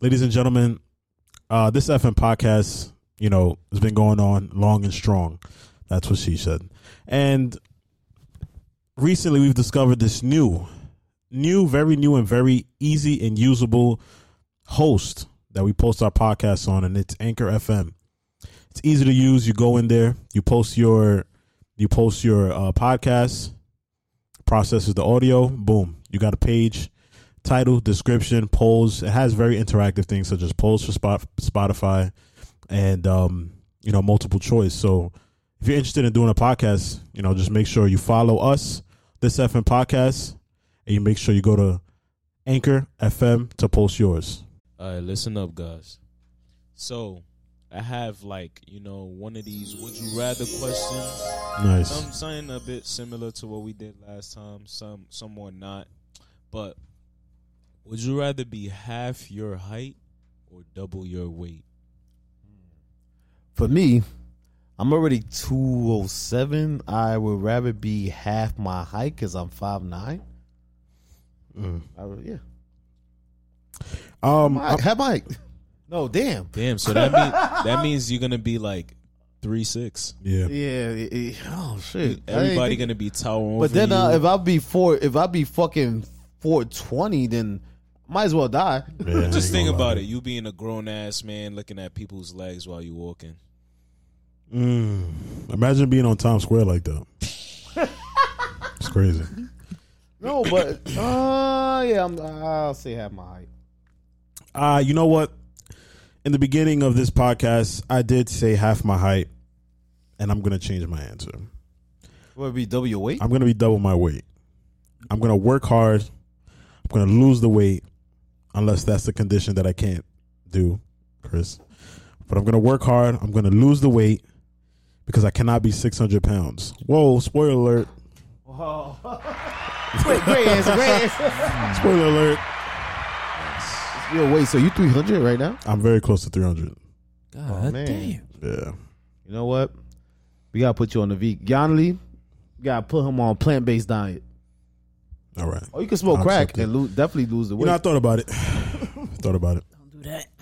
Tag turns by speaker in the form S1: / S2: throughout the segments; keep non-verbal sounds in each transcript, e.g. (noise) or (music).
S1: ladies and gentlemen, uh, this FM podcast, you know, has been going on long and strong. That's what she said. And recently, we've discovered this new, new, very new, and very easy and usable host that we post our podcast on, and it's Anchor FM. It's easy to use. You go in there, you post your, you post your uh, podcast, processes the audio. Boom, you got a page title, description, polls. It has very interactive things such as polls for Spot, Spotify and um, you know multiple choice. So if you're interested in doing a podcast, you know just make sure you follow us, this FM podcast, and you make sure you go to Anchor FM to post yours.
S2: All right, listen up, guys. So I have like you know one of these would you rather questions.
S1: Nice.
S2: Some something a bit similar to what we did last time. Some some more not. But would you rather be half your height or double your weight?
S3: For me, I'm already 207. I would rather be half my height because I'm 5'9. I would- yeah.
S1: Mm. Um,
S3: My, half my height. No, damn.
S2: Damn. So that
S3: (laughs)
S2: mean, that means you're gonna be like three six.
S3: (laughs)
S1: yeah.
S3: Yeah. it- it- oh, shit. I didn't
S2: Everybody
S3: think-
S2: gonna be towering over
S3: But then uh,
S2: you.
S3: if I be four, if I be fucking 420, then might as well die.
S2: Just
S1: Yeah, I ain't
S2: think
S1: gonna lie.
S2: about it. You being a grown ass man looking at people's legs while you walking.
S1: Mm. Imagine being on Times Square like that. it's crazy.
S3: No, but uh, yeah, I'm, I'll say half my height.
S1: Uh, you know what? In the beginning of this podcast, I did say half my height, and I'm gonna change my answer.
S3: Would it be W weight?
S1: I'm gonna be double my weight. I'm gonna work hard. I'm gonna lose the weight, unless that's the condition that I can't do, Chris. But I'm gonna work hard. I'm gonna lose the weight because I cannot be 600 pounds. Whoa! Spoiler alert!
S3: Great, great answer, great answer.
S1: Spoiler alert!
S3: Yo, wait, so you 300 right now?
S1: I'm very close to 300.
S2: God
S3: man. damn.
S1: Yeah.
S3: You know what? We gotta put you on the V. Yanli, we gotta put him on plant based diet.
S1: All right.
S3: Or you can smoke
S1: I'll
S3: crack
S1: accept it.
S3: and lo- definitely lose the
S1: You
S3: weight.
S1: know, I thought about it. (sighs) thought about it.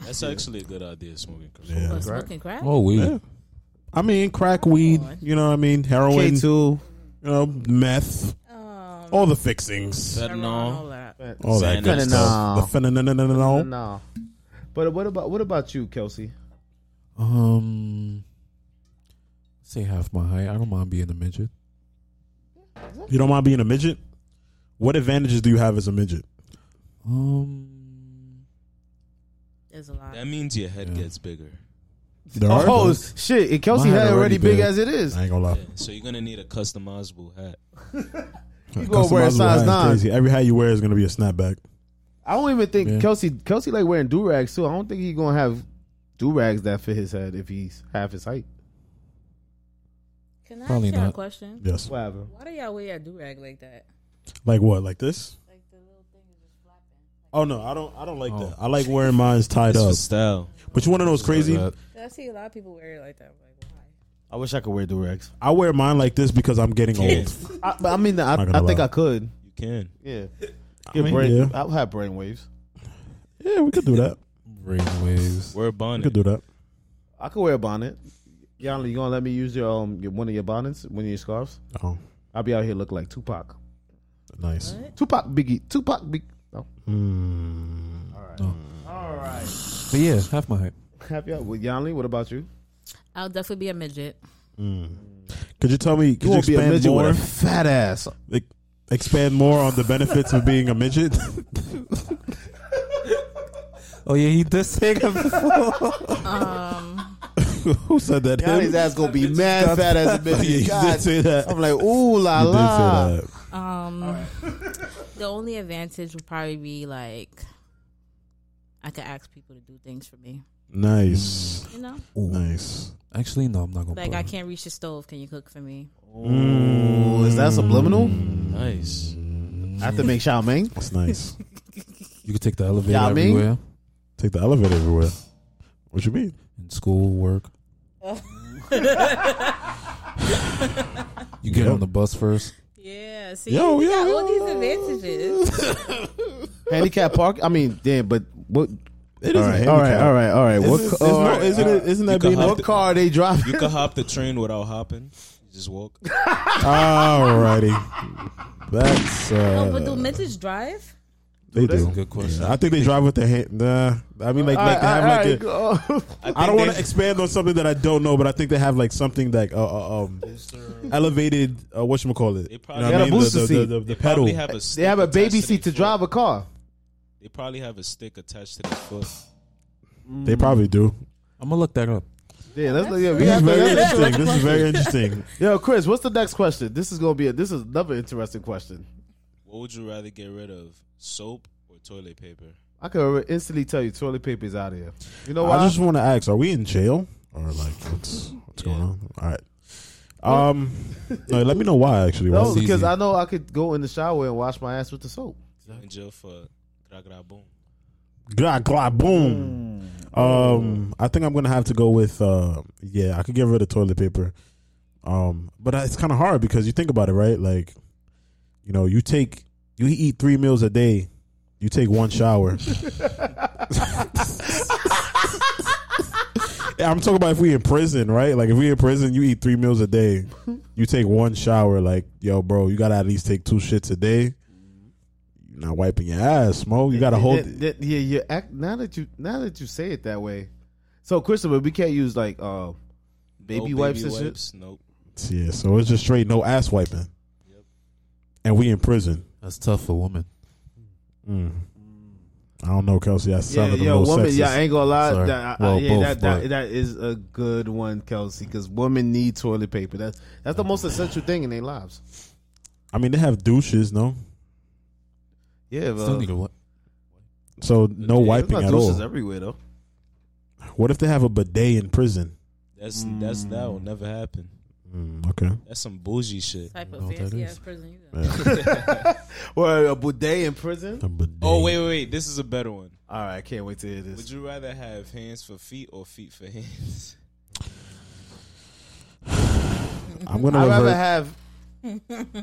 S2: That's actually a good idea, smoking. crack.
S1: Yeah.
S4: Smoking crack?
S2: Oh, we.
S1: I mean, crack weed. You know what I mean? Heroin.
S3: K2,
S1: you know, meth,
S4: Oh,
S3: Um,
S1: all the fixings,
S2: Fentanyl.
S1: all that good
S3: Xanax.
S1: stuff. The
S3: no.
S1: fentanyl.
S3: But what about what about you, Kelsey?
S5: Um, say half my height. I don't mind being a midget.
S1: You don't mind being a midget? What advantages do you have as a midget?
S5: Um,
S4: There's a lot.
S2: That means your head gets bigger.
S1: There
S3: Oh
S1: those.
S3: shit! And Kelsey
S1: Mine
S3: had already
S1: already
S3: big
S1: big.
S3: as it is.
S1: I ain't gonna lie.
S2: Yeah, so you're gonna need a customizable hat.
S1: You
S3: gonna wear a size nine.
S1: Crazy. Every hat you wear is gonna be a snapback.
S3: I don't even think
S5: Yeah.
S3: Kelsey Kelsey like wearing do rags too. I don't think he's gonna have do rags that fit his head if he's half his height.
S4: Can I
S5: Probably
S4: ask y'all a
S5: not.
S4: question?
S1: Yes.
S3: Whatever.
S4: Why do y'all wear a do rag like that?
S1: Like what? Like this? Oh no, I don't. I don't like that. I like wearing mine's tied
S2: It's for
S1: up.
S2: style.
S1: But you want to know what's crazy?
S5: that-
S4: I see a lot of people wear it like that. Like, why?
S3: I wish I could wear do rags.
S1: I wear mine like this because I'm getting old. (laughs)
S3: I, but I mean, I,
S1: Not gonna
S3: I think
S1: lie.
S3: I could.
S2: You can.
S3: Yeah.
S1: I mean,
S3: brain,
S1: yeah.
S3: I'll have brain waves.
S1: Yeah, we could do that.
S5: brainwaves.
S2: Wear a
S1: We
S2: bonnet.
S1: could do that.
S3: I could wear a bonnet. Yanni, you gonna let me use your um your, one of your bonnets, one of your scarves?
S1: Oh,
S3: I'll be out here looking like Tupac.
S1: nice.
S3: Tupac Biggie. Oh. Tupac Big. No.
S1: Mm.
S5: Oh. But yeah, half my height.
S3: Happy out with Yanni. What about you?
S4: I'll definitely be a (laughs) midget.
S1: Mm. Could you tell me? Could you,
S3: be a
S1: expand
S3: midget
S1: more?
S3: with a fat ass.
S1: Like, expand more on the benefits of being a midget?
S5: (laughs) Oh yeah, he does say that
S4: Um,
S1: (laughs) Who said that?
S3: Yanni's
S1: Him?
S3: ass gonna be mad fat
S1: (laughs)
S3: as a
S1: Yeah, you
S3: midget.
S1: did
S3: God.
S1: say that.
S3: I'm like, ooh la
S1: You did
S3: la.
S1: say that.
S4: um, the only advantage would probably be like I could ask people to do things for me.
S1: Nice,
S4: You know,
S1: nice.
S5: Actually, no, I'm not gonna.
S4: like
S5: put
S4: I
S5: it.
S4: can't reach the stove. Can you cook for me?
S3: Ooh, is that subliminal?
S2: Nice.
S3: I have to make Xiao Ming.
S1: That's nice.
S5: You could take the elevator
S3: Yeah, I mean-
S5: everywhere.
S1: Take the elevator everywhere. What you mean?
S5: In school, work. you get
S1: Yeah.
S5: on the bus first.
S4: (laughs) Yeah. See,
S1: Yo,
S4: we
S1: yo,
S4: got all
S1: yo.
S4: these advantages.
S3: Handicap park. I mean, damn. But what
S1: (laughs) It
S6: All
S1: is a
S6: right, all right,
S1: handicap.
S6: all right, all right.
S1: It's-
S6: What
S1: it's-
S6: car?
S1: it's no- isn't it? Isn't
S2: You
S1: that
S2: can
S1: being
S2: hop
S1: all
S2: the-
S3: What car they driving?
S2: You could hop the train without hopping. You just
S3: (laughs)
S2: walk.
S1: Alrighty. That's
S4: No, Oh, but do
S1: uh,
S4: midgets drive?
S1: they do.
S2: Good question.
S1: I think they drive with their hand. Nah, I mean, like, like they have like. a-
S3: (laughs)
S1: I don't want to expand on something that I don't know, but I think they have like something like uh, uh, um elevated uh, what you call it?
S2: They
S1: You
S2: probably
S1: know what
S3: got
S1: I
S3: a
S1: mean?
S3: booster
S1: the, the,
S3: seat.
S1: the, the,
S2: They
S1: pedal.
S2: probably have a stick
S3: They have a
S2: attached
S3: baby
S2: to
S3: seat to
S2: their
S3: drive
S2: foot.
S3: a car.
S2: They probably have a stick attached to their foot.
S1: they probably do.
S5: I'm gonna look that up.
S3: Yeah, let's, yeah, we
S1: This is
S3: have
S1: very
S3: to,
S1: (laughs) interesting. This is very interesting.
S3: Yo, Chris, what's the next question? This is gonna be a, this is another interesting question.
S2: What would you rather get rid of, soap or toilet paper?
S3: I could alre- instantly tell you toilet paper is out of here. You know why?
S1: I just want to ask: Are we in jail or like what's what's going on? All right. Um, no, let me know why actually.
S3: no,
S1: Why?
S3: because
S5: easy.
S3: I know I could go in the shower and wash my ass with the soap.
S2: In jail for gra gra boom.
S1: Gla gla boom. Um, I think I'm gonna have to go with uh, yeah, I could get rid of toilet paper. Um, but it's kind of hard because you think about it, right? Like, you know, you take you eat three meals a day, you take one shower. Yeah, I'm talking about if we in prison, right? Like if we in prison, you eat three meals a day, you take one shower. Like, yo, bro, you gotta at least take two shits a day. You're not wiping your ass, Mo. You gotta hold.
S3: That- that- yeah, you act now that you now that you say it that way. So, Christopher, we can't use like uh, baby
S2: no
S3: wipes
S2: baby
S3: and shit.
S2: wipes. Nope.
S1: Yeah, so it's just straight no ass wiping. And we in prison.
S5: That's tough for women.
S1: Mm. I don't know, Kelsey. I sounded
S3: Yeah,
S1: a
S3: yo,
S1: little
S3: woman,
S1: sexist.
S3: yeah, I ain't gonna lie.
S5: Sorry.
S3: That, I- I-
S5: Well,
S3: yeah,
S5: both,
S3: that, that,
S5: but-
S3: that is a good one, Kelsey, because women need toilet paper. That's that's the most essential thing in their lives.
S1: I mean, they have douches, no?
S3: Yeah,
S7: Uh,
S3: but
S5: Still need a what?
S1: So no
S2: Yeah,
S1: wiping
S3: There's
S1: at
S3: not douches
S1: all.
S3: everywhere though.
S1: what if they have a bidet in prison?
S2: That's that's that will never happen.
S1: Mm, okay.
S2: That's some bougie shit.
S4: Type
S5: know
S4: of
S5: what that
S4: fancy
S5: is.
S4: ass prison you got.
S3: Or a bidet in prison.
S1: A bidet.
S2: Oh wait, wait, wait. This is a better one.
S3: All right, can't wait to hear
S2: Would
S3: this.
S2: you rather have hands for feet or feet for hands? (laughs)
S1: I'm gonna
S3: I'd rather
S1: revert.
S4: (laughs)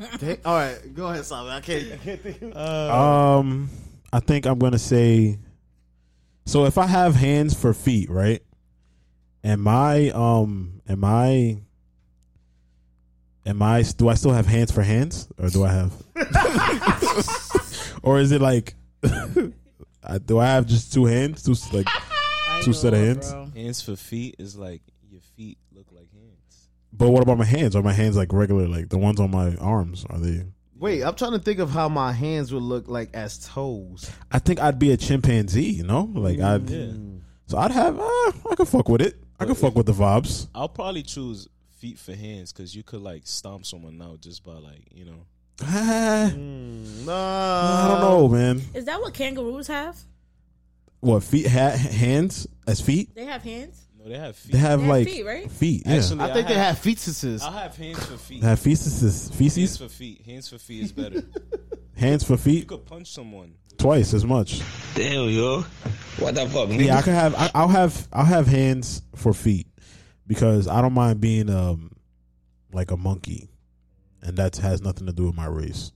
S3: have. Hey, all right, go ahead, Simon. I can't. I can't think of-
S1: um, I think I'm gonna say. So if I have hands for feet, right? Am I um? Am I? Am I? Do I still have hands for hands, or do I have? or is it like? (laughs) I- do I have just two hands? Two s- like
S4: I
S1: Two set of
S4: know,
S1: hands?
S4: bro.
S2: Hands for feet is like your feet look like hands.
S1: But what about my hands? Are my hands like regular, like the ones on my arms? Are they?
S3: Wait, I'm trying to think of how my hands would look like as toes.
S1: I think I'd be a chimpanzee. You know, like I'd.
S2: Mm.
S1: So I'd have. Uh, I could fuck with it. I could fuck with the vibes.
S2: I'll probably choose feet for hands because you could like stomp someone out just by like you know.
S1: Ah,
S3: No,
S1: I don't know, man.
S4: Is that what kangaroos have?
S1: Um, What feet? Ha- hands as feet?
S4: They have hands.
S2: No, they have feet.
S1: They have
S4: They have
S1: like
S4: feet, right?
S1: feet, yeah.
S2: Actually,
S3: I think they
S2: have.
S3: have fetuses.
S2: I'll have hands for feet.
S1: they have feces,
S2: Hands
S1: feces,
S2: for feet. Hands for feet is better. you
S1: hands for feet
S2: could punch someone.
S1: twice as much.
S7: Damn, yo. What the fuck, nigga?
S1: Yeah, I could have. I, I'll have. I'll have hands for feet because I don't mind being um like a monkey, and that has nothing to do with my race.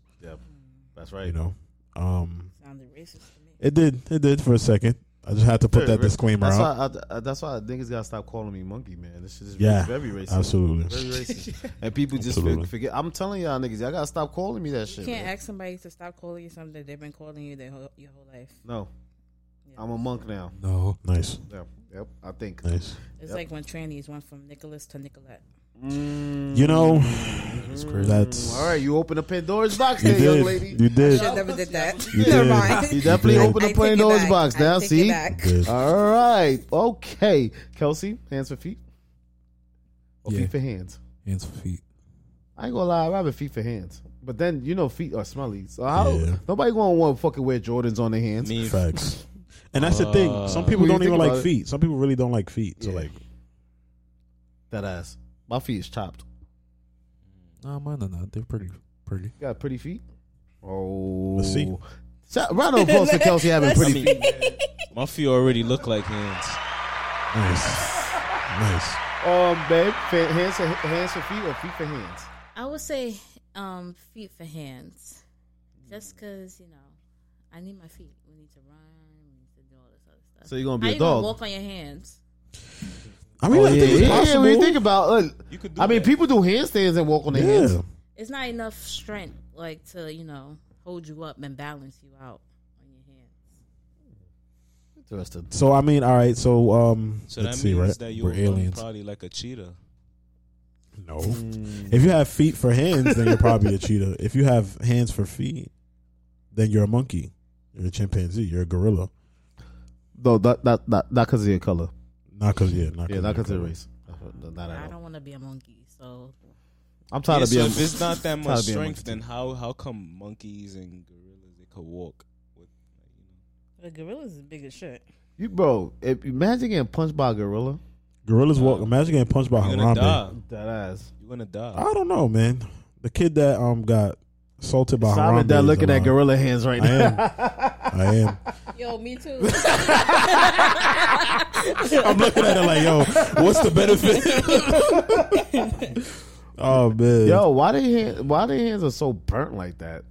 S3: That's
S1: You know, um,
S4: Sounded racist to me.
S1: it did. It did for a second. I just had to put that disclaimer
S3: That's
S1: out.
S3: why, I, I- that's why niggas gotta stop calling me monkey, man. This shit is
S1: Yeah,
S3: very racist.
S1: absolutely.
S3: Very
S4: (laughs)
S3: racist. and people just
S1: Absolutely.
S3: forget, forget. I'm telling y'all niggas, y'all gotta stop calling me that
S4: You
S3: shit.
S4: can't
S3: man.
S4: ask somebody to stop calling you something they've been calling you their whole, your whole life.
S3: No. I'm a monk now.
S5: No.
S1: Nice,
S3: Yeah. Yep. I think.
S1: nice.
S4: It's like when trannies went from Nicholas to Nicolette.
S1: You know,
S5: That's crazy.
S1: that's
S3: Mm-hmm. Mm, All right, you open a Pandora's box
S1: you
S3: there, young
S1: did.
S3: lady.
S1: You did.
S4: I never did that.
S1: You
S4: (laughs) Never
S1: did.
S4: mind.
S3: You definitely
S1: did.
S3: open
S4: I
S3: a
S4: take it
S3: Pandora's
S4: back.
S3: box
S4: I
S3: now.
S4: take it
S3: See.
S4: back.
S1: Did.
S3: All right. Okay. Kelsey, hands for feet or
S5: Yeah.
S3: feet for hands.
S5: Hands for feet.
S3: I ain't gonna lie, I rather feet for hands. But then you know feet are smelly, so how
S1: Yeah.
S3: nobody gonna want to fucking wear Jordans on their hands.
S2: Me,
S1: Facts. (laughs) And that's the thing. Some people
S3: When Uh, you
S1: don't even
S3: think
S1: like
S3: about it-
S1: feet. Some people really don't like feet. So
S3: Yeah.
S1: like,
S3: That ass. My feet is chopped.
S5: No, mine are not. They're pretty, pretty.
S3: You got pretty feet. Oh,
S1: Let's see.
S3: Shout, round of applause
S4: (laughs)
S3: to Kelsey having
S2: I
S3: pretty feet.
S2: mean, my feet already look like hands.
S1: nice, nice.
S3: Um, babe, fa- hands for, hands for feet or feet for hands?
S4: I would say um, feet for hands, just because you know I need my feet. We need to run. We need to do all this other stuff.
S3: So you're gonna
S4: How
S3: be
S4: you
S3: a
S4: gonna
S3: dog.
S4: walk on your hands?
S1: I mean,
S3: Oh,
S1: I
S3: yeah,
S1: think it's
S3: yeah, yeah,
S1: possible.
S3: When you think about, uh, look,
S2: You could do
S3: I mean,
S2: that.
S3: people do handstands and walk on their hands.
S1: yeah.
S4: It's not enough strength, like to you know hold you up and balance you out on your hands.
S3: Interesting.
S1: So I mean, all right. So um,
S2: So
S1: let's
S2: that
S1: see,
S2: means
S1: right?
S2: that you're
S8: We're aliens.
S2: probably like a cheetah.
S1: No.
S3: Mm.
S1: If you have feet for hands, then you're probably
S3: (laughs)
S1: a cheetah. If you have hands for feet, then you're a monkey. You're a chimpanzee. You're a gorilla.
S3: Though that that that not because of your color.
S1: Not because yeah, not
S3: Yeah, not because of
S1: you're
S3: your
S1: a
S3: race. Not at
S4: I
S3: all.
S4: don't want to be a monkey, so
S3: I'm tired
S2: Yeah,
S3: of
S2: so
S3: being.
S2: if it's not that
S3: tired
S2: much
S3: of being
S2: strength, then
S3: monkey.
S2: how how come monkeys and gorillas they could walk? With,
S4: the gorilla's is big as shit.
S3: you bro, if, imagine getting punched by a gorilla.
S1: Gorillas walk. Imagine getting punched by
S2: you're gonna
S1: Harambe.
S2: die.
S3: That ass.
S2: You're gonna die.
S1: I don't know, man. The kid that um got assaulted by Harambe.
S3: Solid that
S1: is
S3: looking at
S1: alive.
S3: gorilla hands right
S1: I
S3: now.
S1: am.
S3: (laughs)
S1: I am.
S4: Yo, me
S1: (laughs)
S4: too.
S1: I'm looking at it like, yo, what's the benefit? (laughs) oh man,
S3: Yo, why they hand, why their hands are so burnt like that?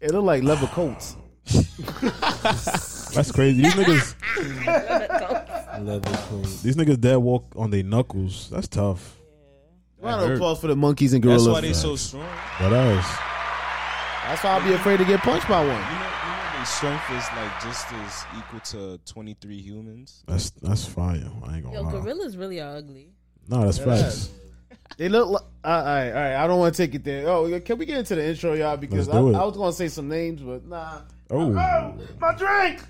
S3: It look like leather coats.
S1: that's crazy. These niggas,
S2: Leather queen.
S1: these niggas that walk on their knuckles. That's tough.
S3: Round
S2: hurt.
S3: of applause for the monkeys and gorillas.
S2: That's why they so strong.
S1: What else?
S3: That's why I'll be afraid to get punched by one.
S2: You know, you know their strength is like just as equal to 23 humans.
S1: That's that's fire. I ain't gonna
S4: Yo,
S1: lie.
S4: gorillas really are ugly.
S1: No, that's facts.
S3: They look like. All right, all right. I don't want to take it there. Oh, can we get into the intro, y'all? Because I,
S1: Let's
S3: I
S1: do it.
S3: was going to say some names, but nah.
S1: Oh,
S3: my drink.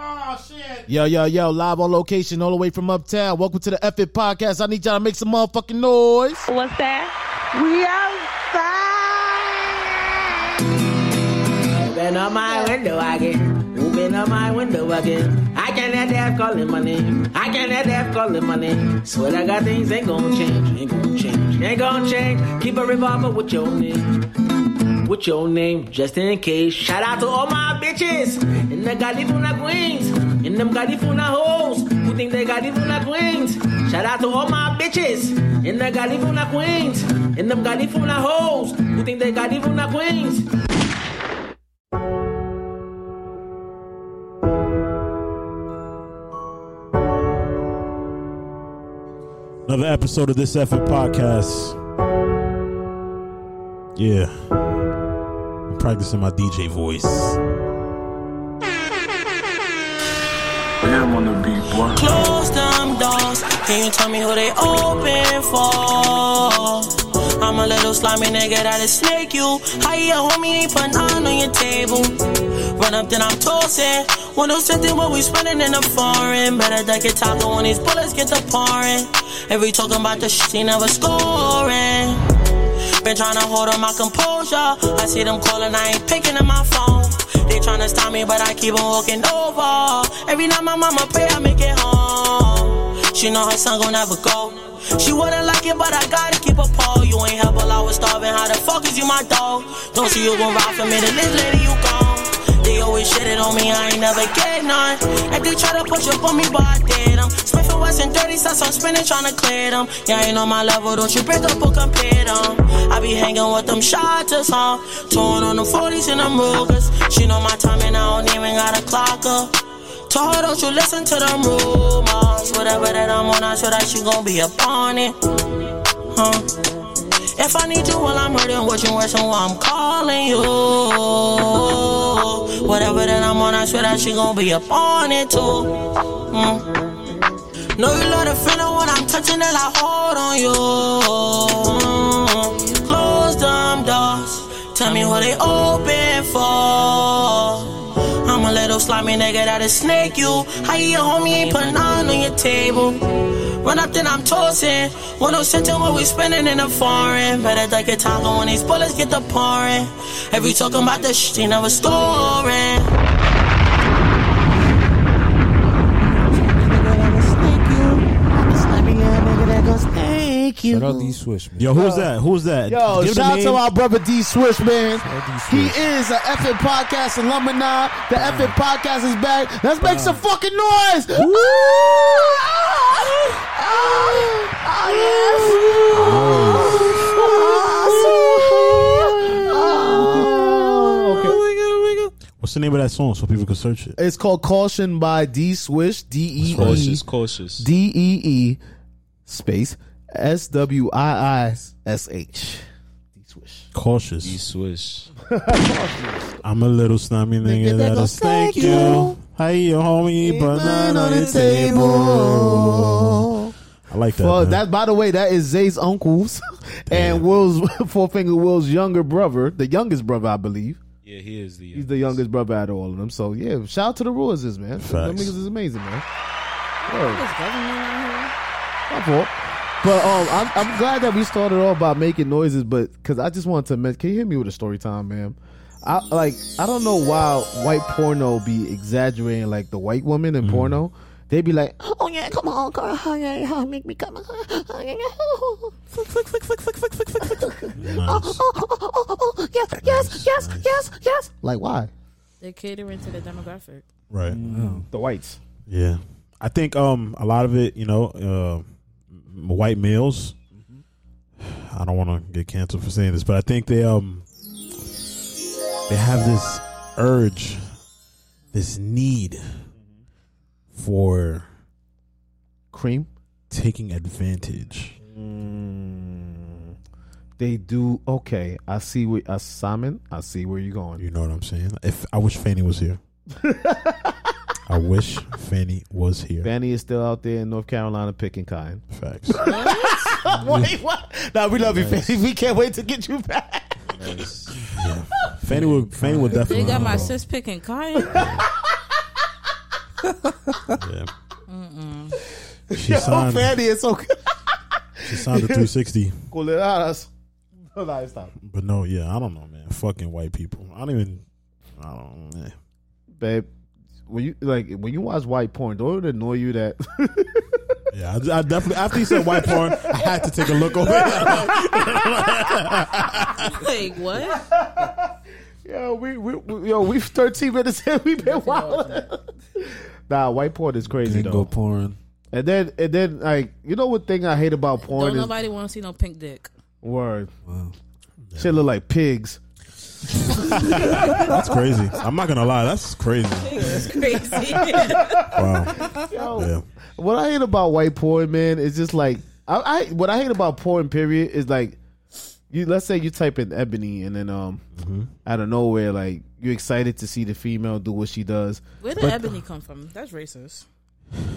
S3: Oh shit. Yo, yo, yo, live on location, all the way from uptown. Welcome to the F It Podcast. I need y'all to make some motherfucking noise.
S9: What's that? We outside.
S10: Open up my window again. Open up my window again. I can't let that calling my name. I can't let that calling my name. Swear I got things ain't gonna change. Ain't gonna change. Ain't gonna change. Keep a revolver with your name. With your name, just in case. Shout out to all my bitches in the Galifuna queens, in them Galifuna hoes who think they Galifuna queens. Shout out to all my bitches in the Galifuna queens, in them Galifuna hoes who think they Galifuna queens.
S1: another episode of this effing podcast. Yeah, I'm practicing my DJ voice.
S11: Close them doors. Can you tell me who they open for? I'm a little slimy nigga that'll snake you. How you homie ain't put none on your table? Run up, then I'm tossing. One of those what we spending in the foreign. Better duck it taco when these bullets get to pouring. Every talking about the shit, he never scoring. Been tryna hold on my composure. I see them calling, I ain't picking up my phone. They tryna stop me, but I keep on walking over. Every night my mama pray I make it home. She know her son gon' never go. She wouldn't like it, but I gotta keep a pole. You ain't help while I was starving. How the fuck is you my dog? Don't see you gon' ride for me, then this lady you gone. They always shitted on me, I ain't never get none. If they try to push up on me, but I did them. Smith and Wesson 30 cents on spinning, tryna clear them. Yeah, ain't on my level, don't you break up or compare them. I be hanging with them shotters, huh? Torn on the 40s and them Rugers. She know my time and I don't even got a clock up. Told her, don't you listen to them rumors. Whatever that I'm on, I sure that you gon' be upon it. Huh? If I need you while I'm hurting, what you worse than what I'm calling you. Whatever that I'm on, I swear that she gon' be up on it too. Mm. Know you love the feeling when I'm touching that I hold on you. Mm. Close them doors, tell me what they open for. I'm a little slimy nigga that'll snake you. How your homie ain't put none on your table. Run up, then I'm tossing. One of sitting what we spending in the foreign. Better take a time when these bullets get to pouring. Every talking about the shit, they never scoring.
S8: Shout out D Swish, man.
S1: Yo, who's that? Who's that?
S3: Yo,
S1: Give the
S3: shout out to
S1: name.
S3: our brother D Swish, man.
S8: out to D.
S3: He
S8: Swish.
S3: is an F It Podcast alumni. The F It Podcast is back. Let's make some fucking noise. Ah, ah, ah, yes. Ah, so- ah. Okay.
S1: What's the name name of that song so people can search it?
S3: It's called Caution by D Swish. D E E
S2: Cautious, cautious.
S3: D E E space S W I I S H. D Swish.
S1: Cautious.
S2: Swish.
S1: I'm a little slimy nigga
S3: that
S1: that'll
S3: gon'
S1: thank
S3: thank
S1: you.
S3: you.
S1: Hey, your homie, banana on the table. I like that.
S3: Well,
S1: man.
S3: that by the way, that is Zay's uncles (laughs) and Will's (laughs) four finger Will's younger brother, the youngest brother, I believe.
S2: Yeah, he is the.
S3: He's the youngest brother out of all of them. So yeah, shout out to the Royals, man. Them
S1: Facts.
S3: niggas is amazing, man.
S4: This government out here.
S3: My fault. But um, I'm, I'm glad that we started off by making noises, but because I just wanted to mention, can you hit me with a story time, man? I like I don't know why white porno be exaggerating like the white woman in porno. They be like, oh yeah, come on, girl, oh yeah, oh, make me come on, oh yeah, oh, flick, flick, flick, flick, flick, flick, flick, flick, flick, flick.
S1: Nice.
S3: Oh, oh, oh, oh, oh, oh, yes, yes, yes, yes, yes. Like why?
S4: They're catering to
S1: (laughs)
S4: the demographic.
S1: right.
S3: Mm, The whites.
S1: Yeah, I think um a lot of it, you know, uh, m- white males. (sighs) I don't want to get canceled for saying this, but I think they um they have this urge, this need for
S3: Cream.
S1: taking advantage.
S3: Mm, They do okay. I see where uh, Simon. I see where you're going.
S1: You know what I'm saying? If I wish Fanny was here. I wish Fanny was here.
S3: Fanny is still out there in North Carolina picking cotton.
S1: Facts.
S3: (laughs) wait, what? Nah, we love you, Fanny. We can't wait to get you back.
S1: Fanny would. Fanny would
S4: They
S1: definitely.
S4: got my
S1: (laughs)
S4: sis picking cotton.
S1: Yeah. She signed.
S3: Fanny, Oh, it's okay.
S1: She signed the 360.
S3: Cool it out. That's- No, (laughs) nah, stop.
S1: But no, yeah, I don't know, man. Fucking white people. I don't even. I don't.
S7: Oh,
S1: eh.
S3: Babe, when you like when you watch white porn, don't it annoy you that (laughs)
S1: Yeah, I, I definitely. After you said white porn, I had to take a look over.
S5: (laughs)
S1: it.
S4: like what?
S3: yo, we, we, we yo, we thirteen minutes in, we've been wild. nah, white porn is crazy
S7: Gringo
S3: though.
S7: porn.
S3: and then and then like you know what thing I hate about porn
S4: Don't
S3: is
S4: nobody want to see no pink dick.
S3: word. Shit look like pigs.
S1: That's crazy. I'm not gonna lie. That's crazy.
S4: It's (laughs) crazy.
S1: Wow. Yeah.
S3: What I hate about white porn, man, is just like I, I what I hate about porn period is like you let's say you type in ebony and then um
S1: Mm-hmm.
S3: out of nowhere like you're excited to see the female do what she does.
S4: (laughs) Where did ebony come from? That's racist.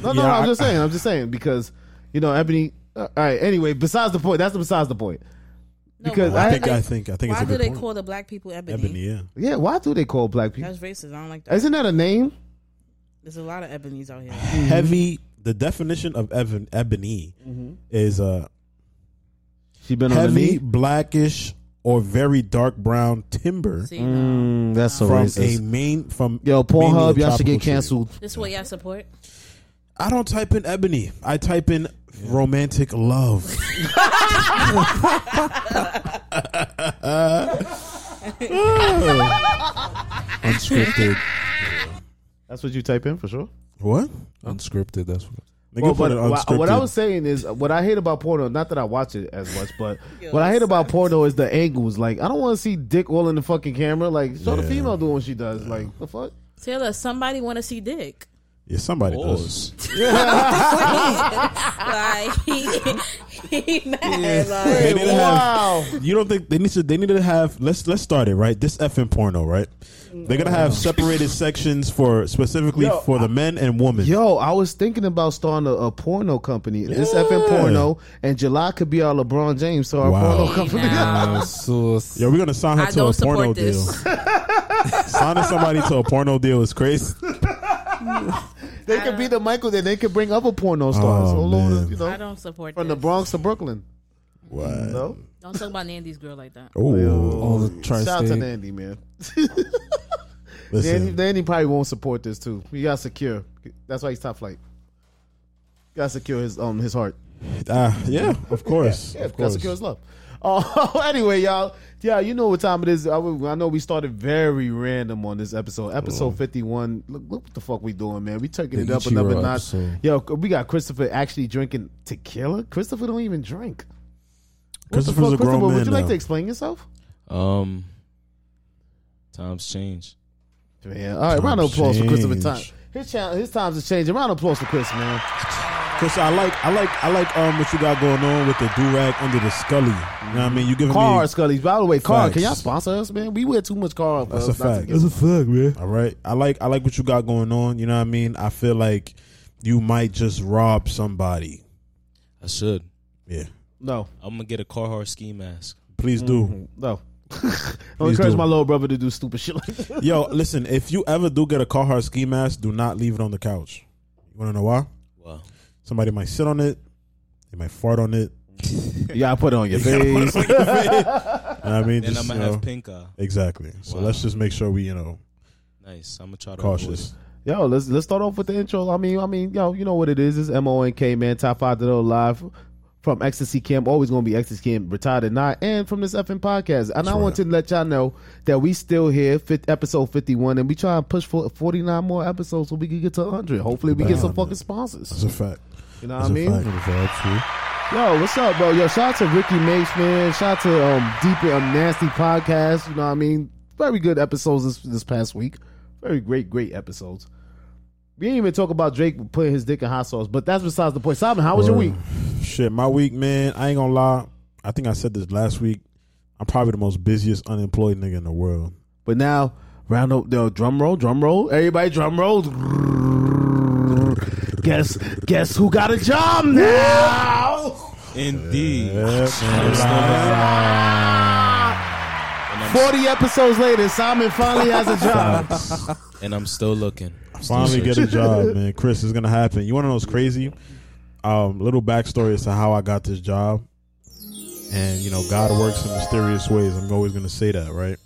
S3: No, no,
S1: Yeah,
S3: I'm
S1: I-
S3: just saying, I'm just saying because you know ebony. Uh, all right, anyway, besides the point, that's besides the point.
S4: No,
S3: Because
S4: why
S1: I
S3: I-
S4: do
S1: think.
S4: they-
S1: I think. I think it's
S4: Why
S1: a
S4: do
S1: good
S4: they
S1: point.
S4: call the black people ebony?
S1: Ebony. Yeah.
S3: Yeah, why do they call black people?
S4: That's racist. I don't like that.
S3: Isn't that a name?
S4: There's a lot of ebonies out here.
S1: Heavy. The definition of ebon, ebony
S3: Mm-hmm.
S1: is uh,
S3: She been on the
S1: heavy,
S3: knee.
S1: blackish, or very dark brown timber
S4: See, no.
S3: Mm, that's so
S1: from a
S3: racist.
S1: main from
S3: Yo,
S1: mainly
S3: Pornhub,
S1: the
S3: y'all should get
S1: tropical tree.
S3: canceled.
S4: this what y'all support?
S1: I don't type in ebony. I type in romantic love.
S7: Unscripted.
S3: That's what you type in for sure.
S1: What?
S7: Unscripted, that's what.
S1: Nigga
S3: Well,
S1: put
S3: but
S1: it
S3: wha-
S1: unscripted.
S3: what I was saying is, what I hate about porno, not that I watch it as much,
S4: (laughs)
S3: but what I hate about porno is the angles. Like, I don't want to see dick all in the fucking camera. Like, show the
S1: Yeah.
S3: female doing what she does. Like, the fuck?
S4: Taylor, somebody want to see dick.
S1: yeah, somebody
S3: Oh.
S1: does.
S2: Pause.
S4: like (laughs)
S1: (laughs)
S4: he, he mad.
S1: They
S4: Like,
S1: need to
S3: Wow.
S1: have. You don't think they need to? They need to have. Let's let's start it right. This effing porno, right? They're gonna have separated sections for specifically
S3: Mm. Yo,
S1: for the men and women.
S3: Yo, I was thinking about starting a, a porno company. It's
S1: Yeah.
S3: FM Porno, and July could be our LeBron James, so our
S1: Wow.
S3: porno
S1: Hey,
S3: company.
S1: (laughs)
S4: now.
S7: Sauce.
S1: Yo, we're gonna sign her
S4: I
S1: to a
S4: don't
S1: porno
S4: support
S1: deal.
S4: this.
S1: Signing somebody to a porno deal
S3: (laughs)
S1: is crazy.
S3: (laughs) they could be the Michael, then they could bring other porno stars
S1: Oh,
S3: all over,
S1: man.
S3: the- you
S4: I
S3: know,
S4: don't support
S3: from the
S4: this.
S3: Bronx to Brooklyn.
S1: What?
S3: No,
S4: Don't talk about Nandy's girl like that.
S1: Oh,
S7: All the tri
S3: shout out to
S7: state.
S3: Nandy, man. Danny,
S1: listen.
S3: Danny probably won't support this too. He got secure. That's why he's top flight. Got secure his um his heart.
S1: ah, yeah, of course,
S3: Yeah,
S1: of
S3: got
S1: course.
S3: secure his love. (laughs) Oh, anyway, y'all. Yeah, you know what time it is. I, w- I know we started very random on this episode,
S1: Mm.
S3: episode fifty-one. Look, look what the fuck we doing, man. We taking
S7: The
S3: it up
S7: Ichiro
S3: another notch.
S7: episode.
S3: Yo, we got Christopher actually drinking tequila. Christopher don't even drink. What the
S1: Christopher's
S3: fuck,
S1: a grown
S3: Christopher,
S1: man
S3: would you like
S1: now.
S3: to explain yourself?
S2: Um, times Um, change.
S3: Man, all right, round of applause for Christopher
S1: Change.
S3: Time. His, channel, his times are changing. Round of applause for Chris, man.
S1: Chris, I like, I like, I like um what you got going on with the durag under the Scully. You know what I mean? You giving
S3: Car
S1: me
S3: Scully. By the way, Car,
S1: Mm-hmm. Facts.
S3: can y'all sponsor us, man? We wear too much car.
S1: That's
S3: for us
S1: a
S3: not to
S1: fact.
S3: get-
S1: That's
S5: a fuck, man.
S1: All right. I like I like what you got going on. You know what I mean? I feel like you might just rob somebody.
S2: I should.
S1: Yeah.
S3: No,
S2: I'm gonna get a Carhartt ski mask.
S1: Please do.
S3: no. (laughs) Don't
S1: Please
S3: encourage
S1: do.
S3: my little brother to do stupid shit like that. (laughs)
S1: Yo, listen, if you ever do get a Carhartt ski mask, do not leave it on the couch. You wanna know why?
S2: Wow.
S1: Somebody might sit on it, they might fart on it.
S3: You gotta put it (laughs) on your face.
S1: You know what I
S3: (laughs)
S1: mean?
S2: Then
S1: Just,
S2: I'm
S1: you
S2: gonna
S3: uh,
S1: know,
S2: have pink eye.
S1: Exactly. So
S2: Wow.
S1: let's just make sure we, you know,
S2: Nice. I'm gonna try to avoid
S1: cautious.
S2: it.
S3: Yo, let's let's start off with the intro. I mean, I mean, yo, you know what it is? It's M O N K, man. Top five to those live from Ecstasy Camp. Always gonna be Ecstasy Camp, retired or not, and from this effing podcast. And I want to let y'all know that we still here, fit, episode fifty one, and we try and push for forty nine more episodes so we can get to hundred. Hopefully, we get some
S1: Damn,
S3: fucking
S1: man.
S3: sponsors.
S1: That's a fact.
S3: You know what I
S1: That's a
S3: mean?
S1: fact.
S3: Yo, what's up, bro? Yo, shout out to Ricky Mace, man. Shout out to um, Deep and um, Nasty Podcast. You know what I mean? Very good episodes this, this past week. Very great, great episodes. We didn't even talk about Drake putting his dick in hot sauce, but that's besides the point. Simon, how was your
S1: Word.
S3: week?
S1: Shit, my week, man. I ain't gonna lie. I think I said this last week. I'm probably the most busiest unemployed nigga in the world.
S3: But now, round up the drum roll, drum roll. Everybody drum roll. Guess guess who got a job (laughs) now?
S2: Indeed.
S1: Yeah, man.
S2: And, I'm,
S3: 40 episodes later, Simon finally has a job.
S2: and I'm still looking. I'm still
S1: Finally get a
S2: searching.
S1: job, man. Chris, it's gonna happen. You wanna know what's crazy? Um, little backstory as to how I got this job. And you know, God works in mysterious ways. I'm always gonna say that, right?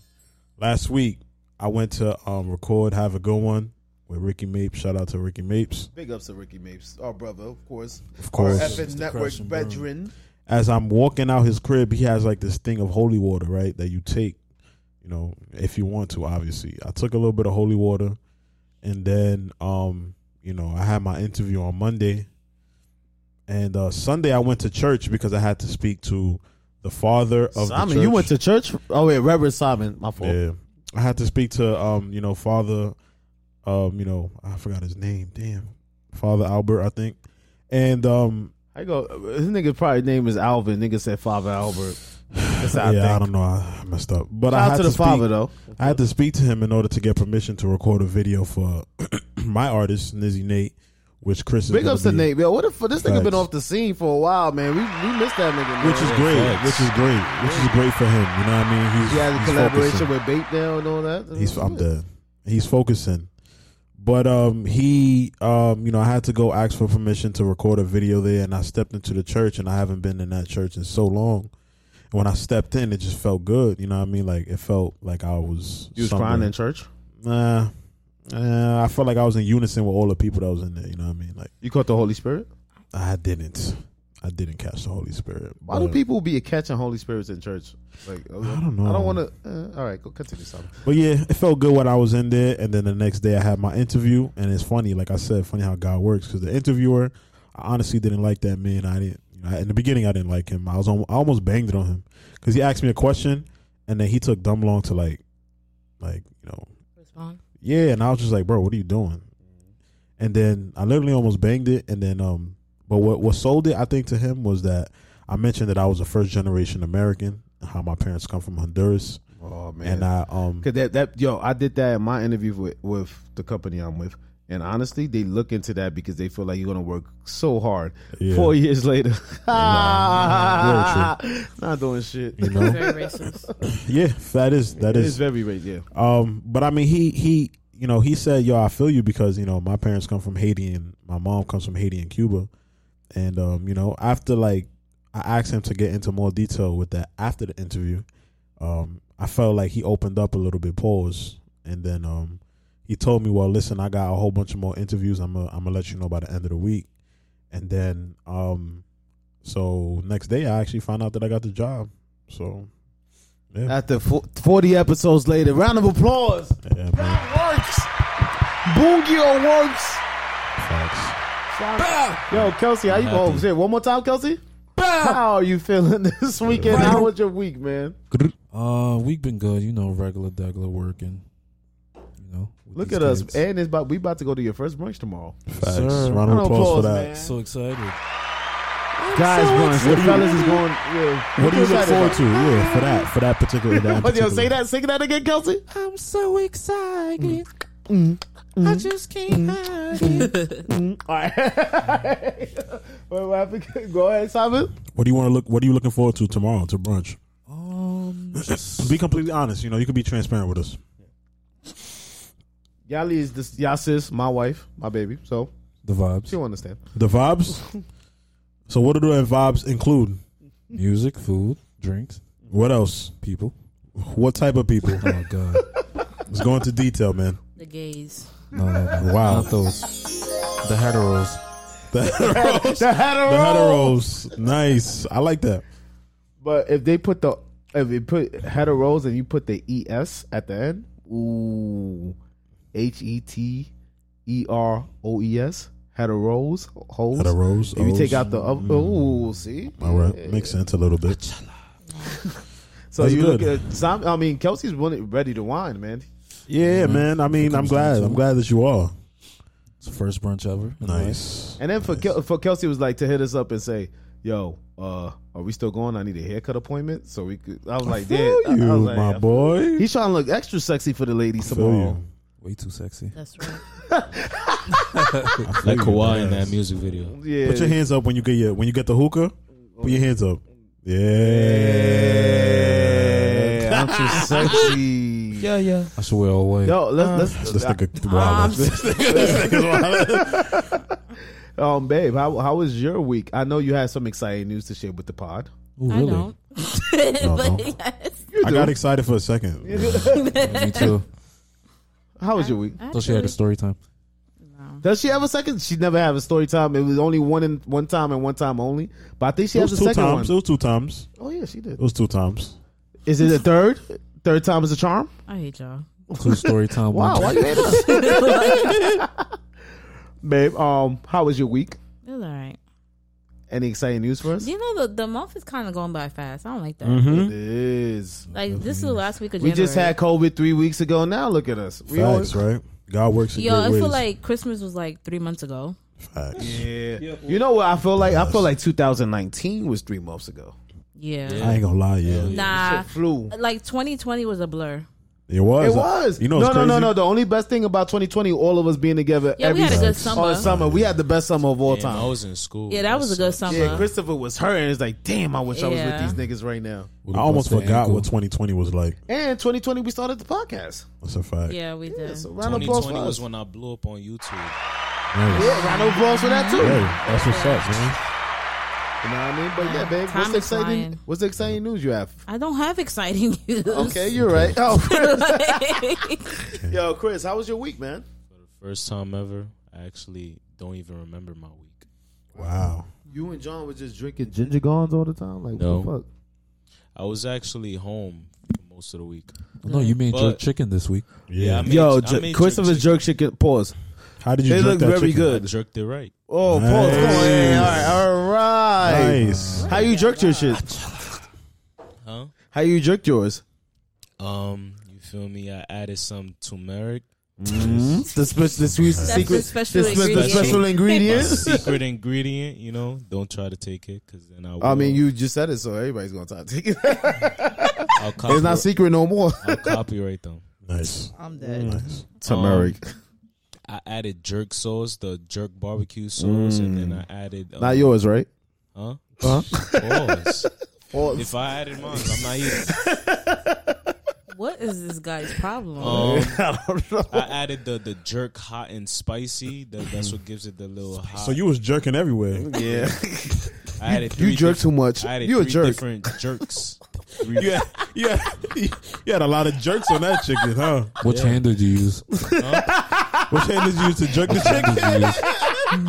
S1: Last week I went to um, record Have a Good One with Ricky Mapes. Shout out to Ricky Mapes.
S3: (laughs) Big ups to Ricky Mapes, our brother, of course.
S1: Of course.
S3: Our FN Network
S5: and burn.
S3: brethren.
S1: as I'm walking out his crib, he has like this thing of holy water, right? That you take, you know, if you want to, obviously. I took a little bit of holy water and then um, you know, I had my interview on Monday. And uh Sunday I went to church because I had to speak to the father of the
S3: Simon,
S1: church.
S3: you went to church? Oh, wait, Reverend Simon, my fault.
S1: Yeah. I had to speak to um, you know, Father um, you know, I forgot his name. Damn. Father Albert, I think. And um
S3: I go, his nigga probably name is Alvin. Nigga said Father Albert. That's how
S1: (sighs) yeah, I
S3: I think.
S1: don't know. I messed up. But I
S3: Shout
S1: had
S3: out to the
S1: speak-
S3: father, though.
S1: I had to speak to him in order to get permission to record a video for (clears throat) my artist Nizzy Nate, which Chris is
S3: Big
S1: gonna
S3: ups to
S1: be-
S3: Nate, yo. What if this nigga
S1: Facts.
S3: been off the scene for a while, man? We we missed that nigga, man.
S1: which is great, which is great, which is great for him. You know what I mean? He's,
S3: He had a
S1: he's
S3: collaboration
S1: focusing.
S3: with Bait now and all that.
S1: He's I'm dead. He's focusing, but um, he um, you know, I had to go ask for permission to record a video there, and I stepped into the church, and I haven't been in that church in so long. And when I stepped in, it just felt good. You know what I mean? Like it felt like I was.
S3: You was
S1: somewhere.
S3: crying in church.
S1: Nah. Uh, I felt like I was in unison with all the people that was in there. You know what I mean? Like
S3: You caught the Holy Spirit.
S1: I didn't, I didn't catch the Holy Spirit.
S3: Why do
S1: but-
S3: people be catching Holy Spirits in church? Like I
S1: don't know.
S3: I don't want to. Uh, all right, go continue, Simon.
S1: But yeah, it felt good when I was in there, and then the next day I had my interview, and it's funny, like I said, funny how God works. Because the interviewer, I honestly didn't like that man. I didn't. You know, in the beginning, I didn't like him. I was on, I almost banged it on him because he asked me a question, and then he took dumb long to like, like you know,
S3: (laughs)
S7: Respond.
S1: Yeah, and I was just like, bro, what are you doing? And then I literally almost banged it. And then, um, but what what sold it, I think, to him was that I mentioned that I was a first generation American, and how my parents come from Honduras,
S3: Oh
S1: and I um,
S3: Cause that that yo, I did that in my interview with with the company I'm with, and honestly, they look into that because they feel like you're gonna work so hard.
S1: Yeah.
S3: Four years later, (laughs)
S1: Wow.
S3: not doing shit.
S1: you know,
S7: (laughs) Very racist.
S1: (laughs) yeah, that is that
S3: It's
S1: is.
S3: very right, yeah.
S1: Um, but I mean, he he, you know, he said, yo, I feel you because you know my parents come from Haiti and my mom comes from Haiti and Cuba, and um, you know, after like I asked him to get into more detail with that after the interview, um, I felt like he opened up a little bit, pause, and then um, he told me, well, listen, I got a whole bunch of more interviews. I'm gonna I'm gonna let you know by the end of the week, and then um, so next day I actually found out that I got the job. So yeah,
S3: After fo- forty episodes later, round of applause.
S1: yeah man,
S3: That works. Boogio works.
S1: facts.
S3: Yo, Kelsey, how you going? Say it one more time, Kelsey. How are you feeling this weekend? How was your week, man?
S5: Uh, we've been good, you know, regular, regular working. You know, with
S3: Look
S5: these
S3: at us,
S5: kids.
S3: and it's about we about to go to your first brunch tomorrow,
S1: Facts.
S5: Sir.
S1: Round of
S3: Round of
S1: applause for
S3: applause,
S1: that.
S3: man.
S5: So excited.
S3: guys. brunch.
S1: What
S3: The
S1: do you-
S3: fellas is going. Yeah,
S1: What do you look forward to? Yeah, for that, for that particular event.
S3: (laughs)
S1: in
S3: What yo say
S1: particular.
S3: that? Sing that again, Kelsey.
S7: I'm so excited. I just can't hide it.
S3: All right. (laughs) What- what happened? (laughs) Go ahead, Simon.
S1: What do you want to look? What are you looking forward to tomorrow to brunch? (clears throat)
S5: Um,
S1: Be completely honest. You know, you could be transparent with us.
S3: Yali is this y'all sis, my wife, my baby. So
S5: the vibes,
S3: she'll understand.
S1: The vibes. so, what do the vibes include?
S5: music, food, drinks,
S1: What else?
S5: people.
S1: What type of people?
S5: Oh God,
S1: Let's go into detail, man.
S4: The gays.
S5: no, no,
S1: (laughs) Wow.
S5: not those. The heteros.
S3: (laughs)
S1: The (laughs) heteros.
S3: (laughs) The hetero.
S1: The heteros. Nice. I like that.
S3: But if they put the if you put heteros and you put the es at the end, ooh, h e t e r o e s heteros hoes.
S1: Heteros. Mm.
S3: If you
S1: os.
S3: take out the other, ooh, see.
S1: All right, makes sense a little bit.
S3: So
S1: That's
S3: you look
S1: good.
S3: at Sam. I mean, Kelsey's willing- ready to wine, man.
S1: Yeah, man. I mean, I'm glad. I'm glad that you are.
S5: It's the first brunch ever. in
S1: Nice.
S3: And then for Kel- for Kelsey was like to hit us up and say, "Yo, uh, are we still going? I need a haircut appointment." So we could. I was like, "Dad,
S1: Feel
S3: I- I
S1: you,
S3: was like,
S1: my
S3: yeah."
S1: boy.
S3: He's trying to look extra sexy for the ladies
S1: Feel
S3: tomorrow.
S1: you.
S5: life. Way too sexy.
S4: That's right.
S2: Like Kawhi in
S1: Yes.
S2: that music video.
S3: Yeah,
S1: Put your hands up when you get your when you get the hookah. Put your hands up.
S3: (laughs) Yeah,
S1: Yeah.
S3: I'm
S1: (laughs)
S3: too sexy.
S7: Yeah, yeah.
S5: I should wear all white.
S3: Yo, let's
S1: This
S3: let's
S1: nigga
S4: I'm
S1: wild. (laughs) This
S4: s-
S1: nigga's wild.
S3: um, babe. How how was your week? I know you had some exciting news to share with the pod.
S5: Ooh,
S4: I
S5: really?
S4: don't.
S1: no.
S4: but yes.
S1: I got excited for a second.
S5: Me
S1: (laughs)
S5: too.
S3: How was your week?
S5: So she had a story time.
S3: Does she have a second? She never have a story time. It was only one in one time and one time only. But I think she
S1: It
S3: has
S1: was
S3: a
S1: two
S3: second
S1: times. It
S3: one.
S1: was two times.
S3: Oh yeah, she did.
S1: It was two times.
S3: Is it a third? Third time is a charm.
S4: I hate y'all.
S5: Two story time.
S3: Wow,
S5: one
S3: why you hate us,
S1: (laughs)
S3: babe? Um, how was your week?
S4: It's all right.
S3: Any exciting news for us?
S4: You know the the month is kind of going by fast. I don't like that.
S1: Hmm?
S3: It is.
S4: Like this is the last week of
S3: We
S4: January.
S3: just had COVID three weeks ago. Now look at us. We
S1: Facts,
S3: always,
S1: right? God works in
S4: Yo, I
S1: great
S4: feel
S1: ways.
S4: like Christmas was like three months ago.
S1: Facts.
S3: yeah. You know what? I feel like I feel like 2019 was three months ago.
S4: Yeah.
S1: I ain't gonna lie, yeah.
S4: Nah.
S3: Shit flew.
S4: Like 2020 was a blur.
S1: It was.
S3: It was.
S1: You know,
S3: no,
S1: it's
S3: no, no,
S1: crazy?
S3: no. The only best thing about 2020, all of us being together.
S4: Yeah,
S3: every
S4: we had a good
S3: all
S4: summer.
S3: summer. We had the best summer of all
S2: Damn, I
S3: time.
S2: was in school.
S4: Yeah, that was a good summer.
S3: Yeah, Christopher was hurting. It's like, damn, I wish I was
S4: Yeah.
S3: with these niggas right now.
S5: With
S1: I
S5: a
S1: almost
S5: busted
S1: forgot
S5: ankle.
S1: what 2020 was like.
S3: And 2020, we started the podcast.
S1: That's a fact.
S4: Yeah, we did.
S3: Yeah, so round of applause for
S2: 2020
S3: us.
S2: was when I blew up on YouTube.
S1: Nice.
S3: Yeah, round of applause for that too.
S1: Hey, that's what's up, man.
S3: You know what I mean? But yeah, babe,
S4: Time
S3: what's the
S4: is
S3: exciting?
S4: flying.
S3: What's the exciting news you have?
S4: I don't have exciting (laughs) news.
S3: Okay, you're right.
S4: (laughs)
S3: Oh, Chris.
S4: Like,
S3: yo, Chris, how was your week, man?
S2: First time ever. I actually don't even remember my week.
S1: Wow.
S3: You and John were just drinking ginger gons all the time. Like,
S2: No.
S3: what the fuck?
S2: I was actually home for most of the week.
S5: Oh, No, you made
S2: But-
S5: jerk chicken this week.
S1: Yeah.
S2: I made- I
S3: Yo,
S2: made
S3: J-
S2: jerk chicken.
S3: Christopher's jerk chicken. Pause.
S1: How did you?
S3: It
S1: jerk
S3: looked
S1: that
S3: very
S1: chicken?
S2: I
S3: good.
S2: jerked it right.
S3: Oh,
S1: Nice.
S3: pause. Come on. Hey, all right, all right.
S1: Nice.
S3: How you jerked your shit?
S2: Huh?
S3: How you jerked yours?
S2: Um, you feel me? I added some (laughs) turmeric.
S3: The, spe- the sweet
S4: Hmm? the
S3: secret,
S4: special
S3: the, spe- the
S4: ingredient.
S3: special
S2: My
S3: ingredient.
S2: secret ingredient, you know. Don't try to take it, cause then I. Will.
S3: (laughs) I mean, you just said it, so everybody's gonna try to take it. it's
S2: I'll copy,
S3: not secret no more.
S2: I'll copyright them.
S1: Nice.
S4: I'm dead.
S1: Nice.
S2: Turmeric.
S3: Uh,
S2: I added jerk sauce, the jerk barbecue sauce, and then I added. Um,
S3: not yours, right?
S2: Huh?
S3: Huh? (laughs)
S2: Pause.
S3: Well,
S2: if I added mine, I'm not eating.
S4: What is this guy's problem?
S2: Um, I added the the jerk hot and spicy. That, that's what gives it the little hot.
S1: So you was
S3: (laughs)
S1: jerking everywhere.
S3: yeah,
S2: I added
S3: you
S2: three
S3: jerk too
S2: different-
S3: much.
S2: I added
S3: You a
S2: three
S3: jerk.
S2: Different
S3: (laughs)
S2: jerks. Three-
S1: Yeah, yeah. (laughs) You had a lot of jerks on that chicken, huh?
S5: Which hand did you use?
S1: Which hand did you use to
S3: (laughs)
S1: jerk the chicken?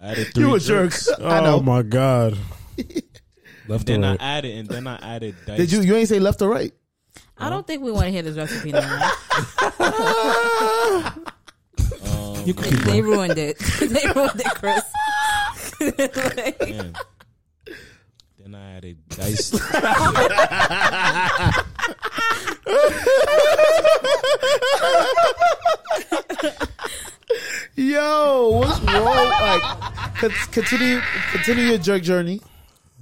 S2: I added three
S3: you a jerk.
S2: jerks.
S3: I
S1: Oh
S3: know.
S1: my god.
S5: Left or
S2: Then I
S5: right?
S2: added, and then I added. Diced,
S3: (laughs) Did you? You ain't say left or right.
S4: I don't think we want to hear this recipe no more.
S5: you
S4: They,
S5: could keep
S4: they
S5: going.
S4: ruined it. (laughs) they ruined it, Chris. (laughs) Like,
S2: Man. Then I added
S3: (laughs)
S2: diced.
S3: roll, like con- continue, continue your jerk journey.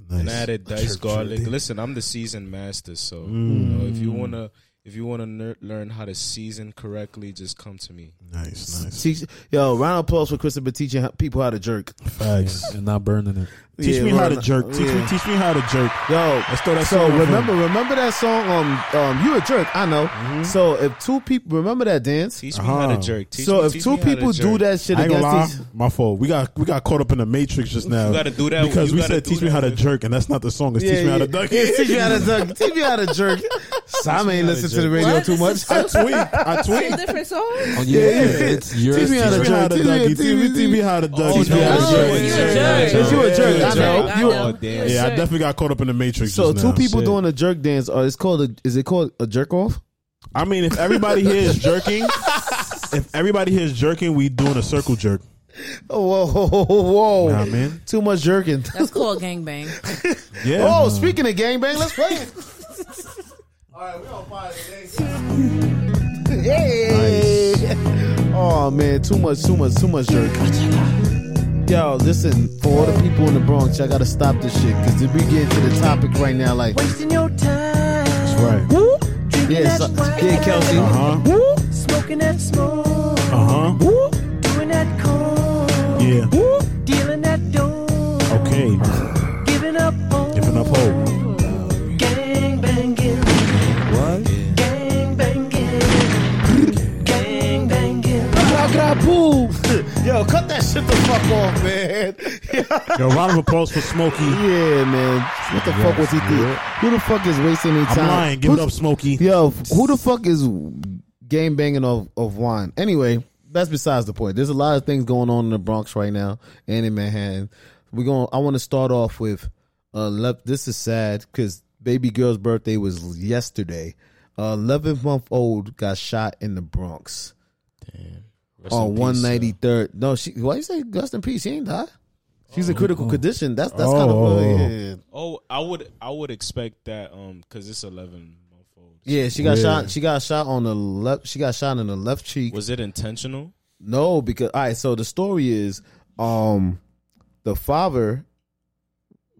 S2: and added diced garlic. Listen, I'm the seasoned master, so you know, if you
S3: Mm.
S2: wanna if you wanna ner- learn how to season correctly, just come to me.
S1: Nice, nice.
S3: Teach, yo, round of applause for Christopher teaching how- people how to jerk.
S1: Facts.
S5: and not burning
S3: (laughs)
S5: it.
S1: Teach
S3: Yeah,
S1: me how
S3: learn-
S1: to jerk. Teach me,
S3: yeah.
S1: teach me how to jerk.
S3: Yo,
S1: Let's throw that
S3: so
S1: song on the
S3: remember, remember that song. Um, um, you a jerk, I know. So if two people remember that dance.
S2: Teach me how
S1: Uh-huh.
S2: to jerk. Teach
S3: so
S2: me-
S3: if
S2: teach
S3: two
S2: me how to
S3: people do
S2: jerk.
S3: that shit
S1: I ain't gonna lie.
S3: against each,
S1: My fault. We got we got caught up in the matrix just now.
S2: gotta do that.
S1: because
S2: You
S1: we
S2: gotta
S1: said
S2: do
S1: teach me how to
S2: that.
S1: jerk, and that's not the song. It's teach me how to duck.
S3: Yeah, (laughs) teach me how to duck. Teach me how to
S2: (laughs)
S3: jerk. Sam ain't listen to the radio
S4: What?
S3: too much.
S4: This
S3: (laughs)
S1: I tweet. I tweet.
S4: Two different songs.
S5: Oh,
S3: yeah, yeah.
S5: It's yours.
S3: Teach me how to
S1: Teach me how to
S3: Teach me-
S1: duck.
S3: teach me-
S1: Teach me- teach me how to duck.
S2: Oh,
S1: Teach me
S2: no,
S1: how
S2: you
S1: to
S2: a
S1: jerk.
S2: jerk.
S3: Since you a jerk,
S1: Yeah,
S3: I
S1: yeah,
S3: know.
S4: yeah.
S3: You
S4: I
S3: a-
S4: know.
S2: Oh damn!
S1: Yeah, I definitely got caught up in the matrix.
S3: so
S1: just
S3: two
S1: now.
S3: people
S1: Shit.
S3: doing a jerk dance, or it's called a, is it called a jerk off? (laughs)
S1: I mean, if everybody here is jerking, if everybody here is jerking, we doing a circle jerk.
S3: Oh, whoa, whoa, whoa, whoa.
S1: Nah, man.
S3: Too much jerking.
S2: (laughs)
S4: That's called gangbang.
S1: Yeah.
S3: Oh, speaking of gangbang, let's play it. (laughs) All right, we on fire today. (laughs) Hey. Oh man, too much, too much, too much jerk. Yo, listen, for all the people in the Bronx, y'all gotta stop this shit because we get to the topic right now, like
S8: Wasting your time.
S1: right.
S8: Woo, drinking
S3: yeah,
S8: that
S3: so,
S8: wine.
S3: yeah, Kelsey.
S1: Uh huh.
S8: Woo, smoking that smoke.
S1: Uh huh.
S8: Woo, doing that coke.
S1: Yeah.
S8: Woo, dealing that dope.
S1: Okay.
S8: Giving up on
S1: Giving up hope.
S8: gang banging. What? Gang banging. gang banging.
S3: (laughs) Yo, cut that shit the fuck off, man. (laughs)
S1: Yo, round of applause for Smokey.
S3: yeah, man. What the fuck was he doing? Who the fuck is wasting their
S1: I'm
S3: time?
S1: lying. Give it
S3: Who's-
S1: up, Smokey. (laughs)
S3: Yo, who the fuck is game banging of, of wine? Anyway, that's besides the point. There's a lot of things going on in the Bronx right now and in Manhattan. We're going. I want to start off with. Uh, le- this is sad because baby girl's birthday was yesterday. Eleven month old got shot in the Bronx
S1: uh,
S3: on one ninety third. No, she. Why you say rest in peace? She ain't die. She's in critical condition. That's that's kind of
S1: Oh.
S3: yeah, yeah.
S2: Oh, I would I would expect that um because it's 11 month old.
S3: Yeah, she got shot. She got shot on the left. She got shot in the left cheek.
S2: Was it intentional?
S3: No, because all right. So the story is, um, the father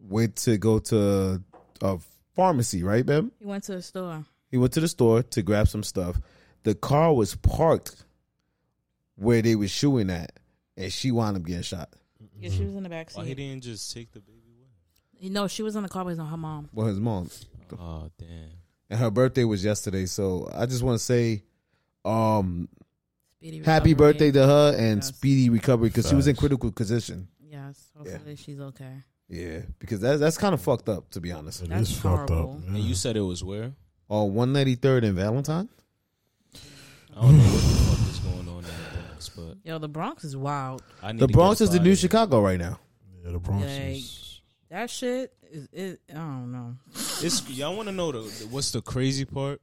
S3: went to go to a pharmacy, right, babe?
S4: He went to the store.
S3: He went to the store to grab some stuff. The car was parked where they was shooting at, and she wound up getting shot.
S4: Yeah, she was in the back
S2: Why he
S4: seat.
S2: didn't just take the baby away?
S4: No, she was in the car with her mom.
S3: Well, his mom
S2: Oh damn!
S3: and her birthday was yesterday, so I just want to say, um,
S4: Speedy
S3: happy
S4: recovery.
S3: birthday to her and
S4: Yes.
S3: speedy recovery because she was in
S1: Facts.
S3: critical condition.
S4: Yes, hopefully she's okay.
S3: Yeah, because that's that's kind of fucked up to be honest.
S4: That's
S1: It's fucked
S4: horrible.
S1: up.
S2: And you said it was where?
S3: on 193rd and Valentine.
S2: I don't know what the fuck is going on in the Bronx, but
S4: Yo, the Bronx is wild.
S2: I need
S3: The
S2: to
S3: Bronx
S2: get
S3: is the
S2: up
S3: new
S2: out of
S3: Chicago right now.
S1: Yeah, the Bronx
S4: Like
S1: is.
S4: that shit is. It, I don't know.
S2: here. It's, y'all want to know the, the- what's the crazy part?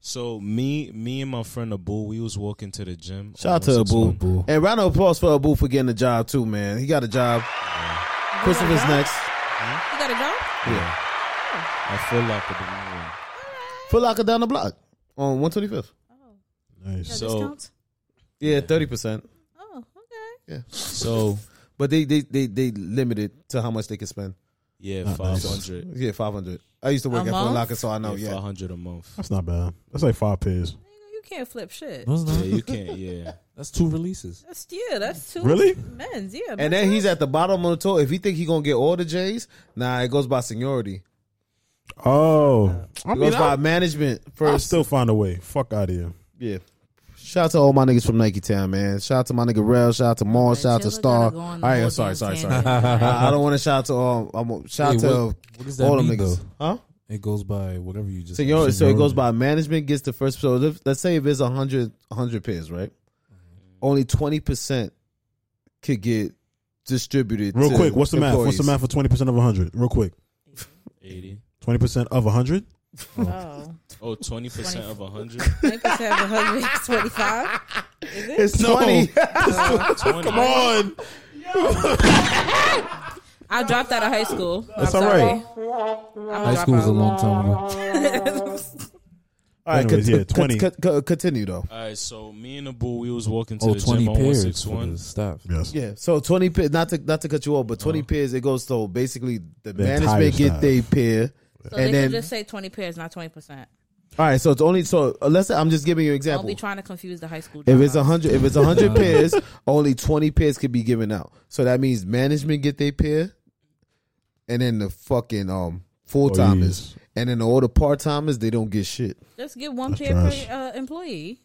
S2: So me, me and my friend Abu, we was walking to the gym.
S3: Shout out to
S2: Almost
S3: Abu.
S2: exploded.
S3: And round of applause for Abu for getting a job too, man. He got a job. Christopher's
S4: Yeah.
S3: next.
S4: You gotta go.
S2: Yeah, I feel like a new one.
S3: Foot Locker down the block on 125th.
S1: Nice.
S2: So-
S4: Discounts?
S3: Yeah, thirty percent.
S4: Oh, okay.
S2: So
S3: But they they they they limited to how much they can spend.
S2: yeah, five hundred.
S3: Yeah, five hundred. I used to work
S4: A
S3: at Foot
S4: month?
S3: Locker, so I know.
S2: yeah,
S3: Yeah,
S2: five hundred a month.
S1: That's not bad. That's like five pairs.
S4: You can't flip shit.
S5: No, it's
S2: Yeah,
S5: not.
S2: you can't. Yeah,
S5: That's two releases.
S4: That's yeah. That's two
S1: Really?
S4: men's. Yeah,
S3: and then he's at the bottom of the tour. If he think he gonna get all the J's, nah, it goes by seniority.
S1: Oh, I
S3: It goes
S1: mean,
S3: by
S1: I,
S3: management
S1: I
S3: first.
S1: still find a way. Fuck out of here.
S3: Yeah. Shout out to all my niggas from Nike Town, man. Shout out to my nigga Rel. Shout out to Maul. Shout out to Star. All right, I'm sorry, sorry, sorry. I, I don't want to shout to all. I'm shout
S5: Hey,
S3: to
S5: what- what does that
S3: all them
S5: mean,
S3: niggas.
S5: though?
S3: Huh?
S5: It goes by whatever you just.
S3: So, you know, so it goes by management gets the first. So if, let's say if it's 100, 100 pairs, right? Only twenty percent could get distributed.
S1: Real
S3: to
S1: quick, what's the math? What's the
S3: employees.
S1: math for twenty percent of hundred? Real quick,
S2: eighty.
S1: twenty percent of hundred.
S4: Oh,
S2: Oh, 20 percent of hundred.
S4: niggas have a husband twenty-five.
S3: It's twenty. (laughs)
S2: Come on.
S4: I dropped out of high school.
S1: That's
S4: I'm
S1: all right.
S4: sorry. I'm a
S5: High school was a
S4: (laughs) dropout.
S5: long time ago.
S1: All right,
S3: Anyways,
S1: cont-
S3: yeah,
S1: cont-
S3: 20.
S1: cont-
S3: cont- continue though.
S2: All right, so me and Abu, we was walking to
S8: Oh,
S2: the
S8: 20
S2: gym on
S8: pairs
S2: 161.
S8: for the staff.
S1: Yes.
S3: Yeah, so twenty pair. Not to not to cut you off, but twenty pairs. It goes so basically the,
S1: Uh-huh. entire
S3: management get
S1: staff.
S3: they pair,
S4: So they
S3: and
S4: can
S3: then
S4: just say twenty pairs, not twenty percent.
S3: all right. So it's only so. uh, Let's say I'm just giving you an
S4: Don't
S3: example.
S4: be trying to confuse the high school.
S3: If
S4: dropout.
S3: it's a hundred, if it's a hundred pairs, only twenty pairs could be given out. So that means management get their pair, and then the fucking um full timers,
S1: Oh,
S3: and then all the part timers they don't get shit.
S4: just give one
S1: That's
S4: pair
S1: trash.
S4: per uh, employee.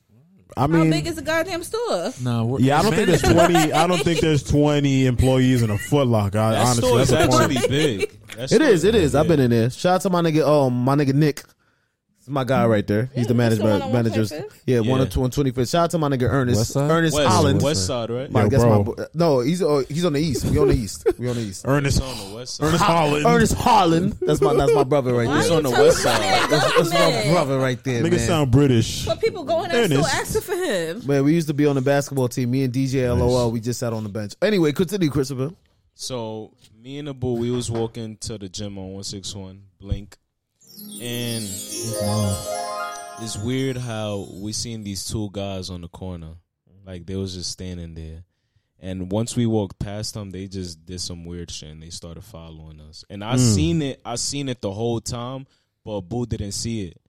S1: I
S4: How
S1: mean,
S4: big is the goddamn store?
S8: Nah, we're,
S1: yeah, I don't think there's twenty. I don't think there's twenty employees in a Foot Locker. I,
S2: That
S1: honestly,
S2: store is
S1: that's a point.
S2: actually big. That
S3: It
S2: store
S3: is, it is. I've
S2: big.
S3: been in there. Shout out to my nigga, um, my nigga Nick. It's my guy right there. He's the
S4: Yeah, he's the
S3: management
S4: one on
S3: manager.
S4: 125th?
S3: Yeah, one
S2: Yeah.
S3: of two and twenty fifth. Shout out to my nigga
S8: West
S3: Ernest.
S8: side?
S3: Ernest
S2: West,
S3: Holland.
S2: West Side, right?
S3: My,
S1: Yo,
S3: that's
S1: bro.
S3: my bo- no, he's oh, he's on the east. We on the east. We on the east.
S1: Ernest,
S2: It's on the west side.
S1: Ernest Holland.
S3: Ernest Holland. That's my that's my brother right
S4: Why
S3: there.
S4: you
S2: on the
S4: telling
S2: west
S4: me
S2: side.
S4: that
S3: That's my
S4: government?
S3: brother right there,
S1: Nigga
S3: man.
S1: sound British.
S4: But people going out still
S1: Ernest.
S4: asking for him.
S3: Man, we used to be on the basketball team. Me and DJ LOL, we just sat on the bench. Anyway, continue, Christopher.
S2: So me and Abu, we was walking to the gym on 161, Blink. And it's weird how we seen these two guys on the corner. Like they was just standing there. And once we walked past them, they just did some weird shit and they started following us. And
S3: Hmm.
S2: I seen it, I seen it the whole time, but Boo didn't see it.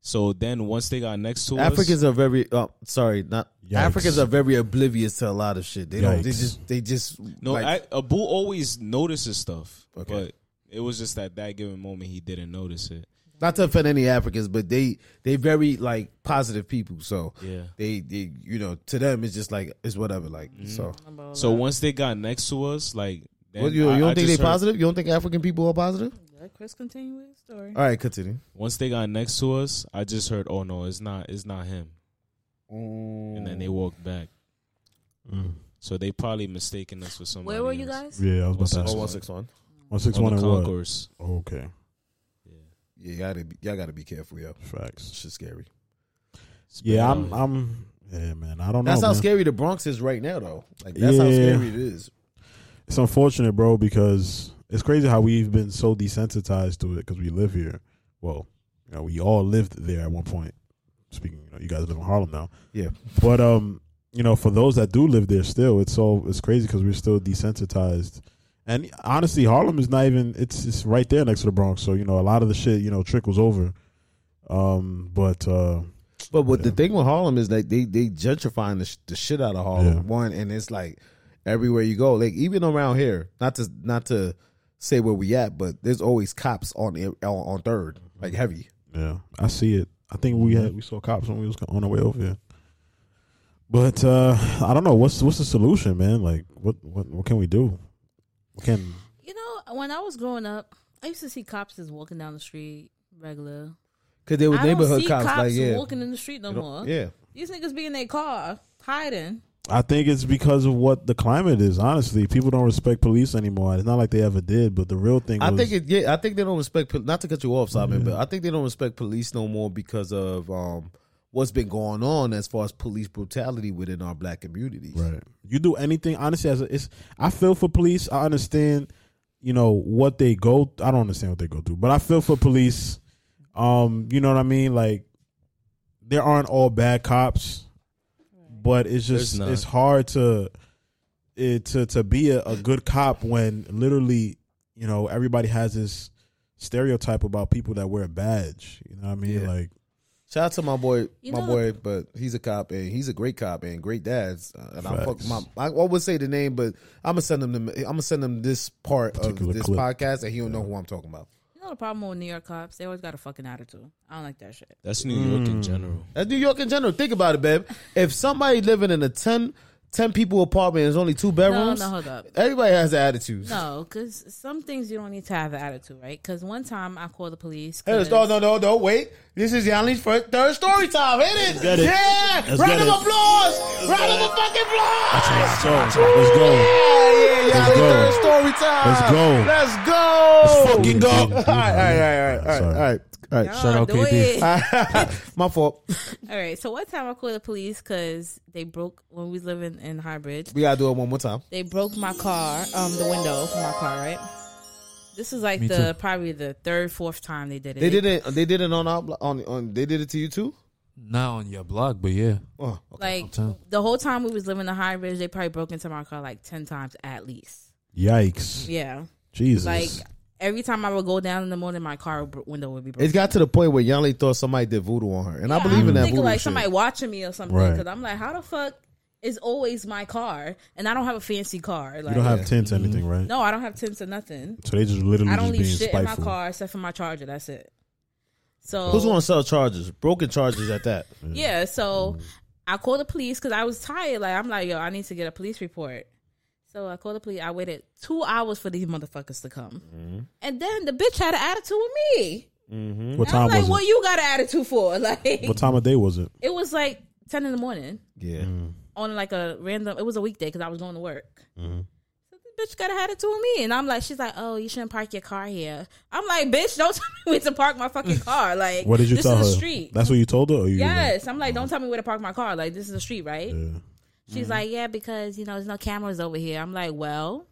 S2: So then once they got next to us,
S3: Africans are very uh, sorry, not
S1: Yikes.
S3: Africans are very oblivious to a lot of shit. They don't. They
S1: Yikes.
S3: just. They just.
S2: No,
S3: like-
S2: I, Abu always notices stuff,
S3: Okay.
S2: but it was just at that given moment he didn't notice it.
S3: not to offend any Africans, but they they very like positive people. So
S2: Yeah.
S3: they, they you know to them it's just like it's whatever. Like
S2: Mm-hmm.
S3: so,
S2: So once they got next to us, like then
S3: Well, you, you
S2: I-
S3: don't
S2: I
S3: think they
S2: just heard-
S3: positive? You don't think African people are positive?
S4: Let Chris continue with his story.
S3: All right, continue.
S2: Once they got next to us, I just heard, "Oh no, it's not, it's not him," and then they walked back.
S1: Mm.
S2: So they probably mistaken us for somebody.
S4: Where were you
S2: else.
S4: guys?
S1: Yeah, I was about to
S2: Oh,
S1: ask.
S2: one-
S3: one.
S1: One six
S2: On
S1: one
S2: the
S1: and what?
S2: concourse.
S1: Okay,
S3: Yeah, y'all gotta be, y'all gotta be careful, yo. It's
S1: facts.
S3: just scary.
S1: Yeah, I'm. I'm. Yeah, man. I don't know.
S3: That's how
S1: Oh, man.
S3: scary the Bronx is right now, though. Like that's how
S1: Yeah.
S3: scary it is.
S1: It's unfortunate, bro, because it's crazy how we've been so desensitized to it because we live here. Well, you know, we all lived there at one point. Speaking, you, know, you guys live in Harlem now,
S3: Yeah.
S1: but um, you know, for those that do live there still, it's so it's crazy because we're still desensitized. And honestly, Harlem is not even it's it's right there next to the Bronx, so you know a lot of the shit you know trickles over. Um, but uh,
S3: But what the
S1: Yeah.
S3: thing with Harlem is like they they gentrifying the, sh- the shit out of Harlem.
S1: Yeah.
S3: One and it's like everywhere you go, like even around here. Not to not to say where we at, but there's always cops on on, on third, like heavy.
S1: Yeah, I see it. I think we had we saw cops when we was on our way over here. But uh, I don't know what's what's the solution, man. Like, what what what can we do? What can
S4: You know, when I was growing up, I used to see cops just walking down the street regular.
S3: Cause they were
S4: I don't
S3: neighborhood
S4: see
S3: cops,
S4: cops,
S3: like yeah,
S4: walking in the street no
S3: You
S4: more.
S3: don't- yeah.
S4: These niggas be in their car hiding.
S1: I think it's because of what the climate is. Honestly, people don't respect police anymore. It's not like they ever did. But the real thing,
S3: I
S1: was,
S3: think it, yeah, I think they don't respect. pol- Not to cut you off, Simon, but I think they don't respect police no more because of um what's been going on as far as police brutality within our black communities.
S1: Right. You do anything honestly as a, it's I feel for police. I understand, you know, what they go I don't understand what they go through, but I feel for police. Um, you know what I mean? Like there aren't all bad cops, but it's just
S2: There's not.
S1: it's hard to it, to to be a, a good cop when literally, you know, everybody has this stereotype about people that wear a badge. You know what I mean?
S3: Yeah.
S1: Like
S3: Shout out to my boy,
S4: You
S3: my
S4: know-
S3: boy, but he's a cop and he's a great cop and great dads. uh, And I fuck
S1: Facts.
S3: my, I always say the name, but I'm gonna send him. The, I'm gonna send him this part
S1: Particular
S3: of this
S1: clip.
S3: podcast, and he'll know who I'm talking about.
S4: You know the problem with New York cops? They always got a fucking attitude. I don't like that shit.
S2: That's New York
S1: Mm.
S2: in general.
S3: That's New York in general. Think about it, babe. If somebody living in a 10, 10 people apartment and there's only two bedrooms,
S4: no, hold up.
S3: everybody has attitudes.
S4: No, because some things you don't need to have an attitude, right? Because one time I called the police.
S3: Hey, let's-
S4: 'cause-
S3: no, no, no, no, wait. This is Yanni's first, third story time. Hit it. Yeah. Round
S1: get
S3: of
S1: it.
S3: applause. Round of a fucking applause.
S1: so, let's go.
S3: Yeah, yeah, yeah.
S1: Let's go.
S3: Third story time.
S1: Let's go.
S3: Let's go.
S1: Let's fucking go.
S3: (laughs) All right, all right, all right, all
S1: Sorry.
S3: right, all right.
S4: Y'all
S8: Shout out
S4: do
S8: KD.
S4: it.
S3: My fault.
S4: All right. So one time I called the police because they broke when we was living in Highbridge.
S3: We gotta do it one more time.
S4: They broke my car, um, the window for my car, right? This is like
S3: Me
S4: the probably the third, fourth time they did it.
S3: They did it. They did it on our blo- on on. They did it to you too.
S5: Not on your blog, but
S3: (laughs)
S5: yeah.
S3: Oh,
S4: Like the whole time we was living in High Ridge, they probably broke into my car like ten times at least.
S1: Yikes.
S4: Yeah,
S1: Jesus.
S4: Like every time I would go down in the morning, my car br- window would be broken.
S3: It got to the point where Yanli thought somebody did voodoo on her, and I believe in that
S4: thinking
S3: voodoo
S4: like
S3: shit.
S4: somebody watching me or something
S3: Right.
S4: because I'm like, how the fuck is always my car and I don't have a fancy car. Like,
S1: you don't have tints or anything, right?
S4: No, I don't have tints or nothing.
S1: So they just literally
S4: I don't
S1: just
S4: leave
S1: being
S4: shit in
S1: spiteful.
S4: my car except for my charger. That's it. So
S3: Who's going to sell charges? Broken charges at that.
S1: Mm.
S4: Yeah, so I called the police because I was tired. Like I'm like, yo, I need to get a police report. So I called the police. I waited two hours for these motherfuckers to come, and then the bitch had an attitude with me.
S1: Mm-hmm. What
S4: And I'm
S1: time
S4: like,
S1: was
S4: what
S1: it?
S4: you got an attitude for? (laughs) Like,
S1: What time of day was it?
S4: It was like ten in the morning
S3: Yeah. Mm.
S4: on like a random. It was a weekday because I was going to work.
S1: Mm-hmm.
S4: The bitch got an attitude with me, and I'm like, she's like, oh, you shouldn't park your car here. I'm like, bitch, don't (laughs) tell me where to park my
S1: (laughs)
S4: fucking car. Like,
S1: What did you
S4: this
S1: tell
S4: is
S1: her?
S4: the street.
S1: That's what you told her? Or you
S4: Yes, I'm like, don't tell me where to park my car. Like, this is the street, right? She's like, yeah, because you know, there's no cameras over here. I'm like, well,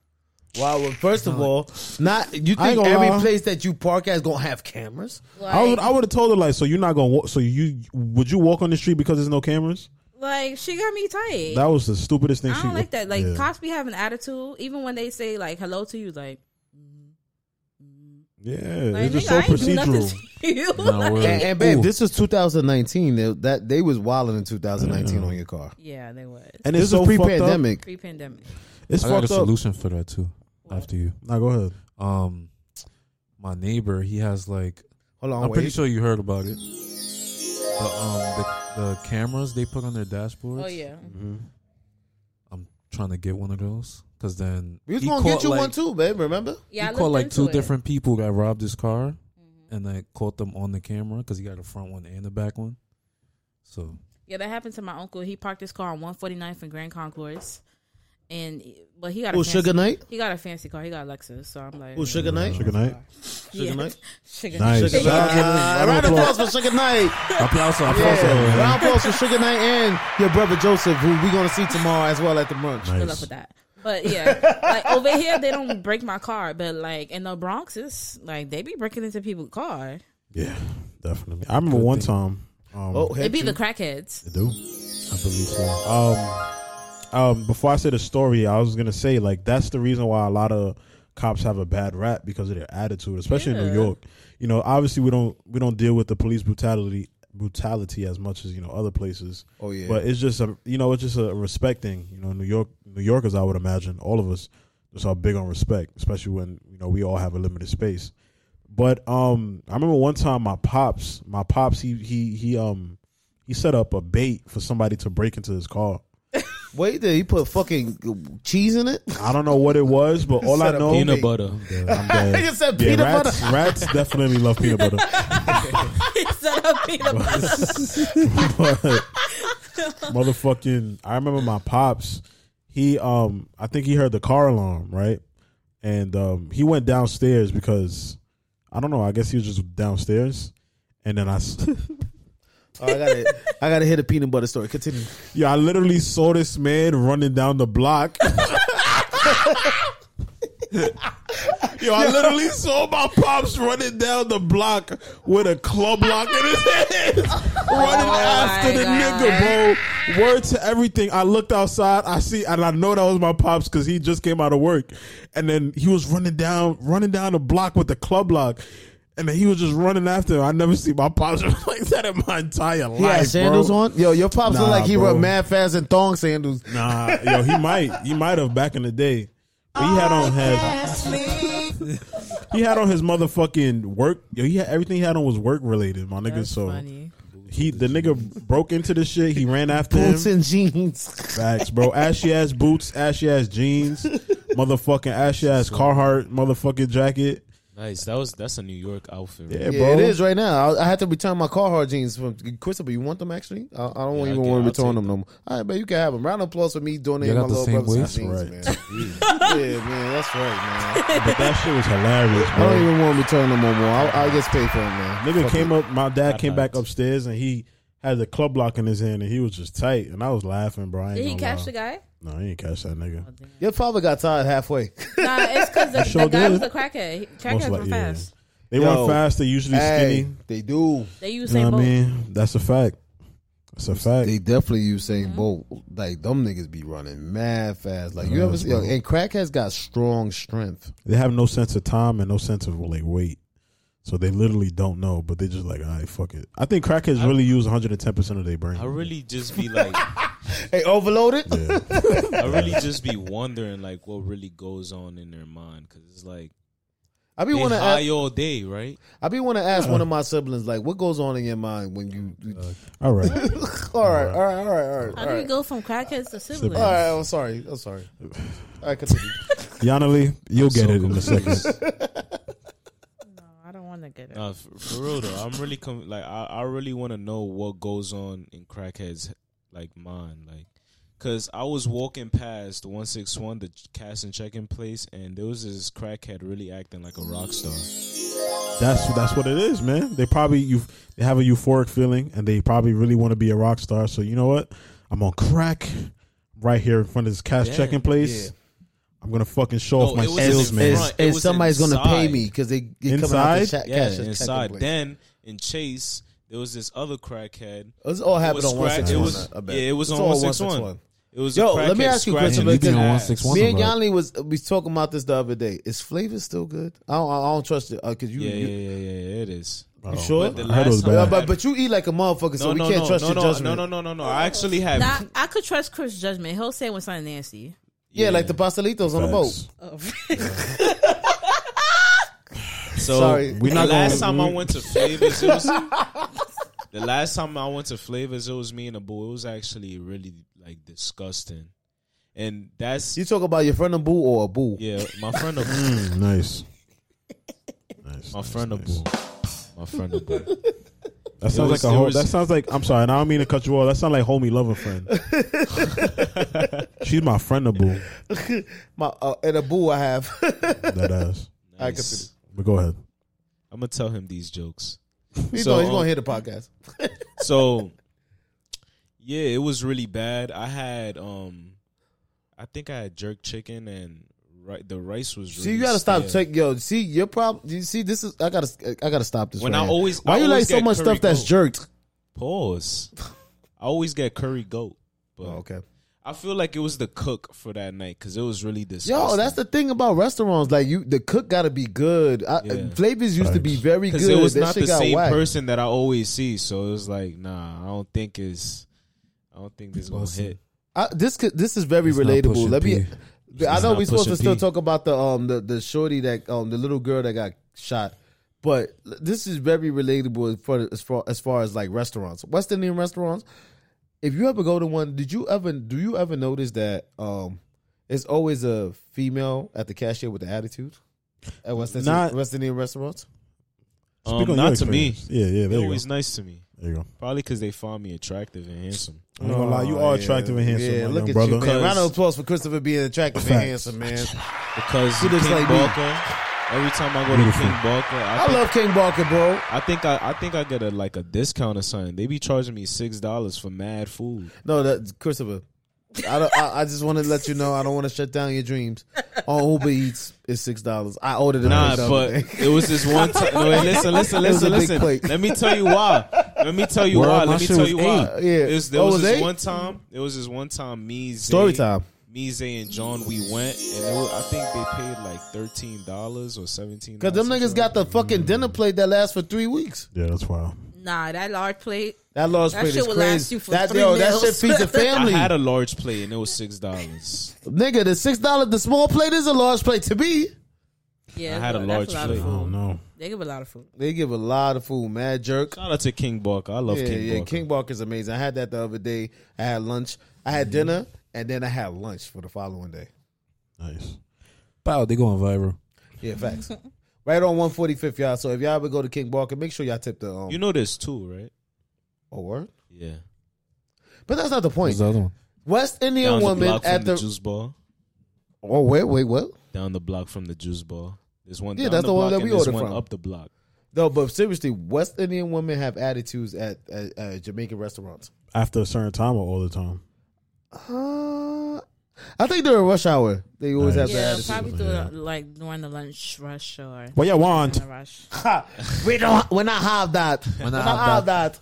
S3: Wow. Well, first of all, not you
S1: I
S3: think
S1: ain't gonna
S3: every
S1: lie.
S3: place that you park at is gonna have cameras?
S1: I would I would have told her like so you're not gonna walk so you would you walk on the street because there's no cameras?
S4: like she got me tight.
S1: That was the stupidest thing
S4: I
S1: she
S4: don't like that. Like
S1: yeah.
S4: cops be having attitude, even when they say like hello to you, like
S1: Yeah,
S4: Like,
S1: it's just
S4: nigga,
S1: so
S4: I ain't do nothing
S1: procedural.
S4: to you.
S1: Nah,
S4: Like-
S1: word.
S3: And, and babe,
S1: Ooh.
S3: this was 2019. They, that they was wilding in 2019 on your car.
S4: (laughs) yeah, they was.
S1: (laughs) And
S3: This
S1: it's so
S3: was pre-pandemic.
S1: fucked up.
S4: Pre-pandemic.
S1: It's
S5: I
S1: fucked
S5: got a
S1: up.
S5: solution for that too. After you.
S1: Now go ahead.
S5: Um, my neighbor, he has like.
S3: Hold on,
S5: I'm pretty
S3: Oh, wait.
S5: sure you heard about it. The um the, the cameras they put on their dashboards.
S4: Oh, yeah.
S5: Mm-hmm. I'm trying to get one of those because then
S3: We was
S5: he
S3: gonna get
S5: caught,
S3: you
S5: like-
S3: one too, babe. Remember?
S4: Yeah, I
S5: he caught
S4: looked
S5: like
S4: into
S5: two
S4: it. Mm-hmm.
S5: different people that robbed his car, and I caught them on the camera because he got a front one and a back one. So
S4: Yeah, that happened to my uncle. He parked his car on 149th and Grand Concourse, and but he got a
S3: Oh,
S4: fancy,
S3: Suge Knight?
S4: He got a fancy car. He got a Lexus. So I'm like,
S3: Oh, Suge Knight?
S1: Sugar Knight.
S3: Suge
S4: (laughs) Yeah.
S3: Knight.
S4: Suge
S1: Nice.
S4: Knight.
S1: Suge Knight.
S3: Ah, round of applause for Suge Knight.
S5: Applause, applause,
S3: Yeah, round of applause for Suge Knight and your brother Joseph, who we gonna see tomorrow as well at the brunch.
S4: Good luck with that. But yeah, like over here they don't break my car, but like in the Bronx, it's like they be breaking into people's car.
S1: Yeah, definitely. I remember one time. Um,
S4: Oh, they be the crackheads. (laughs)
S1: They do. I believe so. Um, um, before I say the story, I was gonna say like that's the reason why a lot of cops have a bad rap because of their attitude, especially in New
S5: Yeah.
S1: York. You know, obviously we don't we don't deal with the police brutality brutality as much as you know other places.
S3: Oh, yeah.
S1: But it's just a you know it's just a respecting. You know, New York New Yorkers, I would imagine all of us just are big on respect, especially when you know we all have a limited space. But um, I remember one time my pops, my pops, he he he um he set up a bait for somebody to break into his car.
S3: Wait there, he put fucking cheese in (laughs) it.
S1: I don't know what it was,
S3: (laughs)
S1: but all I
S3: Set up
S1: know (laughs)
S3: peanut
S2: butter.
S1: I'm dead.
S3: (laughs) Nigga said peanut butter.
S1: rats, Rats definitely love peanut butter.
S4: Set up peanut butter.
S1: But- motherfucking I remember my pops, he um I think he heard the car alarm, right? And um he went downstairs because I don't know, I guess he was just downstairs. And then I s-
S3: Oh, I got to I gotta hear the peanut butter story. Continue.
S1: Yeah, I literally saw this man running down the block. Yo, I literally saw my pops running down the block with a club lock in his hand, running after the nigga, bro. Word to everything. I looked outside. I see, and I know that was my pops because he just came out of work, and then he was running down, running down the block with the club lock. And then he was just running after. him. I never see my pops (laughs) like that in my entire life.
S3: He had sandals
S1: bro.
S3: on. Yo, your pops
S1: Nah,
S3: look like he
S1: bro.
S3: run mad fast in thong sandals.
S1: Nah, yo, he might, he might have back in the day. But he had on his, he had on his motherfucking work. Yo, he had everything he had on was work related, my nigga. so he, the nigga broke into the shit. He ran after
S3: Boots
S1: him.
S3: and jeans. (laughs)
S1: Facts, bro. Ashy ass boots, ashy ass jeans, motherfucking ashy ass Carhartt, motherfucking jacket.
S2: Nice. That was that's a New York outfit.
S1: Yeah,
S3: Yeah, it is right now. I, I had to return my Carhartt jeans from Christopher. You want them actually? I, I don't
S2: Yeah, okay,
S3: even want
S2: I'll
S3: to return
S2: take
S3: them no more. All right, but you can have them. Round of applause for me donating
S1: Y'all
S3: my
S1: got the
S3: little
S1: same
S3: brother some
S1: waist?
S3: jeans, (laughs) man. yeah, man, that's right,
S2: (laughs)
S3: man.
S1: But that shit was hilarious,
S3: I
S1: bro.
S3: don't even want to return them no more. I'll, I'll just pay for them, man.
S1: Nigga
S3: Fuck
S1: came
S3: it.
S1: up. My dad came back upstairs and he had the club block in his hand and he was just tight, and I was laughing, bro. I ain't
S4: Did he
S1: gonna
S4: catch
S1: lie.
S4: the guy?
S1: No, he didn't catch that nigga.
S3: Your father got tired halfway.
S4: Nah,
S1: (laughs)
S4: it's because the,
S1: He sure
S4: the guy
S1: did.
S4: was a crackhead. He- Crackheads
S1: Most
S4: were
S1: like- yeah.
S4: fast.
S1: They
S3: Yo,
S1: run fast. They usually
S3: hey,
S1: skinny.
S3: They do.
S4: They use
S1: You know what
S4: Usain Bolt.
S1: I mean? That's a fact. That's a fact.
S3: They definitely use Saint Bolt. Like them niggas be running mad fast. Like you ever see? Yo, and crackheads got strong strength.
S1: They have no sense of time and no sense of like weight. So they literally don't know, but they just like, all right, fuck it. I think crackheads really use 110 percent of their brain.
S2: I really just be like,
S1: (laughs)
S3: Hey, overloaded.
S2: I really just be wondering like what really goes on in their mind because it's like
S3: I be
S2: they
S3: want to
S2: high
S3: ask.
S2: all day, right?
S3: I be want to ask one of my siblings like, what goes on in your mind when you?
S2: (laughs)
S1: All right,
S3: all right, all right, all right, all right.
S4: How
S3: All
S4: do we
S3: right.
S4: go from crackheads to siblings?
S3: All right, I'm sorry. I'm (sighs) sorry. All right, continue.
S1: Yanali, you'll get it in
S2: (laughs)
S1: a second.
S4: I don't want to get it.
S2: Nah, for, for real though, I'm really com- like I, I really want to know what goes on in crackheads like mine, like because I was walking past 161, the cash and check in place, and there was this crackhead really acting like a rock star.
S1: That's that's what it is, man. They probably you they have a euphoric feeling and they probably really want to be a rock star. So you know what? I'm on crack right here in front of this cash
S2: Yeah,
S1: checking place. I'm gonna fucking show
S2: No,
S1: off my
S2: it was in
S1: skills, man.
S2: front.
S3: And,
S2: It
S3: and
S2: was
S3: somebody's gonna pay
S2: inside.
S3: me because they they coming out the
S1: Inside?
S3: chat,
S2: Yeah,
S3: cash and
S2: inside.
S3: checking place.
S2: Then in Chase, there was this other crackhead.
S3: It's all
S2: It
S3: happened
S2: was
S3: on one
S2: scratch-
S3: six
S2: it
S3: one.
S2: was- Yeah, it was on 161. It was a
S3: Yo, let me
S2: crackhead
S3: ask you,
S2: scratching
S3: Christopher,
S2: his
S3: because-
S2: ass.
S5: on 161
S3: Me and
S5: about
S3: Yanni was we talking about this the other day. Is flavor still good? I don't, I don't trust it because you,
S2: Yeah,
S3: you,
S2: yeah, yeah, yeah, yeah, it is.
S1: Uh-oh.
S3: sure?
S2: But the
S1: I heard it was
S2: last time
S1: bad.
S3: Yeah,
S2: I
S3: but
S2: had-
S3: but you eat like a motherfucker, so
S2: no,
S3: we
S2: no,
S3: can't
S2: no,
S3: trust
S2: no,
S3: your
S2: no,
S3: judgment.
S2: no, no, no, no, no. I actually have.
S4: Nah, I could trust Chris' judgment. He'll say when something nasty.
S3: Yeah, like the pastelitos on the boat.
S1: Facts.
S4: Oh.
S2: So
S3: Sorry.
S1: We
S2: the
S1: not
S2: last
S1: gonna-
S2: time I went to Flavors, it
S1: (laughs)
S2: was the last time I went to Flavors. It was me and a boy. It was actually really like disgusting, and that's
S3: You talk about your friend Abu or Abu?
S2: yeah. My friend, of,
S1: Mm, nice. nice.
S2: my
S1: nice,
S2: friend,
S1: nice.
S2: of, my friend, of,
S1: That
S2: was-
S1: sounds like
S2: it
S1: a whole,
S2: was-
S1: that sounds like I'm sorry, and I don't mean to cut you off. That sounds like homie lover
S2: (laughs)
S1: friend. She's my friendable.
S3: My uh, and Abu I have. (laughs)
S1: That ass.
S3: I can see
S1: But go ahead.
S2: I'm gonna tell him these jokes.
S3: He's,
S2: So,
S3: gonna, he's
S2: um,
S3: gonna hear the podcast.
S2: so yeah, it was really bad. I had um I think I had jerk chicken and ri- the rice was really
S3: See, you gotta stop.
S2: stale.
S3: Check, yo. See, your problem. You see, this is. I gotta. I gotta stop this.
S2: When
S3: right
S2: I
S3: here.
S2: always-
S3: Why
S2: I
S3: you
S2: always
S3: like so
S2: get
S3: much
S2: curry
S3: stuff that's
S2: goat.
S3: jerked?
S2: Pause. I always get curry goat. But
S3: Oh, okay.
S2: I feel like it was the cook for that night because it was really disgusting.
S3: Yo, that's the thing about restaurants. Like you, the cook got to be good. I,
S2: Yeah.
S3: Flavors used to be very
S2: because
S3: good.
S2: it was
S3: that
S2: not
S3: shit
S2: the
S3: got
S2: same
S3: whacked.
S2: person that I always see. So it was like, nah, I don't think it's, I don't think this gonna hit.
S3: I, this could, this is very
S5: It's not
S3: relatable.
S5: pushing
S3: Let me.
S5: P.
S3: I know
S2: not
S3: we're supposed
S2: pushing
S3: to still
S2: P.
S3: talk about the um the, the shorty that um the little girl that got shot, but this is very relatable as far as far as, far as like restaurants, West Indian restaurants. If you ever go to one, did you ever do you ever notice that um it's always a female at the cashier with the attitude Uh, at West Indian,
S1: Not-
S3: West Indian restaurants?
S2: Um,
S1: Speak on your
S2: not to me.
S1: experience. Yeah, yeah. There
S2: They're
S1: you go.
S2: always nice to me.
S1: There you go.
S2: Probably because they find me attractive and handsome.
S1: I'm not gonna lie, you
S2: Oh,
S1: are attractive and handsome,
S3: Oh, Yeah,
S1: my
S3: look
S1: young
S3: at
S1: brother.
S3: you, man. Round
S2: Cause-
S3: of applause for Christopher being attractive and
S1: Facts.
S3: handsome, man.
S2: Because
S3: He looks
S2: King
S3: like me.
S2: Barker, every time I go to
S1: Beautiful.
S2: King Barker, I,
S3: I
S2: think,
S3: love King Barker, bro.
S2: I think I, I think I get a like a discount or something. They be charging me six dollars for mad food.
S3: No, that Christopher. I, don't, I I just want to let you know I don't want to shut down your dreams. On Uber Eats is six dollars. I ordered it.
S2: Nah, but it was this one time. No, wait, listen, listen,
S3: It was
S2: listen,
S3: a big
S2: listen.
S3: plate.
S2: Let me tell you why. Let me tell you
S5: Word,
S2: why.
S5: my
S2: Let me
S5: shit
S2: tell
S5: was
S2: you
S5: eight.
S2: why.
S3: Yeah.
S2: It was, there
S3: Oh,
S2: was,
S3: was
S2: this
S3: eight?
S2: one time. It was this one time. Me, Zay,
S3: Story time.
S2: Me, Zay, and John. We went, and it was, I think they paid like thirteen dollars or seventeen.
S3: because them niggas got the fucking dinner plate that lasts for three weeks.
S1: Yeah, that's wild.
S4: nah, that large plate.
S3: That large
S4: That
S3: plate
S4: shit
S3: is
S4: will
S3: crazy.
S4: last you for
S3: that
S4: three
S3: yo, that shit
S4: meals.
S3: feeds
S4: (laughs)
S3: a
S2: I
S3: family.
S2: had a large plate, and it was six dollars.
S3: Nigga, the six dollar, the small plate is a large plate to me.
S4: Yeah,
S2: I had a
S4: that's
S2: large
S4: lot
S2: plate.
S4: Of
S1: I don't
S4: food.
S1: know.
S4: They give a lot of food.
S3: They give a lot of food, mad jerk.
S2: Shout out to King Barker. I love
S3: yeah,
S2: King
S3: yeah,
S2: Barker.
S3: King Barker's amazing. I had that the other day. I had lunch. I had dinner, and then I had lunch for the following day.
S1: Nice.
S5: Bow, they going viral.
S3: Yeah, facts. (laughs) right on one forty fifth, y'all. So if y'all ever go to King Barker, make sure y'all tip the um.
S2: You know there's two, right?
S3: oh, word.
S2: Yeah.
S3: But that's not the
S5: What's
S3: point.
S5: the other one?
S3: West Indian
S2: Down the
S3: woman
S2: block
S3: at
S2: from the,
S3: the.
S2: juice bar.
S3: oh wait, wait, what?
S2: Down the block from the juice bar. There's one.
S3: Yeah,
S2: down
S3: that's the one
S2: block
S3: that
S2: and
S3: we
S2: there's
S3: ordered
S2: one
S3: from.
S2: Up the block.
S3: No, but seriously, West Indian women have attitudes at, at, at Jamaican restaurants.
S1: after a certain time or all the time.
S3: Uh, I think during rush hour, they always have
S4: yeah,
S3: that attitude.
S4: probably through like during the lunch rush or.
S3: What you want?
S4: during the rush.
S3: we don't. We're not have that. We're not, have that.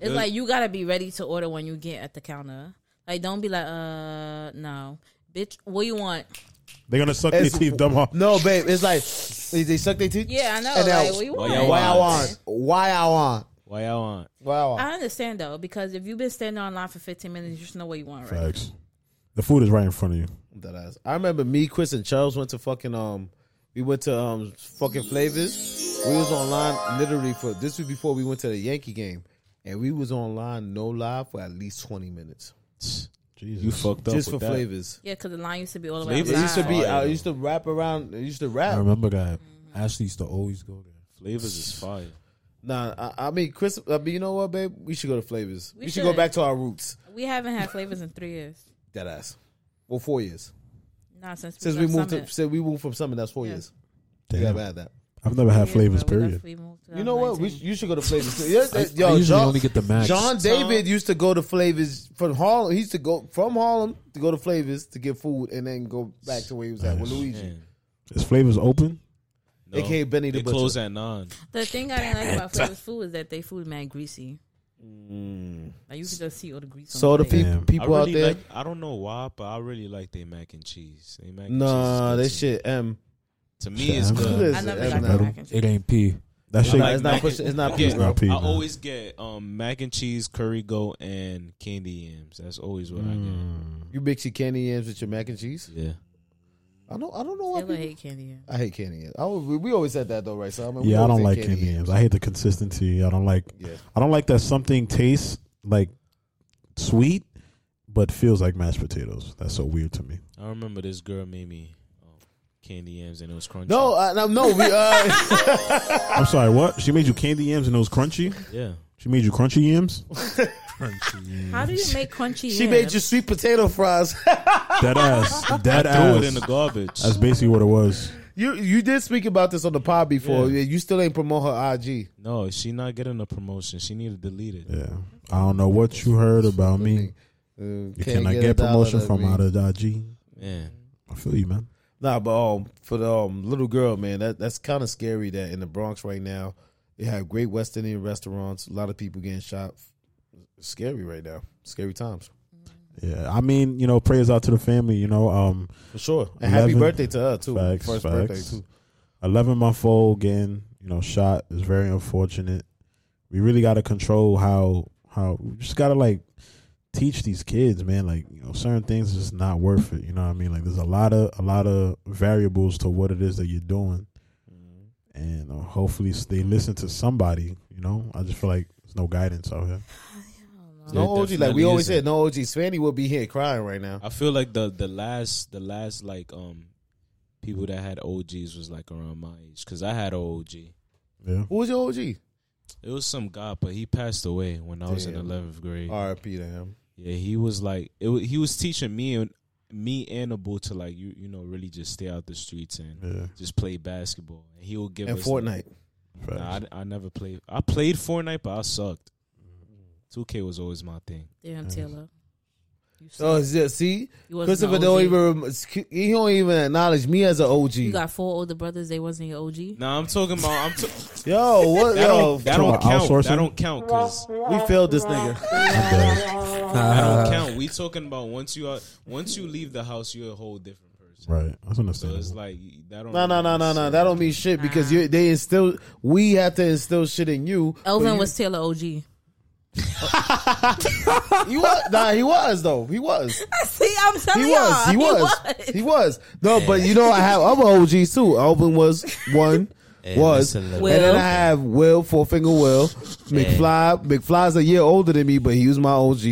S4: It's like you gotta be ready to order when you get at the counter. Like, don't be like, uh, no, bitch. What you want?
S1: They're gonna suck
S3: It's-
S1: their teeth dumb off.
S3: No, babe. It's like they, they suck their teeth.
S4: Yeah, I know.
S3: And now-
S4: like, what you
S2: Why
S4: want?
S2: y'all
S3: Why I want?
S2: want?
S3: Why I want?
S2: Why y'all want?
S3: Why I want?
S4: I understand though, because if you've been standing online for 15 minutes, you just know what you want, right?
S1: Facts. The food is right in front of you.
S3: Deadass. I remember me, Chris, and Charles went to fucking um. We went to um fucking Flavors. We was online literally for this was before we went to the Yankee game, and we was online no lie for at least twenty minutes
S1: Jesus.
S2: You fucked up
S3: just for
S2: with that.
S3: Flavors.
S4: Yeah, because the line used to be all the way
S2: Flavors
S3: It used to
S4: outside.
S3: be. I
S2: Fire.
S3: used to wrap around. I used to
S12: I
S3: rap.
S12: remember that. Ashley used to always go there.
S2: Flavors
S3: (laughs)
S2: is fire.
S3: Nah, I, I mean, Chris. I mean, you know what, babe? We should go to Flavors. We,
S4: We
S3: should go
S4: should.
S3: back to our roots.
S4: We haven't had flavors in three years.
S3: That ass. Well, four years
S4: Not since we,
S3: since we
S4: left
S3: moved. To,
S4: Summit.
S3: since we moved from Summit. That's four years.
S1: Damn.
S3: You gotta add that.
S1: I've never had
S4: Yeah,
S1: flavors.
S4: bro, we left-
S1: Period.
S4: we moved to
S3: You know what? We,
S4: 2019.
S3: you should go to Flavors. too. Yes,
S12: I-
S3: yes, yo,
S12: I usually
S3: John,
S12: only get the max.
S3: John David used to go to Flavors from Harlem. He used to go from Harlem to go to Flavors to get food and then go back to where he was at with Luigi,
S2: Man,
S1: Is flavors open?
S2: no.
S3: aka Benny the
S2: They
S3: Butcher.
S2: close at nine.
S4: The thing I didn't like about flavors food is that they food mad greasy.
S1: Mm.
S4: Like you can just see all the grease.
S3: So
S4: on
S3: the
S4: the plate.
S1: Damn.
S3: people, people
S2: I
S3: out
S2: really
S3: there,
S2: like. I don't know why, but I really like their mac and cheese. They mac and
S3: nah,
S2: cheese
S3: that
S2: is good
S3: shit. M.
S2: to me. To me, it's
S1: Shit,
S3: (laughs)
S2: good.
S4: I
S3: Is
S4: never
S3: it
S4: got
S3: ever-
S4: the mac and cheese.
S12: It ain't pee.
S1: That
S2: I
S1: shit.
S2: like
S3: It's not
S2: mac
S3: push-
S2: and-
S3: it's not
S2: I
S3: peas,
S2: get-
S1: bro. Peas,
S2: I
S1: man.
S2: always get um, mac and cheese, curry goat, and candy yams. That's always what
S3: You mix your candy yams with your mac and cheese.
S2: I get. Yeah,
S3: I don't. I don't know why
S4: Taylor
S3: people
S4: hate candy.
S3: I hate candy yams. I, was- we, we always said that though, right? Simon? We
S1: Yeah, I
S3: always
S1: don't
S3: said
S1: like candy yams. I hate the consistency. I don't like.
S3: Yeah.
S1: I don't like that something tastes like sweet, but feels like mashed potatoes. That's so weird to me.
S2: I remember this girl made me um, candy yams, and it was crunchy.
S3: No, I, no, no. We, uh, (laughs)
S1: I'm sorry. What? She made you candy yams and those crunchy.
S2: yeah,
S1: She made you crunchy yams.
S4: How do you make crunchy?
S3: she made you
S4: yams?
S3: sweet potato fries.
S1: Dead ass.
S2: I
S1: Dead
S2: threw
S1: ass.
S2: it in the garbage.
S1: That's basically what it was.
S3: you you did speak about this on the pod before.
S2: Yeah.
S3: Yeah, You still ain't promote her IG.
S2: no, she not getting a promotion. She need to delete it.
S1: Yeah. I don't know what you heard about me.
S3: Uh,
S1: You
S3: can't
S1: cannot
S3: a
S1: get,
S3: dollar
S1: promotion from
S3: me.
S1: out of IG.
S2: Man,
S1: I feel you, man.
S3: Nah, but um, for the um, little girl, man, that that's kind of scary. That in the Bronx right now, they have great West Indian restaurants. A lot of people getting shot. Scary right now. Scary times
S1: Yeah. I mean, you know, prayers out to the family. You know, um,
S3: for sure. And happy
S1: 11.
S3: birthday to her too.
S1: Facts,
S3: First
S1: facts.
S3: birthday too.
S1: eleven month old getting you know shot is very unfortunate. We really got to control how how we just got to like teach these kids, man. Like you know, certain things is not worth it. You know what I mean? Like there's a lot of a lot of variables to what it is that you're doing,
S2: Mm-hmm.
S1: and uh, hopefully s- they listen to somebody. You know, I just feel like there's no guidance out here.
S3: No
S2: There
S3: OG, like we
S2: definitely
S3: always
S2: isn't.
S3: said, no OG. Swanny will be here crying right now.
S2: I feel like the the last the last like um people that had OGs was like around my age because I had an OG.
S1: Yeah,
S3: Who was your OG?
S2: It was some guy, but he passed away when I was in
S3: Damn.
S2: eleventh grade.
S3: R.I.P. to him.
S2: Yeah, he was like it. wa- He was teaching me and me and Abu to like you you know really just stay out the streets and
S1: yeah.
S2: just play basketball. And he will give
S3: And
S2: us
S3: Fortnite.
S1: facts.
S2: Nah, I, I never played. I played Fortnite, but I sucked. 2K was always my thing.
S4: Damn, Taylor. You suck.
S3: Oh, yeah, see,
S4: You wasn't
S3: Christopher
S4: an
S3: don't
S4: OG.
S3: even rem- he don't even acknowledge me as an
S4: You
S3: OG.
S4: got four older brothers. They wasn't your OG.
S2: Nah, I'm talking about. I'm
S1: (laughs)
S2: t-
S3: Yo, what?
S2: that
S3: Yo,
S2: don't that don't
S1: talking about
S2: count.
S1: outsourcing?
S2: That don't count because
S3: we failed this nigga.
S1: I'm dead.
S2: that don't count. We talking about once you are once you leave the house, you're a whole different person.
S1: Right, that's
S2: So
S1: understandable.
S2: it's like that don't.
S3: No, no, no, no, no. That don't mean shit because you they instill. We have to instill shit in you. but
S4: Elvin
S3: you-
S4: was Taylor OG.
S3: He was. Nah, he was though. He was.
S4: (laughs) See, I'm telling
S3: He
S4: y'all,
S3: was. He was.
S4: was.
S3: He was. No, but you know I have other OGs too. Elvin was (laughs) one. Was
S2: that's a
S3: and
S2: little-
S3: then I have Will Four Finger Will McFly. McFly's a year older than me, but he was my OG.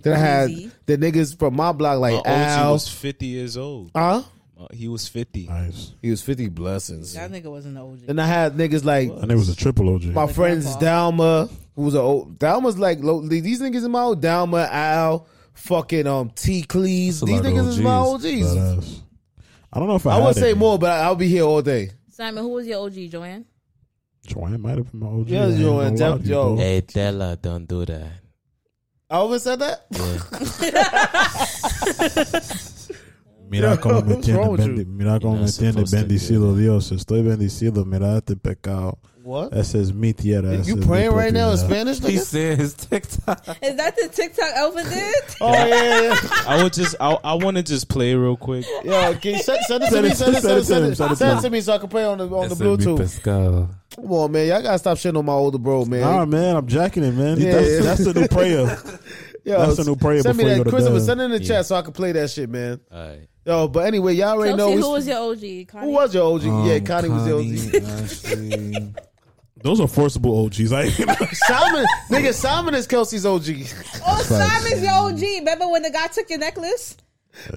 S3: Then I had
S4: Easy.
S3: the niggas from my block
S2: My
S3: like
S2: OG
S3: Al.
S2: was 50 years old.
S3: huh?
S2: Uh, he was 50.
S1: Nice.
S3: He was fifty blessings.
S4: That nigga wasn't an OG.
S3: Then I had niggas like
S1: And it was a triple OG.
S3: my friends Dalma, who was a old, Dalma's like low, these niggas in my old Dalma, Al, fucking um T Cleese. These
S12: a lot of
S3: niggas is my
S12: OGs,
S3: OGs.
S1: Badass. uh, I don't know if I.
S3: I
S1: uh, had
S3: would say
S1: any.
S3: more, but I, I'll be here all day.
S4: Simon, who was your OG? Joanne.
S1: Joanne might have been my OG.
S3: Yeah,
S1: I ain't
S3: Joanne,
S1: gonna lie
S3: def-
S1: to you,
S3: yo.
S1: bro.
S2: Hey, Della, don't do that.
S3: I always said that.
S1: Mira cómo me
S3: What's wrong
S1: tiene
S3: with you?
S1: bendi, mira cómo me tiene
S2: supposed to
S1: bendecido Dios. Estoy bendecido, mira este pecado.
S3: What?
S1: Esa es mi tierra.
S3: You
S1: esa es mi
S3: praying right
S1: propiedad.
S3: now in Spanish, nigga?
S4: Is that the TikTok Elva (laughs) did?
S3: Oh yeah, yeah.
S2: (laughs) I would just, I, I want to just play real quick.
S3: Yo, can you send, send it to me? Send it, send it, send it, send it, to me so I can play on the on the Bluetooth. Come on, man, y'all gotta stop shitting on my older bro, man.
S1: Nah, man, I'm jacking it, man.
S3: Yeah,
S1: that's,
S3: yeah.
S1: that's the new prayer.
S3: Yo,
S1: that's a new prayer
S3: Send me
S1: before you
S3: that,
S1: go to
S3: Christopher.
S1: bed.
S3: Send it in the
S2: Yeah.
S3: chat so I can play that shit, man.
S2: All right.
S3: Yo, but anyway, y'all already
S4: Chelsea,
S3: know we-
S4: who was your OG?
S3: who
S4: Connie?
S3: was your OG. yeah,
S1: Um,
S3: Connie,
S5: "Um,
S3: was the OG.
S1: (laughs) Those are forcible OGs.
S3: (laughs)
S1: I
S3: Simon, nigga, Simon is Kelsey's OG.
S4: Oh, Simon's your OG. Remember when the guy took your necklace?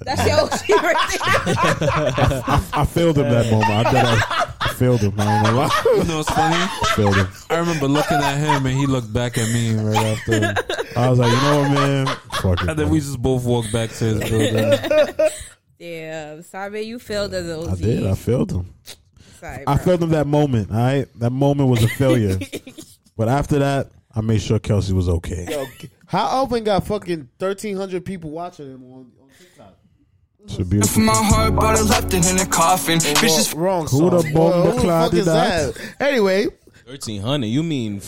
S4: That's your OG right there.
S1: I failed him that moment. I, did, I, I failed him. I ain't gonna lie.
S5: You know what's funny?
S1: I failed him.
S5: I remember looking at him and he looked back at me right after.
S1: I was like, you know what, man? Fuck it.
S5: And then we
S1: man.
S5: just both walked back to his building.
S4: Yeah, Simon, you failed as an OG.
S1: I did. I failed him.
S4: Sorry,
S1: I
S4: bro.
S1: failed him that moment. All right, that moment was a failure.
S3: (laughs)
S1: but after that, I made sure Kelsey was okay.
S3: Yo, how often got fucking thirteen hundred people watching him on, on TikTok?
S1: It's a beautiful.
S13: My heart, but I left it in the coffin. Bitches
S3: Wrong, wrong
S1: Who
S3: song.
S1: the bomb
S3: Well, who the
S1: cloud
S3: fuck
S1: did
S3: is
S1: that?
S3: Anyway,
S2: 1300 You mean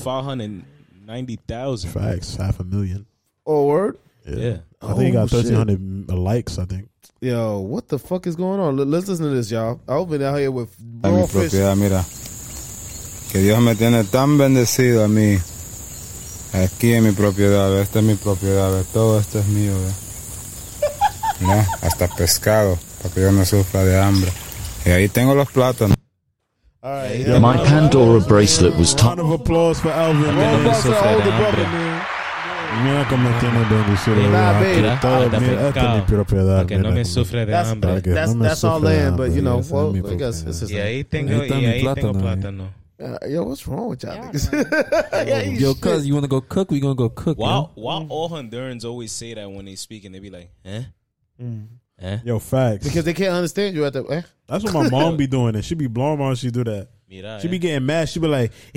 S2: 590,000.
S1: Facts, half a million.
S3: oh word.
S2: Yeah.
S1: I think he
S3: Oh,
S1: got
S3: shit.
S1: thirteen hundred likes. I think.
S3: Yo, what the fuck is going on? L- Let's listen to this, y'all. I've been out here with
S14: de mi
S3: raw fish.
S14: propiedad, Ah, mira. Que Dios me tiene tan bendecido a mí. Aquí en mi propiedad, ve, esta es mi propiedad, ve, todo esto es mío, ve. ¿No? Hasta pescado, para que yo no sufra de hambre. Y ahí tengo los plátanos.
S3: All right,
S15: My Pandora bracelet was tied.
S1: Round of applause for Alvin.
S3: Roll
S1: man.
S3: back to our older
S2: Andre.
S3: brother, man.
S1: Mira cómo tiene bendecido.
S3: Nah,
S1: Aquí
S3: babe.
S1: todo,
S2: Ah,
S1: mira, esta es mi propiedad.
S2: Que no
S1: mira.
S2: me sufre de
S3: That's
S2: hambre.
S1: que
S3: that's
S1: no me
S3: that's all
S1: sufre de
S3: land, but
S1: hambre,
S3: you know,
S1: esa es
S3: well,
S1: mi
S3: I guess it's his.
S2: Y ahí tengo,
S5: Ahí está
S2: y
S5: mi
S2: ahí tengo
S5: plátano,
S2: plátano.
S3: Uh, yo, what's wrong with y'all (laughs)
S4: Yeah,
S3: niggas? (laughs) yeah, you
S5: Yo,
S3: shit.
S5: cuz, you want to go cook? We going to go cook.
S2: Why,
S5: Wow.
S2: why all Hondurans always say that when they speak and they be like, eh? Eh?
S1: Yo, facts.
S3: because they can't understand you at the. Eh?
S1: That's what my mom be doing. And she be blowing my she do that.
S2: Mira,
S1: She
S2: eh?
S1: be getting mad. She be like, (laughs)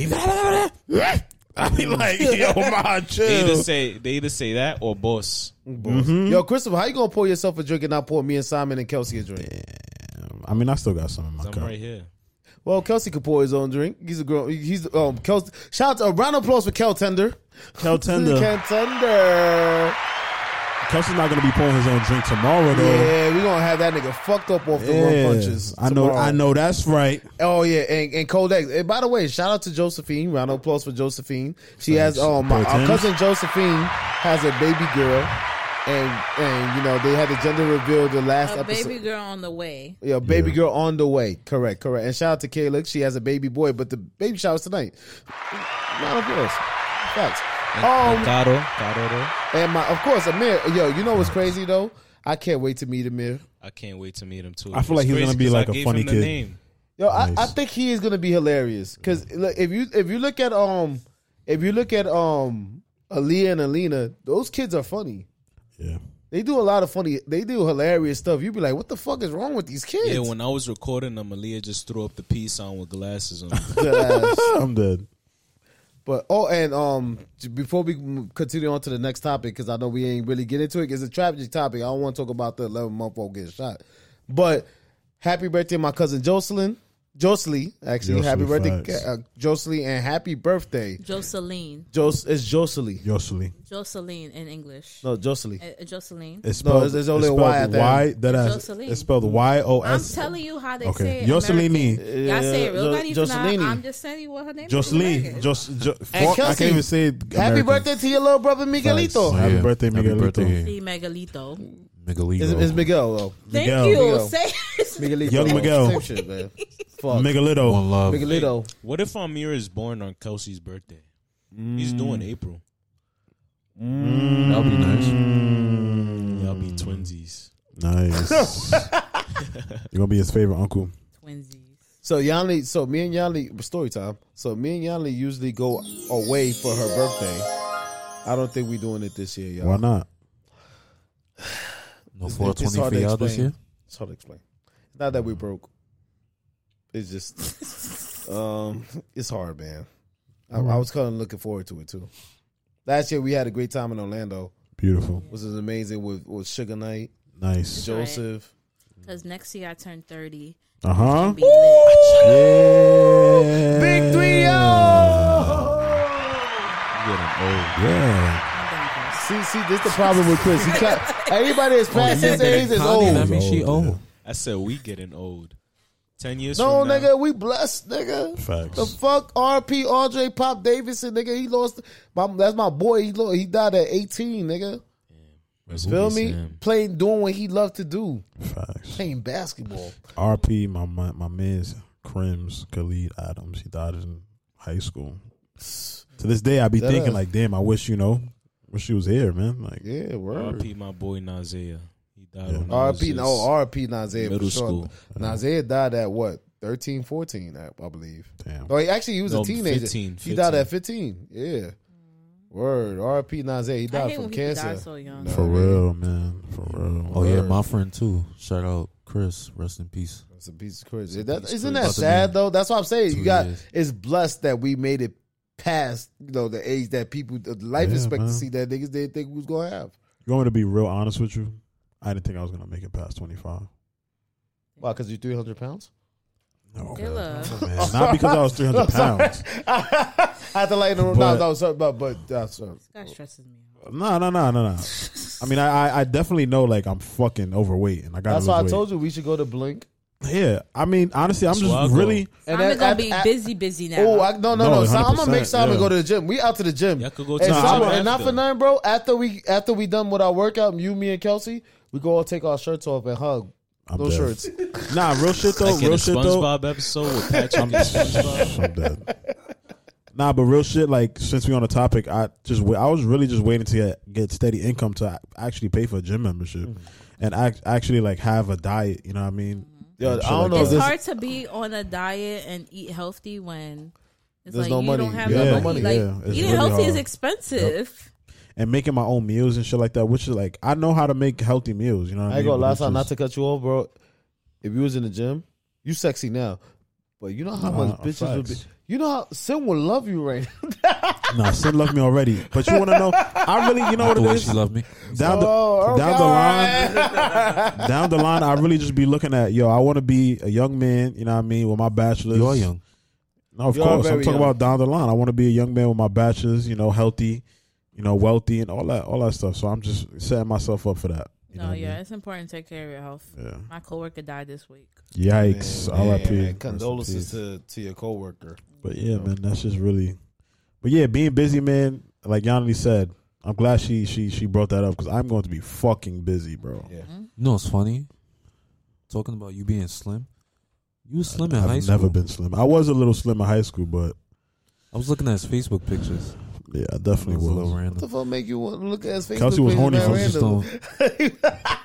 S1: I be
S2: Mm. (laughs)
S1: like, yo, my
S2: They either
S1: chill.
S2: say they either say that or boss.
S3: Mm-hmm. Yo, Christopher, how you gonna pour yourself a drink and not pour me and Simon and Kelsey a drink?
S1: I mean, I still got some in my
S2: I'm
S1: cup.
S2: right here.
S3: Well, Kelsey could pour his own drink. He's a girl. He's um. Kelsey, shout out a round of applause for Kel Tender. (laughs)
S1: Kel Tender.
S3: Kel Tender.
S1: Kelsey's not gonna be pouring his own drink tomorrow though.
S3: Yeah, we gonna have that nigga fucked up off the
S1: Yeah.
S3: rum punches.
S1: I know.
S3: tomorrow.
S1: I know. That's right.
S3: Oh yeah, and, and Codex. And by the way, shout out to Josephine. Round of applause for Josephine. She has um my, our
S1: Pretend.
S3: cousin Josephine has a baby girl, and and you know they had the gender reveal the last
S4: A
S3: episode.
S4: baby girl on the way.
S3: yeah, baby
S1: Yeah.
S3: girl on the way. Correct, correct. And shout out to Kayla. She has a baby boy, but the baby shower's tonight. Round of applause. Facts.
S1: Oh,
S3: Um,
S2: Caro, Caro, though.
S3: and my of course Amir. Yo, you know what's crazy though? I can't wait to meet Amir.
S2: I can't wait to meet him too.
S1: I feel like
S2: It's
S1: he's gonna
S2: crazy
S1: be
S2: 'cause
S1: like
S2: I
S1: a
S2: gave
S1: funny
S2: him the
S1: kid.
S2: name.
S3: Yo, I, I
S1: Nice.
S3: think he is gonna be hilarious because if you if you look at um if you look at um Aaliyah and Alina, those kids are funny.
S1: Yeah.
S3: They do a lot of funny. They do hilarious stuff. You'd be like, what the fuck is wrong with these kids?
S2: Yeah,
S3: (laughs)
S2: when I was recording them, Aaliyah just threw up the peace sign with glasses on.
S1: I'm dead.
S3: but oh, and um, j- before we m- continue on to the next topic, because I know we ain't really get into it. It's a tragic topic. I don't want to talk about the eleven month old getting shot. But happy birthday, my cousin Jocelyn. Jocelyn, actually, happy
S1: Jocelyn,
S3: birthday,
S1: facts.
S3: uh, Jocelyn, and happy birthday.
S4: Jocelyn.
S3: Jos it's Jocelyn.
S1: Yosley.
S4: Jocelyn in English.
S3: No, Jocelyn.
S4: Uh, Jocelyn.
S1: It's
S3: No,
S1: spelled.
S3: there's- there's only a
S1: it's
S3: Y
S1: spelled
S3: at the
S1: Y. That ass.
S4: Jocelyn.
S1: It's spelled Y O
S4: I'm
S1: S.
S4: telling you how they
S1: Okay.
S4: say it.
S1: Jocelyn.
S4: American. Y'all say it real
S3: Yeah,
S4: bad. even though
S3: Jocelyn.
S4: I'm just telling you what her name is.
S1: Jocelyn.
S4: American.
S1: Just. Jo-
S3: And
S1: fuck, I
S3: Kelsey,
S1: can't even say. it
S3: Happy
S1: American.
S3: birthday to your little brother Miguelito.
S1: Happy
S5: Yeah.
S1: birthday,
S5: Happy
S1: Miguelito.
S5: birthday.
S4: See Miguelito.
S3: It's,
S5: Miguelito.
S3: it's Miguel though.
S4: Thank
S1: Miguel.
S4: you.
S3: Miguel.
S4: Say
S3: Miguelito.
S1: Young Miguel.
S3: Same shit, man. Fuck.
S1: Miguelito.
S5: One love.
S3: Miguelito.
S2: (laughs) what if Amir is born on Kelsey's birthday? He's doing
S1: Mm.
S2: April.
S5: That'll be
S3: Mm-hmm.
S5: nice.
S1: Mm.
S2: Y'all be twinsies.
S3: (laughs)
S1: Nice. You're gonna be his favorite uncle.
S4: (laughs) twinsies.
S3: So Yanli, so me and Yanli story time. So me and Yanli usually go away for her birthday. I don't think we're doing it this year, y'all.
S1: Why not?
S5: No
S3: It's-
S5: 420
S3: it's hard
S5: for
S3: to
S5: y'all this
S3: explain.
S5: year?
S3: It's hard to explain. Not that we broke. It's just, um, it's hard, man. I, I was kind of looking forward to it too. Last year we had a great time in Orlando.
S1: Beautiful.
S3: Which is amazing with with Sugar Knight.
S1: Nice.
S3: Joseph.
S4: Because next year I turn 30.
S1: Uh huh.
S3: Yeah. Big three
S1: Yeah.
S3: See, see, this the problem with Chris. He can't, everybody is past his age is old.
S2: I
S1: she old.
S2: I said we getting old. Ten years.
S3: No,
S2: from now,
S3: nigga, we blessed, nigga.
S1: Facts.
S3: The fuck, R.P. Andre Pop Davidson, nigga. He lost. My, that's my boy. He lo- he died at eighteen, nigga.
S2: Rest in
S3: Feel
S2: peace
S3: me?
S2: to him.
S3: Playing, doing what he loved to do.
S1: Facts.
S3: Playing basketball.
S1: RP, my my, my man's Crims Khalid Adams. He died in high school. To this day, I be
S3: That
S1: thinking
S3: ass.
S1: like, damn, I wish you know, wish she was here, man. Like,
S3: Yeah, word.
S2: R.P. My boy Nazia. He died.
S1: Yeah.
S2: When I was
S3: R.P.
S2: just-
S3: No, R.P. Nazir.
S2: middle
S3: for sure.
S2: school.
S3: Nazir died at what? 13, 14, I, I believe.
S1: Damn.
S3: Oh, he- actually, he was
S2: No,
S3: a teenager.
S2: 15,
S3: He died at 15. Yeah. Word. R.P. Nazir. He died
S4: hate
S3: from
S4: when people die
S3: cancer.
S4: so young.
S3: Know
S1: for
S3: what I mean?
S1: real, man, for real.
S5: Oh yeah, my friend too. Shout out Chris. Rest in peace.
S3: It's a piece of crazy. That,
S5: piece of
S3: isn't
S5: crazy.
S3: that sad though? That's what I'm saying. You got
S5: years.
S3: it's blessed that we made it past you know the age that people the life
S1: Yeah,
S3: expectancy that niggas didn't think we was gonna have.
S1: You want me to be real honest with you? I didn't think I was gonna make it past twenty five.
S3: Why? Because you're 300 pounds.
S1: No,
S4: Dilla.
S1: man. not because
S3: (laughs)
S1: I was three hundred pounds.
S3: I had to lighten the room. No,
S1: But-
S3: no, sorry, but but uh, sorry.
S4: (laughs) That stresses me. out.
S1: No, no, no, no, no. I mean, I, I- I definitely know like I'm fucking overweight, and I got.
S3: that's why I told you we should go to Blink.
S1: Yeah, I mean, honestly, I'm
S2: That's where I
S1: just
S2: go.
S1: really.
S3: And
S4: Simon
S3: then
S4: gonna
S3: at-
S4: be
S3: at-
S4: busy, busy now.
S3: Oh I, no, no,
S1: No,
S3: no! Si- I'm gonna
S1: 100%,
S3: make Simon
S1: yeah.
S3: go to the gym. We out to the gym.
S2: Y'all could go to
S3: and
S2: the
S3: Simon-
S2: gym
S3: and not
S2: after.
S3: for nothing, bro. After we after we done with our workout, you, me, and Kelsey, we go all take our shirts off and hug.
S1: I'm
S3: no
S1: dead.
S3: shirts.
S1: Nah, real shit though.
S2: Like in
S1: real
S2: a
S1: shit though.
S2: SpongeBob episode with (laughs) Patrick.
S1: I'm,
S2: and SpongeBob.
S1: I'm dead. Nah, but real shit. Like since we on the topic, I just wa- I was really just waiting to get, get steady income to a- actually pay for a gym membership,
S3: Mm-hmm.
S1: and act, actually like have a diet. You know what I mean?
S3: Yeah, Mm-hmm. I
S1: And shit
S3: don't know
S1: that.
S3: if
S4: It's
S3: this-
S4: hard to be on a diet and eat healthy when it's
S3: There's
S4: like
S3: no
S4: you
S3: money.
S4: don't have
S3: You
S4: no
S3: have no
S4: money.
S3: money.
S1: Yeah,
S4: Like
S1: it's
S4: eating
S1: really
S4: healthy is
S1: hard.
S4: expensive.
S1: and making my own meals and shit like that. Which is like I know how to make healthy meals. You know what I
S3: I ain't
S1: mean?
S3: gonna
S1: But
S3: lie,
S1: it's
S3: son, not
S1: just-
S3: to cut you off, bro. If you was in the gym, you sexy now, but you know how
S1: Nah,
S3: much bitches would be.
S1: facts.
S3: You know how Sin will love you right now.
S1: Nah, Sin loved me already. But you want to know? I really, you know what
S5: the
S1: it
S5: way
S1: is.
S5: she loved me.
S1: Down the
S3: Oh,
S1: down the
S3: okay. (laughs)
S1: line, down the line, I really just be looking at yo. I want to be a young man. You know what I mean? With my bachelor's.
S5: You're young.
S1: No, of
S3: You are
S1: course. I'm
S3: very
S1: talking
S3: young.
S1: about down the line. I want to be a young man with my bachelor's. You know, healthy. You know, wealthy and all that, all that stuff. So I'm just setting myself up for that. You know
S4: no,
S1: what I
S4: yeah, it's important to take care of your health. My coworker died this week.
S1: mean? Yikes.
S3: Man,
S1: R.I.P. Rest in
S3: Condolences
S1: peace.
S3: to, to your coworker.
S1: But yeah, man, that's just really. But yeah, being busy, man. Like Yanni said, I'm glad she she she brought that up because I'm going to be fucking busy, bro.
S3: Yeah.
S5: You know it's funny? Talking about you being slim. You was slim in
S1: I've
S5: high
S1: never
S5: school.
S1: been slim. I was a little slim in high school, but
S5: I was looking at his Facebook pictures.
S1: yeah, I
S5: It was
S1: definitely
S5: a little
S1: was.
S3: What the
S5: random.
S3: fuck make you want to look at his face?
S1: Kelsey was horny for
S5: Just don't-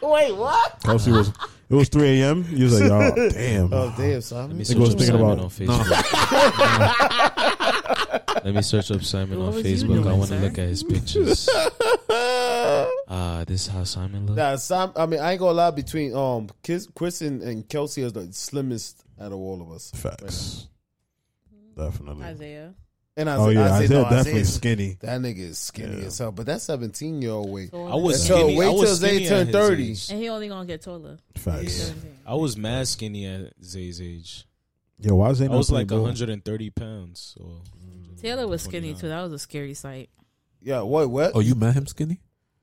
S3: Wait, what?
S1: Kelsey was. It was 3 a.m. You was like,
S3: (laughs)
S1: y'all, damn.
S3: Oh damn,
S2: Let
S3: Simon.
S2: me search
S1: Nigga was
S2: up
S1: thinking
S2: Simon
S1: about-
S2: on (laughs) Facebook. (laughs) Let me search up Simon on
S4: What was you
S2: Facebook. I
S4: doing,
S2: want to
S4: sir?
S2: look at his (laughs) pictures. Ah, this is how Simon looks.
S3: (laughs) Nah, Simon. I mean, I ain't gonna lie. Between um, Chris, Chris and, and Kelsey is the slimmest out of all of us.
S1: Facts. Definitely.
S4: Isaiah.
S3: And I
S1: Oh yeah,
S3: I
S1: Isaiah
S3: no,
S1: definitely
S3: Isaiah's-
S1: skinny.
S3: That nigga is skinny
S1: Yeah.
S3: as hell. But that 17 year old weight.
S2: I was
S3: So
S2: skinny.
S3: wait
S2: I was
S3: till Zay
S2: skinny at
S3: turn
S2: his
S3: 30.
S2: age.
S4: And he only gonna get taller.
S1: Facts.
S2: I was mad skinny at Zay's age.
S1: Yo, why is they
S2: I
S1: not
S2: was
S1: putting
S2: like
S1: bull-
S2: 130 pounds. So
S4: Taylor was skinny
S2: 29.
S4: too. That was a scary sight.
S3: Yeah, what? What?
S5: Oh, you met him skinny?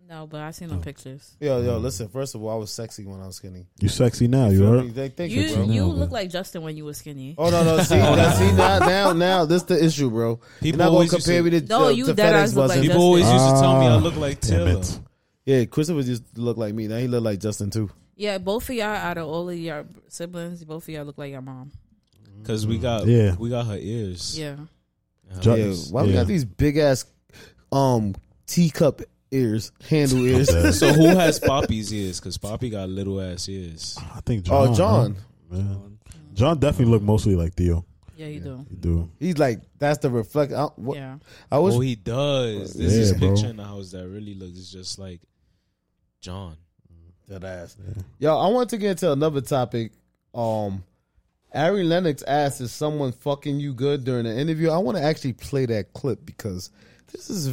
S4: No, but I seen no pictures.
S3: Yo, yo, listen. First of all, I was sexy when I was skinny.
S1: You sexy now, Oh, you
S3: Feel
S1: heard?
S3: me? Thank, thank you,
S4: You
S3: bro.
S4: you
S5: No,
S4: look
S5: but-
S4: like Justin when you were skinny.
S3: Oh no, no. See, now, see now, now, now. This the issue, bro. You're
S2: People
S3: not gonna
S2: always used
S3: compare me
S2: to-
S3: to,
S4: No,
S3: to,
S4: you
S3: to
S4: dead
S3: FedEx
S4: ass look like
S3: buses.
S2: people always used to tell me I
S1: Ah,
S2: look like
S1: damn
S2: Taylor.
S1: it.
S3: Yeah, Christopher just looked like me. Now he look like Justin too.
S4: Yeah, both of y'all out of all of your siblings, both of y'all look like your mom.
S2: Cause we got
S1: Yeah.
S2: we got her ears. Uh-huh.
S4: Yeah.
S2: And her
S1: Ju-
S3: Yeah,
S2: lips.
S3: why we
S1: Yeah.
S3: got these big ass um teacup ears, handle ears?
S1: Yeah.
S2: So who has Poppy's ears? Cause Poppy got little ass ears.
S1: I think John.
S3: oh, John.
S1: huh? Yeah. John definitely looked mostly like Theo.
S4: Yeah, you do.
S1: You do.
S3: (laughs) He's like that's the reflect. I, what,
S4: Yeah.
S3: I was
S2: oh, he does. This is
S1: Yeah, bro.
S2: picture in the house that really looks just like John.
S3: That ass. Yo, I want to get into another topic. Um, Ari Lennox asked, "Is someone fucking you good during an interview?" I want to actually play that clip because this is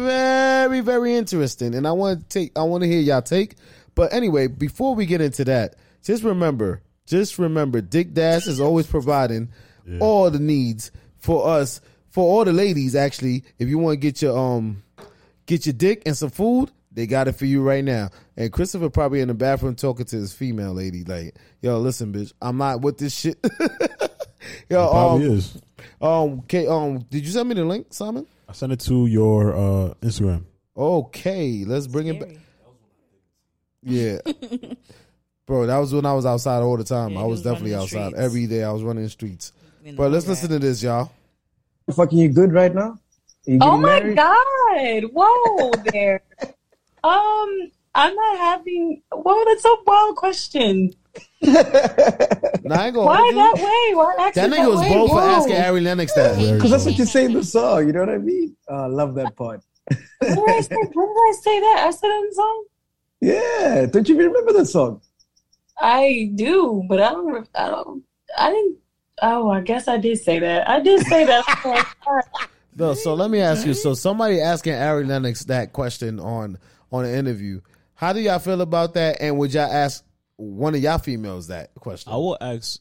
S3: very, very interesting, and I want to take, I want to hear y'all take. But anyway, before we get into that, just remember, just remember, Dick Dash is always providing all the needs for us, for all the ladies. Actually, if you want to get your um, get your dick and some food. They got it for you right now. And Christopher probably in the bathroom talking to his female lady, like, "Yo, listen, bitch, I'm not with this shit." (laughs) Yo,
S1: probably
S3: um,
S1: is.
S3: um, okay, um, did you send me the link, Simon?
S1: I sent it to your uh, Instagram.
S3: Okay, let's bring it back. Yeah. (laughs) Bro, that was when I was outside all the time. I was, definitely outside every day. I was running the streets. But let's listen to this, y'all.
S16: Fucking you good right now? You getting
S17: Oh my
S16: married?
S17: god!
S3: (laughs)
S17: Whoa there. um, I'm not having. Whoa, that's a wild question.
S3: Nah, I ain't gonna
S17: Why
S3: hold you.
S17: that way? Why ask it
S3: That nigga was
S17: way?
S3: bold for
S17: Whoa.
S3: asking Ari Lennox that.
S16: Because that's what you say in the song. You know what I mean? Uh, love that part.
S17: When did I say?
S3: (laughs)
S17: When did I say that? I said it in the song.
S16: Yeah. Don't you remember that song?
S17: I do, but I don't. re- I don't. I didn't. Oh, I guess I did say that. I did say
S3: (laughs)
S17: that.
S3: Bill, so let me ask you. So somebody asking Ari Lennox that question on on an interview. How do y'all feel about that? And would y'all ask one of y'all females that question?
S2: I will ask.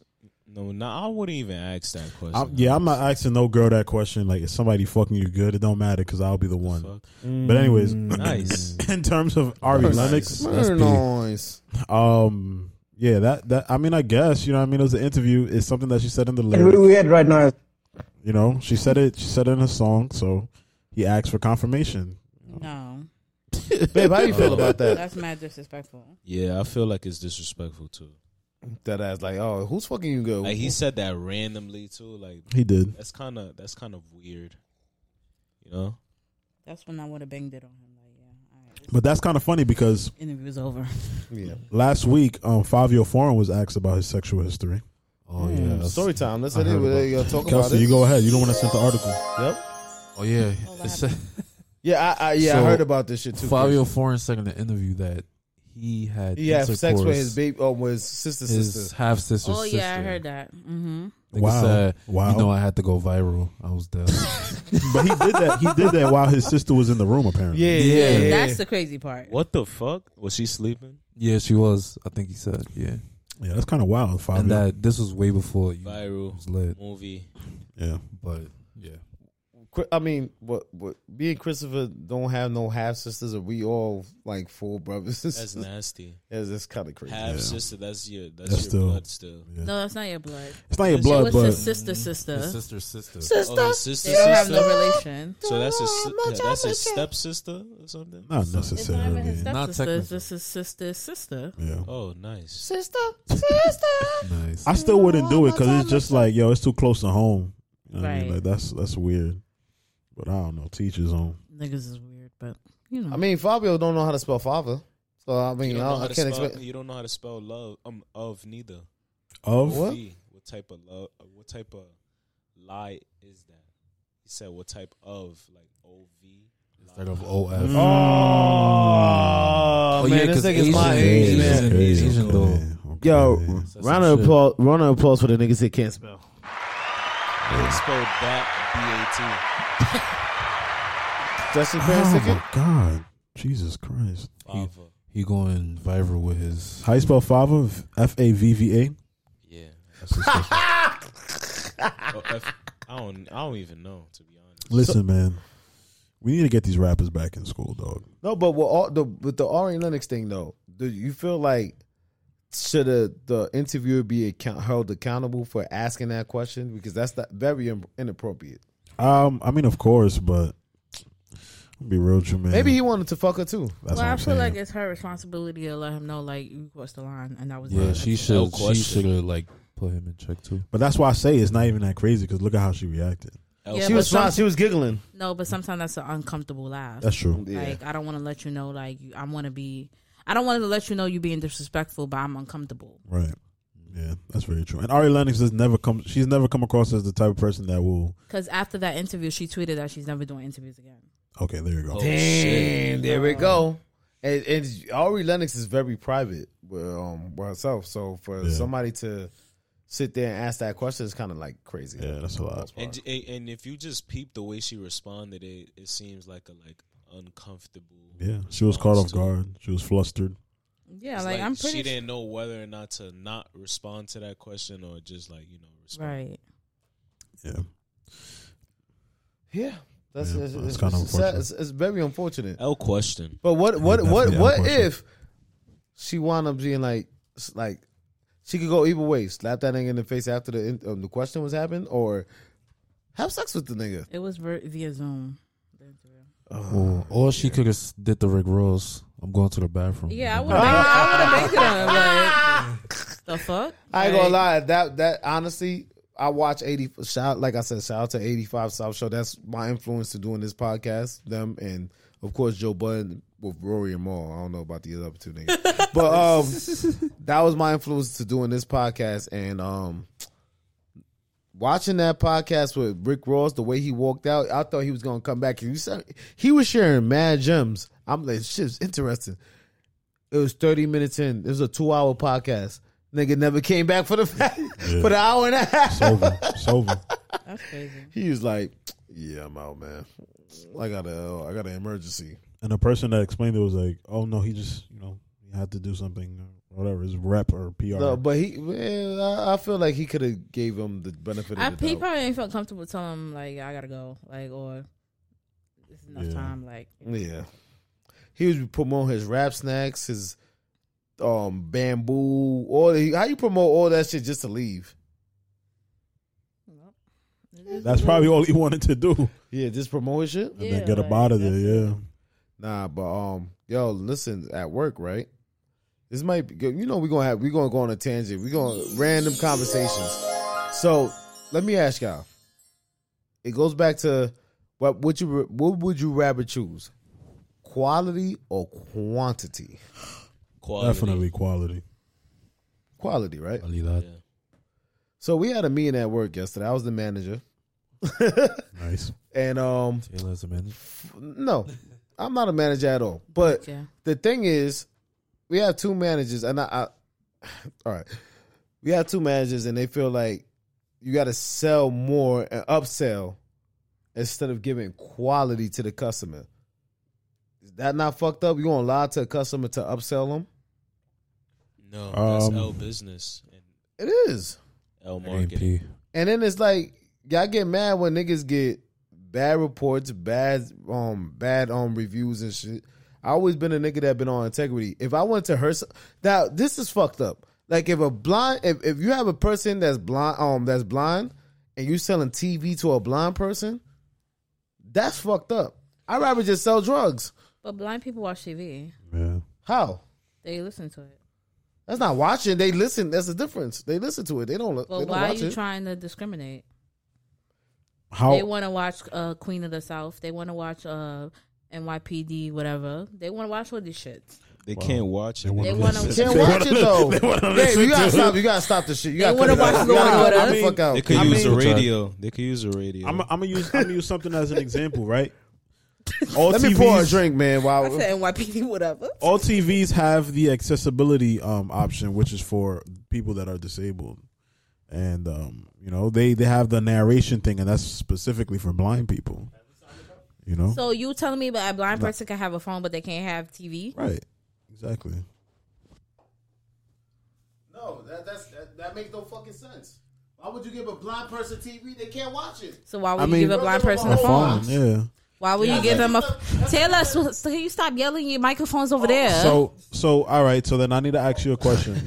S2: No, no, I wouldn't even ask that question.
S1: I'm, yeah, I'm not asking no girl that question. Like, is somebody fucking you good? It don't matter because I'll be the one. But anyways,
S2: Mm, Nice.
S1: (clears throat) in terms of Ari
S2: Very
S1: Lennox,
S2: nice. Very
S3: nice.
S1: Um, yeah, that that I mean, I guess you know, what I mean, it was an interview. It's something that she said in the
S16: And
S1: lyrics.
S16: we we had right now.
S1: You know, she said it. She said it in her song. So he asked for confirmation.
S4: No.
S3: Babe, how you feel about that?
S4: That's mad disrespectful.
S2: Yeah, I feel like it's disrespectful too.
S3: That ass, like, oh, who's fucking you good?
S2: Like he said that randomly too. Like
S1: He did.
S2: That's kind of that's kind of weird. You know.
S4: That's when I would have banged it on him.
S1: But that's kind of funny because
S4: Interview's over.
S3: Yeah.
S1: last week, um, Fabio Foreign was asked about his sexual history.
S3: Oh, yeah,
S4: Hmm.
S3: that's- Story time. Let's I hear heard what they, about uh, that. talk about
S1: Kelsey,
S3: it.
S1: you go ahead. You don't want to send the article.
S3: Yep.
S5: Oh yeah. It's-
S3: Yeah, I- I- yeah, I
S5: So,
S3: heard about this shit
S5: (laughs)
S3: too,
S5: Fabio
S3: Chris.
S5: Foreign said in the interview that he had
S3: He had sex with
S5: intercourse-
S3: his baby, oh, with his sister,
S5: his
S3: sister.
S5: half sister.
S4: Oh, yeah, I heard that. Mm-hmm.
S1: Wow.
S5: wow. Said,
S1: Wow.
S5: You know, I had to go viral. I was (laughs) dead.
S1: But he did that. He did that while his sister was in the room. Apparently,
S4: Yeah, that's the crazy part.
S2: What the fuck? Was she sleeping?
S5: Yeah, she was. I think he said. Yeah.
S1: Yeah, that's kind of wild. Fabio.
S5: And that this was way before you
S2: Viral
S5: was lit.
S2: movie.
S1: Yeah,
S5: but yeah.
S3: Chri- I mean, what, what? Me and Christopher don't have no half sisters, or we all like full brothers.
S2: That's nasty.
S3: Yeah, that's kind of crazy.
S2: Half
S3: Yeah.
S2: sister. That's your that's,
S1: That's
S2: your
S1: still-
S2: blood still.
S4: No, that's not your blood.
S1: It's not your
S4: It
S1: blood,
S4: was
S1: but-
S4: his sister, sister,
S5: His sister's sister.
S4: sister.
S2: Oh, his sister,
S4: they don't have
S2: sister?
S4: no relation.
S2: So that's his si- that's his stepsister or something.
S1: Not
S4: Not even
S1: necessarily.
S4: his
S2: Not
S4: stepsister.
S2: technically.
S4: It's just his sister's sister.
S1: Yeah.
S2: Oh, nice.
S4: Sister, sister.
S5: nice.
S1: I still wouldn't do it because it's just like, yo, it's too close to home. You know what I mean?
S4: Right.
S1: Like that's that's weird. But I don't know. Teachers on.
S4: Niggas is weird, but you know.
S3: I mean, Fabio don't know how to spell father, so I mean,
S2: You don't,
S3: I,
S2: know
S3: I
S2: how to
S3: can't
S2: spell,
S3: expect.
S2: you don't know how to spell love. Um, of neither.
S1: Of?
S2: what?
S1: What?
S2: What type of love? uh, What type of lie is that? He said, "What type of like O V
S5: Instead of OF.
S3: Oh, man, this nigga's my age, man.
S5: Asian though.
S3: Yo, round of applause, round of applause for the niggas that can't spell.
S2: spelled that B A T."
S3: That's his
S1: Oh
S3: parents' ticket.
S1: my god, Jesus Christ!
S5: He, he going viral with his.
S1: How you spell fava? F a v v a.
S2: Yeah.
S1: That's his sister.
S2: (laughs) Oh, F- I don't. I don't even know to be honest.
S1: Listen, man, we need to get these rappers back in school, dog.
S3: No, but with all the with the Ari Lennox thing though, do you feel like should a, the interviewer be account, held accountable for asking that question because that's not, very im- inappropriate?
S1: Um, I mean, of course, but I'll be real, with you man.
S3: Maybe he wanted to fuck her too.
S1: That's
S4: well,
S1: what
S4: I
S1: I'm
S4: feel
S1: saying.
S4: like it's her responsibility to let him know, like you crossed the line, and that was
S5: Yeah,
S4: it.
S5: she should. She should have like put him in check too.
S1: But that's why I say it's not even that crazy because look at how she reacted.
S4: Yeah, She was but some- fine. She
S3: was giggling.
S4: No, but sometimes that's an uncomfortable laugh.
S1: That's true. Yeah.
S4: Like I don't want to let you know. Like you, I want to be. I don't want to let you know you being disrespectful, but I'm uncomfortable.
S1: Right. Yeah, that's very true. And Ari Lennox has never come. She's never come across as the type of person that will.
S4: Because after that interview, she tweeted that she's never doing interviews again.
S1: Okay, there you go.
S3: Damn, there we go. And, and Ari Lennox is very private with, um, with herself. So for somebody to sit there and ask that question is kind of like crazy. Yeah, that's a lot.
S2: And, j- and and if you just peep the way she responded, it, it seems like a like uncomfortable.
S1: Yeah, she was caught off guard. She was flustered.
S4: Yeah,
S2: It's
S4: like, I'm pretty.
S2: She didn't know whether or not to not respond to that question or just like you know respond.
S4: Right.
S1: Yeah.
S3: Yeah, that's
S2: Yeah,
S3: it's,
S2: that's
S3: it's,
S2: kinda
S3: it's sad-
S2: unfortunate.
S3: it's- it's very unfortunate.
S2: L question.
S3: But what what what
S2: Definitely
S3: what
S2: unfortunate.
S3: if she wound up being like s- like she could go either way, slap that nigga in the face after the in- um, the question was happened, or have sex with the nigga.
S4: It was ver- via Zoom.
S5: Well, or she could have did the Rick Ross. I'm going to the bathroom.
S4: Yeah, I would have I would have banked it (laughs) on like, the fuck.
S3: I ain't gonna
S4: Like,
S3: lie. That that honestly, I watch eighty. Shout like I said, shout out to eighty five South Show. That's my influence to doing this podcast. Them and of course Joe Budden with Rory and Maul. I don't know about the other two niggas, but um, that was my influence to doing this podcast. And um, watching that podcast with Rick Ross, the way he walked out, I thought he was gonna come back. He said he was sharing mad gems. I'm like, shit's interesting. It was 30 minutes in. It was a two hour podcast. Nigga never came back for the (laughs) for the hour and a half. It's
S1: over. It's over.
S4: That's crazy.
S3: He was like, "Yeah, I'm out, man. I got a I got an emergency."
S1: And the person that explained it was like, "Oh no, he just you know he had to do something, or whatever his rep or PR."
S3: No, but he, man, I, I feel like he could have gave him the benefit of
S4: I,
S3: the
S4: he
S3: doubt.
S4: probably ain't felt comfortable telling him like I gotta go, like or it's enough
S3: Yeah.
S4: time, like
S3: Yeah, he was promoting his rap snacks, his um bamboo. All the, how you promote all that shit just to leave?
S1: That's probably all he wanted to do.
S3: Yeah, just promote his shit
S1: And then get up out of there. Yeah.
S3: Nah, but um, yo, listen, at work, right? This might be good. You know, we're gonna have we're gonna go on a tangent. We're gonna random conversations. So let me ask y'all. It goes back to what would you what would you rather choose? Quality or quantity?
S2: Quality.
S1: Definitely quality.
S3: Quality, right?
S5: lad.
S3: So we had a meeting at work yesterday. I was the manager.
S1: nice.
S3: And um
S5: Taylor's a manager.
S3: No, I'm not a manager at all. But
S5: Yeah.
S3: the thing is, we have two managers, and I, I (sighs) all right, we have two managers, and they feel like you got to sell more and upsell instead of giving quality to the customer. Is that not fucked up? You gonna lie to a customer to upsell them?
S2: No, that's
S3: Um,
S2: L business. And
S3: It is.
S2: L marketing.
S3: And then it's like y'all get mad when niggas get bad reports, bad um bad um reviews and shit. I always been a nigga that been on integrity. If I went to her s- now, this is fucked up. Like if a blind if, if you have a person that's blind um that's blind and you selling TV to a blind person, that's fucked up. I'd rather just sell drugs.
S4: but blind people watch TV.
S1: Yeah.
S3: How?
S4: They listen to it.
S3: That's not watching. They listen. That's the difference. They listen to it. They don't. they
S4: But
S3: don't
S4: why are
S3: watch
S4: you
S3: it. Oh.
S4: trying to discriminate?
S1: How?
S4: They want to watch uh, Queen of the South. They want to watch uh, NYPD, whatever. They want to watch all these shits.
S2: They can't watch it. They
S4: wanna wanna- listen
S3: Can't
S4: to
S3: watch
S4: it.
S3: it though.
S4: They wanna
S3: Babe,
S4: listen
S3: you gotta
S4: to
S3: stop.
S4: it.
S3: You gotta stop the shit. You
S4: They
S3: gotta
S4: wanna
S3: cut it
S4: watch
S3: out.
S4: Law
S3: You
S4: and
S3: gotta cut
S4: Order.
S3: the fuck out.
S2: They could
S3: I
S2: use
S3: mean-
S2: a radio. They could use a radio.
S1: I'm, I'm gonna use I'm gonna use something as an example, right?
S3: (laughs)
S1: All
S3: Let me pour a
S1: TVs
S3: drink, man. While
S4: I said NYPD, whatever.
S3: Oh.
S1: all TVs have the accessibility um, option, which is for people that are disabled, and um, you know they they have the narration thing, and that's specifically for blind people. You know,
S4: So you telling me that a blind
S1: No.
S4: person can have a phone, but they can't have TV?
S1: right? Exactly.
S3: No, that that's, that, that makes no fucking sense. Why would you give a blind person TV? They can't watch it.
S4: So why would you give a blind person a phone?
S1: Yeah.
S4: Why would
S1: Yeah,
S4: you give
S1: like-
S4: them a? Tell us. So can you stop yelling? Your microphone's
S3: Oh.
S4: over there. (laughs)
S1: So so all right. So then I need to ask you a question.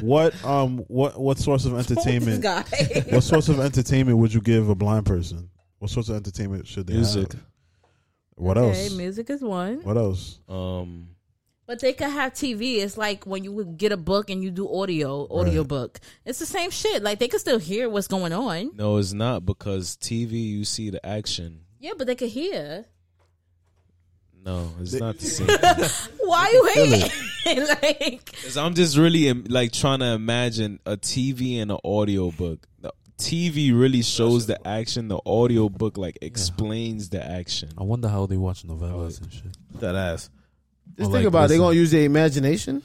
S1: what um what what source of entertainment?
S4: guy?
S1: what source of entertainment would you give a blind person? What source of entertainment should they
S2: Music.
S1: have? What
S4: okay,
S1: else?
S4: music is one.
S1: Oh, What else?
S2: Um,
S4: But they could have TV. It's like when you would get a book and you do audio, audio book. It's the same shit. Like they could still hear what's going on.
S2: no, it's not because TV you see the action.
S4: Yeah, but they could hear.
S2: No, it's not the same.
S4: Why you
S2: Feel it.
S4: hating? (laughs) like
S2: Cause I'm just really um, like trying to imagine a TV and an audio book. The TV really shows the action. The audio book like explains the action.
S5: I wonder how they watch novellas and shit.
S3: That ass. Just
S5: Or,
S3: think
S5: like,
S3: about it. They
S5: listen.
S3: gonna use their imagination.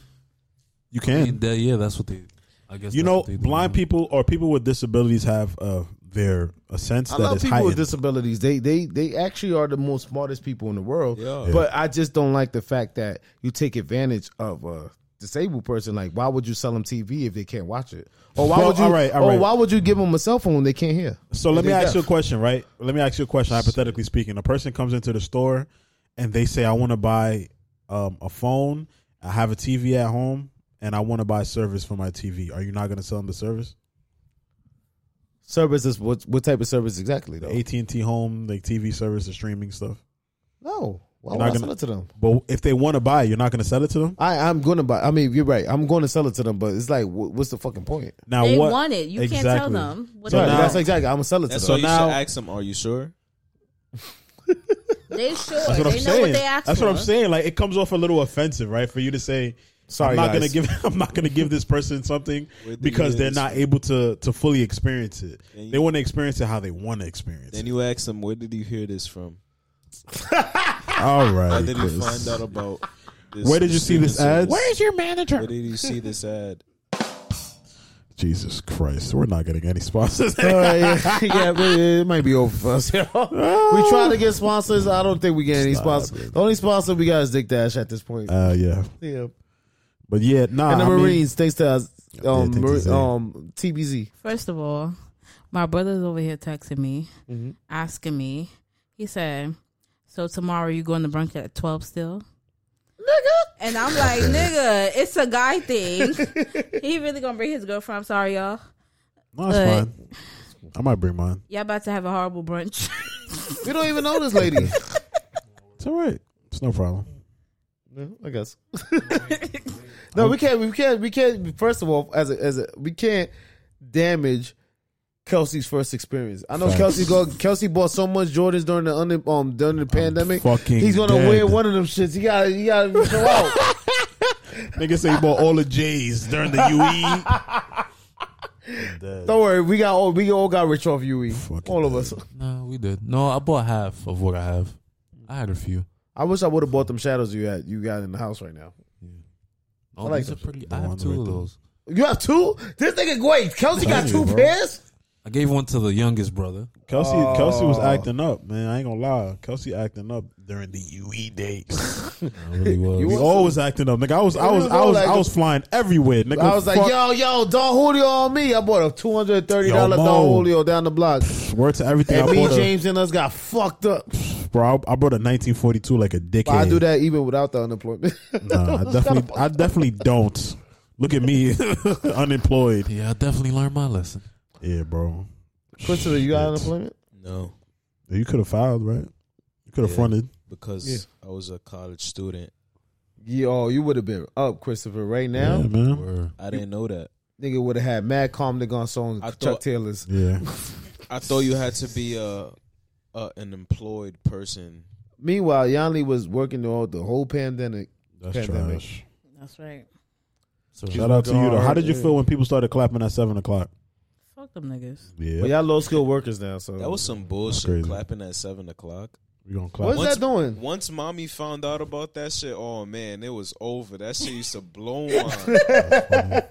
S1: You can.
S5: yeah, that's what they. I I guess
S1: you
S5: that's
S1: know,
S5: what they do
S1: blind people or people with disabilities have uh, their a sense
S3: I
S1: that
S3: love
S1: is
S3: people with
S1: heightened.
S3: disabilities. They they they actually are the most smartest people in the world.
S1: Yeah.
S3: But I just don't like the fact that you take advantage of a disabled person. Like, why would you sell them TV if they can't watch it? Or why
S1: Well,
S3: would you?
S1: all right, all
S3: or
S1: right.
S3: why would you give them a cell phone when they can't hear?
S1: So let
S3: If
S1: me
S3: they
S1: ask
S3: deaf.
S1: you a question, right? Let me ask you a question. Hypothetically speaking, a person comes into the store and they say, "I want to buy um, a phone. I have a TV at home, and I want to buy service for my TV." Are you not going to sell them the service?
S3: Service is what? What type of service exactly? Though
S1: AT and T Home, like TV service, the streaming stuff.
S3: no. Why
S1: You're
S3: would
S1: not
S3: Oh, I
S1: gonna-
S3: sell it to them?
S1: But if they want to buy, you're not going to sell it to them.
S3: I I'm gonna buy. I mean, you're right. I'm going to sell it to them, but it's like, wh- what's the fucking point?
S1: Now
S4: They
S1: what?
S4: want it. You can't tell them what
S3: So
S4: they
S3: now-
S4: want.
S3: that's exactly. I'm gonna sell it to
S2: That's
S3: them.
S2: why you should ask them. Are you sure?
S4: They sure.
S1: That's what
S4: they
S1: I'm
S4: know
S1: saying.
S4: what they asked
S1: That's
S4: for.
S1: what I'm saying. Like it comes off a little offensive, right? For you to say,
S3: "Sorry,
S1: I'm not
S3: guys.
S1: gonna give. (laughs) I'm not gonna give this person
S2: (laughs)
S1: something
S2: With the
S1: because they're
S2: years.
S1: not able to to fully experience it.
S2: And you-
S1: They want to experience it how they want to experience."
S2: Then you ask them, where did you hear this from?
S1: it. All
S2: How
S1: right,
S2: did you
S1: Chris.
S2: find out about?
S1: (laughs) Where did you see this
S2: streaming
S1: ad?
S2: service?
S1: Where's your manager?
S2: Where did you see this ad?
S1: Jesus Christ, we're not getting any sponsors.
S3: Uh, (laughs) yeah, yeah, but it might be over for us. (laughs) yo. we try to get sponsors. I don't think we get any sponsors. The only sponsor we got is Dick Dash at this point.
S1: Uh, yeah,
S3: yeah.
S1: but yeah, nah.
S3: and the
S1: I mean-
S3: Marines, thanks to us, um,
S1: Yeah,
S3: Mar-
S1: thanks to Zay.
S3: um, TBZ.
S4: First of all, my brother's over here texting me,
S3: Mm-hmm.
S4: asking me. He said, "So tomorrow you going to brunch at twelve still?" Nigga, and I'm like, nigga, it's a guy (laughs) thing. he really gonna bring his girlfriend. I'm sorry, y'all.
S1: no, it's
S4: But-
S1: fine. I might bring mine.
S4: Y'all about to have a horrible brunch.
S3: we don't even know this lady.
S1: It's all right. It's no problem.
S3: Yeah, I
S1: (laughs)
S3: guess. no, we can't. We can't. We can't. First of all, as a, as a, we can't damage Kelsey's first experience. I know
S1: Facts.
S3: Kelsey go. Kelsey bought so much Jordans during the under, um during the pandemic.
S1: fucking
S3: He's gonna
S1: dead.
S3: wear one of them shits. He got. to He got
S1: (laughs)
S3: to show out.
S1: Nigga say he bought all the J's during the E. UE.
S3: Don't worry. We got. All, we all got rich off UE. all of us.
S5: No, we did. No, I bought half of what I have. I had a few.
S3: I wish I would have bought them shadows you had. You got in the house right now.
S5: Oh,
S3: I like
S5: these are
S3: them.
S5: pretty. I have two of those.
S3: You have two. This nigga great. Kelsey got
S5: Thank
S3: two
S5: you, bro.
S3: pairs.
S5: I gave one to the youngest brother.
S1: Kelsey, Kelsey was acting up, man. I ain't gonna lie. Kelsey acting up during the UE (laughs) days.
S5: I (laughs) really was.
S1: we always acting up, nigga. I was, I
S3: You
S1: was,
S3: was
S1: I
S3: all
S1: was,
S3: like-
S1: I was flying everywhere, nigga.
S3: I was like,
S1: Fuck-
S3: yo, yo, Don Julio on me. I bought a two hundred thirty
S1: Yo,
S3: dollar Don
S1: Mo.
S3: Julio down the block,
S1: word to everything.
S3: and
S1: I
S3: me,
S1: bought a,
S3: James, and us got fucked up.
S1: bro, I, I brought a 1942 like a dickhead.
S3: But I do that even without the unemployment. (laughs)
S1: Nah, (laughs) I definitely, I definitely don't. Look at me, (laughs) unemployed.
S5: Yeah, I definitely learned my lesson.
S1: Yeah, bro.
S3: Christopher, you got unemployment?
S2: No,
S1: You could have filed, right? You could have
S2: Yeah.
S1: fronted.
S2: because I was a college student.
S3: Yo, oh, you would have been up, Christopher. Right now,
S1: Yeah, man.
S2: I didn't know that.
S3: nigga would have had Mad Calm Nigga on songs.
S2: I
S3: Chuck
S2: thought-
S3: Taylor's.
S1: Yeah.
S2: I thought you had to be a, a an employed person.
S3: Meanwhile, Yanli was working all the whole pandemic.
S1: That's
S3: pandemic.
S1: trash.
S4: That's right.
S5: So
S1: Shout out to you though. How did you feel when people started clapping at seven o'clock?
S4: Fuck them niggas.
S3: But
S1: Yeah,
S3: y'all low skilled workers now, so
S2: That was some
S1: Oh, crazy.
S2: bullshit. Clapping at seven o'clock.
S1: we gonna clap.
S3: What is that doing?
S2: Once mommy found out about that shit, oh man, it was over. That shit used to blow
S1: (laughs)
S2: on.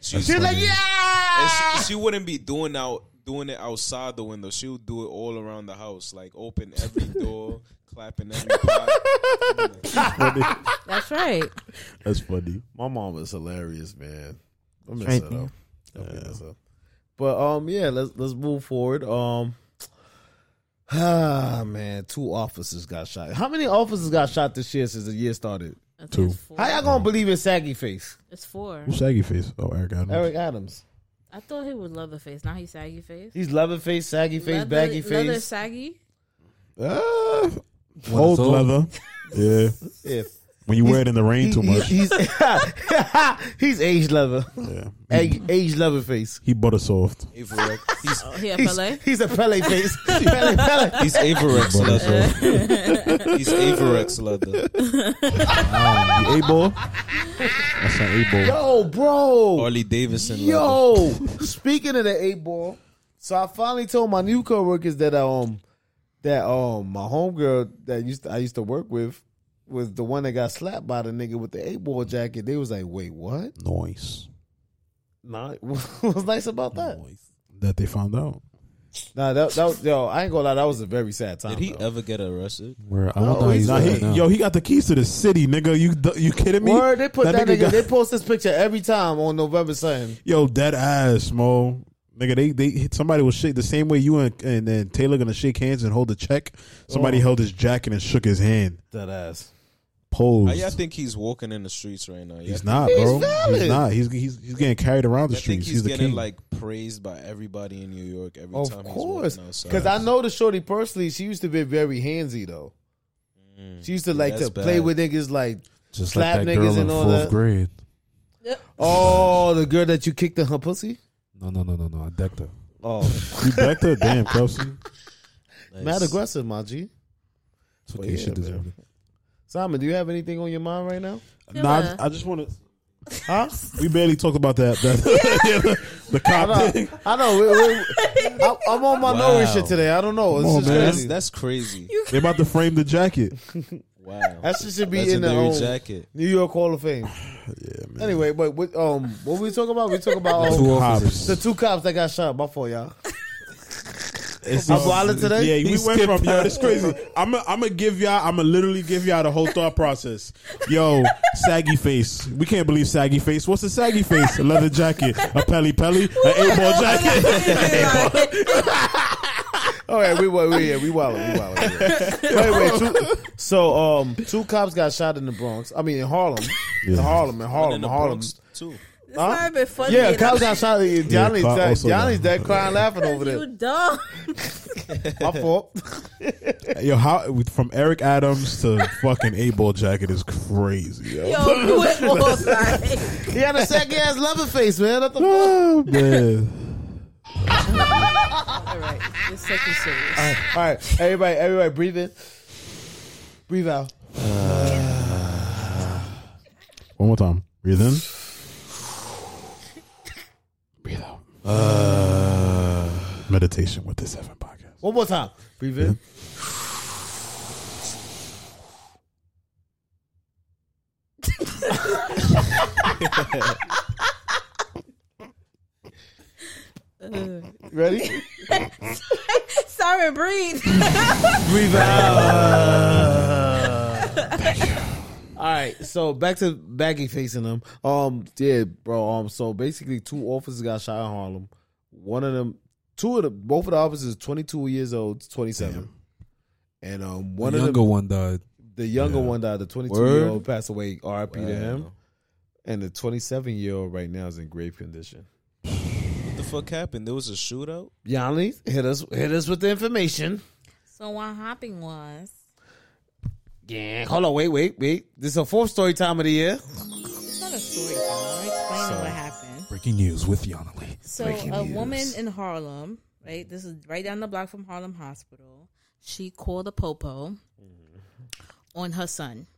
S2: She's
S3: She's like, yeah.
S2: she, she wouldn't be doing out doing it outside the window. She would do it all around the house, like open
S3: (laughs)
S2: every door, clapping every pot.
S4: That's right.
S1: That's funny.
S3: My mom was hilarious, man. I miss
S4: Right,
S3: her
S4: man.
S3: though. I miss her. But um, yeah, let's let's move forward. Um, (sighs) ah, man, two officers got shot. How many officers got shot this year since the year started?
S4: I think
S1: Two.
S4: It's four.
S3: How y'all
S1: Mm.
S3: gonna believe in saggy face
S4: It's four.
S1: Who saggy face? Oh, Eric Adams.
S3: Eric Adams?
S4: I thought he would love the face. Now he's saggy face.
S3: He's leather face, saggy face,
S4: Leather-
S3: baggy
S4: Leather
S3: face.
S4: saggy.
S3: Ah,
S5: old.
S1: Old leather. Yeah.
S3: yeah.
S1: When you wear it in the rain too much. Mm.
S3: He's (laughs) he's age leather,
S1: Yeah.
S3: age, age leather face.
S1: He butter soft.
S2: Averex. He's,
S4: Oh, he a
S3: He's,
S4: (laughs) Pele.
S3: he's a Pele face. (laughs) Pele, Pele.
S2: he's Averex leather. (laughs) He's Averex leather.
S1: You a ball? That's not a ball.
S3: Yo, bro.
S2: Harley Davidson leather.
S3: Yo, speaking of the eight ball, so I finally told my new coworkers that um that um my homegirl that used to, I used to work with was the one that got slapped by the nigga with the eight ball jacket. They was like, wait, what?
S1: Noise.
S3: Nah, (laughs) what's nice about that?
S1: that they found out.
S3: Nah, that, that was, yo, I ain't gonna lie, that was a very sad time.
S2: Did he ever get arrested?
S5: Where
S1: I want
S3: Oh,
S1: the
S3: he's
S1: nah,
S3: dead
S1: he-
S3: now.
S1: yo, he got the keys to the city, nigga. You you kidding me?
S3: Word, they put that, nigga.
S1: got-
S3: they
S1: (laughs)
S3: post this picture every time on November something.
S1: Yo, dead ass, Mo. Nigga, they they somebody will shake the same way you and and, and Taylor gonna shake hands and hold the check. Somebody
S3: Oh.
S1: held his jacket and shook his hand.
S3: That ass.
S1: Pose.
S2: How y'all think he's walking in the streets right now? Y'all
S1: he's
S2: think-
S1: not, bro. He's not. He's he's he's getting carried around the
S2: I think
S1: streets.
S2: he's,
S1: He's, the
S2: getting
S1: king.
S2: like praised by everybody in New York every
S3: Of
S2: time
S3: course,
S2: he's walking outside.
S3: because I know the shorty personally. She used to be very handsy though. She used to
S2: Mm. Yeah,
S3: like to
S2: that's
S3: play
S2: bad.
S3: with niggas, like
S5: Just
S3: slap
S5: like that girl
S3: niggas
S5: in
S3: and all
S5: fourth
S3: that.
S5: grade.
S3: Oh, the girl that you kicked in her pussy.
S5: No, no, no, no, no. I decked her.
S3: Oh,
S1: You back there, damn, Kelsey.
S3: (laughs) mad aggressive, my G.
S5: It's
S3: Well,
S5: okay. she
S3: yeah,
S5: deserved it.
S3: Simon, do you have anything on your mind right now?
S1: Nah, I, I just want to. Huh? We barely talked about that. that (laughs) the, the
S3: I
S1: cop
S3: know.
S1: thing.
S3: I know. we- we- I, am on my
S2: Wow.
S3: Norway shit today. I don't know. It's
S1: Come on,
S3: just
S1: man.
S3: crazy.
S2: That's crazy.
S1: They about to frame the jacket.
S2: Wow.
S3: That shit should be in the
S2: Legendary
S3: um,
S2: jacket.
S3: New York Hall of
S5: (sighs)
S3: Fame. yeah, man. Anyway, but what um what we talking about? We talking about
S1: The
S3: um,
S1: two officers.
S3: The two cops that got shot. My fault, y'all.
S1: (laughs) It's
S3: I'm
S1: um,
S3: wilding today?
S1: Yeah,
S3: He
S1: we went
S3: skipped
S1: from yo.
S3: that.
S1: It's crazy. I'm i I'm gonna give y'all. I'm gonna literally give y'all the whole thought process. Yo, saggy face. We can't believe saggy face. What's a saggy face? A leather jacket, a pelly pelly, an
S3: (laughs)
S1: eight ball jacket.
S4: (laughs)
S3: All right, we wa- we Oh, yeah, we wilding, we wilding. wait, wait. Two, so um, two cops got shot in the Bronx. I mean, in Harlem, in Harlem, in Harlem,
S2: in the
S3: Oh, Harlem.
S2: Bronx, too.
S4: This might have been funny.
S3: Yeah,
S4: and
S3: cops got
S4: I'm-
S3: shot. Johnny's
S1: Clout
S3: dead.
S1: also
S3: Johnny's
S1: got-
S3: dead, crying, laughing over
S2: (laughs)
S4: You
S3: there.
S4: dumb.
S3: My fault.
S1: yo, how from Eric Adams to fucking eight ball jacket is crazy.
S3: (laughs)
S1: Yo,
S4: Yo, you went off, like.
S3: He had a saggy ass lover face, man.
S1: (laughs)
S3: What the fuck?
S1: Oh, man.
S4: All right, let's take this serious.
S3: All right, all right, everybody, everybody, breathe in, breathe out.
S1: One more time. Breathe in. Breathe out. Meditation with this heaven podcast.
S3: One more time. Breathe in. Ready?
S4: Sorry, breathe.
S3: Breathe out. All right, so back to baggy facing them. Um, yeah, bro. Um, so basically, two officers got shot in Harlem. One of them, two of the, both of the officers, twenty two years old, twenty seven, and um, one
S5: the
S3: of
S5: younger
S3: them,
S5: one died.
S3: the younger
S5: Yeah.
S3: one died. The twenty two
S5: Word.
S3: year old passed away. R.I.P. to him. And the twenty seven year old right now is in grave condition.
S2: What the fuck happened? There was a shootout.
S3: Yanni, hit us, hit us with the information.
S4: so what happened was
S3: Yeah, hold on, wait, wait, wait. This is a fourth story time of the year.
S4: it's not a story. I'm explaining what happened.
S5: Breaking news with Yana Lee.
S4: So a woman in Harlem, right? This is right down the block from Harlem Hospital. She called a popo on her son.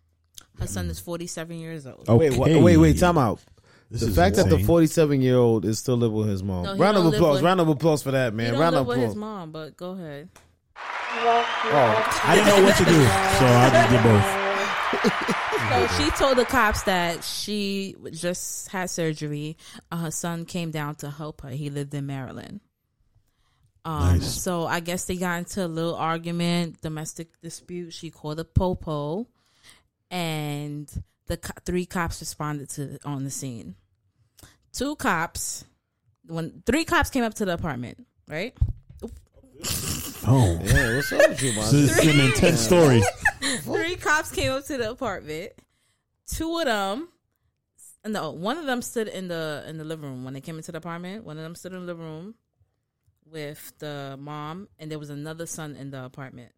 S4: Her son is 47 years old.
S1: Okay.
S3: Wait, wait, wait, wait, time out.
S1: This
S3: the
S1: is
S3: fact that the
S1: insane.
S3: 47 year old is still living with his mom.
S4: No, he
S3: round of
S4: don't live
S3: applause.
S4: with-
S3: round of applause for that,
S4: He
S3: man.
S4: don't
S3: Round
S4: live
S3: of
S4: with
S3: applause.
S4: his mom, but go ahead.
S1: I didn't know what to do, so I just did both.
S4: So she told the cops that she just had surgery. Uh, her son came down to help her. He lived in Maryland. Um,
S1: Nice.
S4: So I guess they got into a little argument, domestic dispute. She called a popo, and the co- three cops responded to on the scene. Two cops, when three cops came up to the apartment, right?
S1: Oh,
S3: Yeah, what's up with you, man?
S1: this is an intense story.
S4: Three cops came up to the apartment. Two of them, no, one of them stood in the in the living room when they came into the apartment. One of them stood in the living room with the mom, and there was another son in the apartment.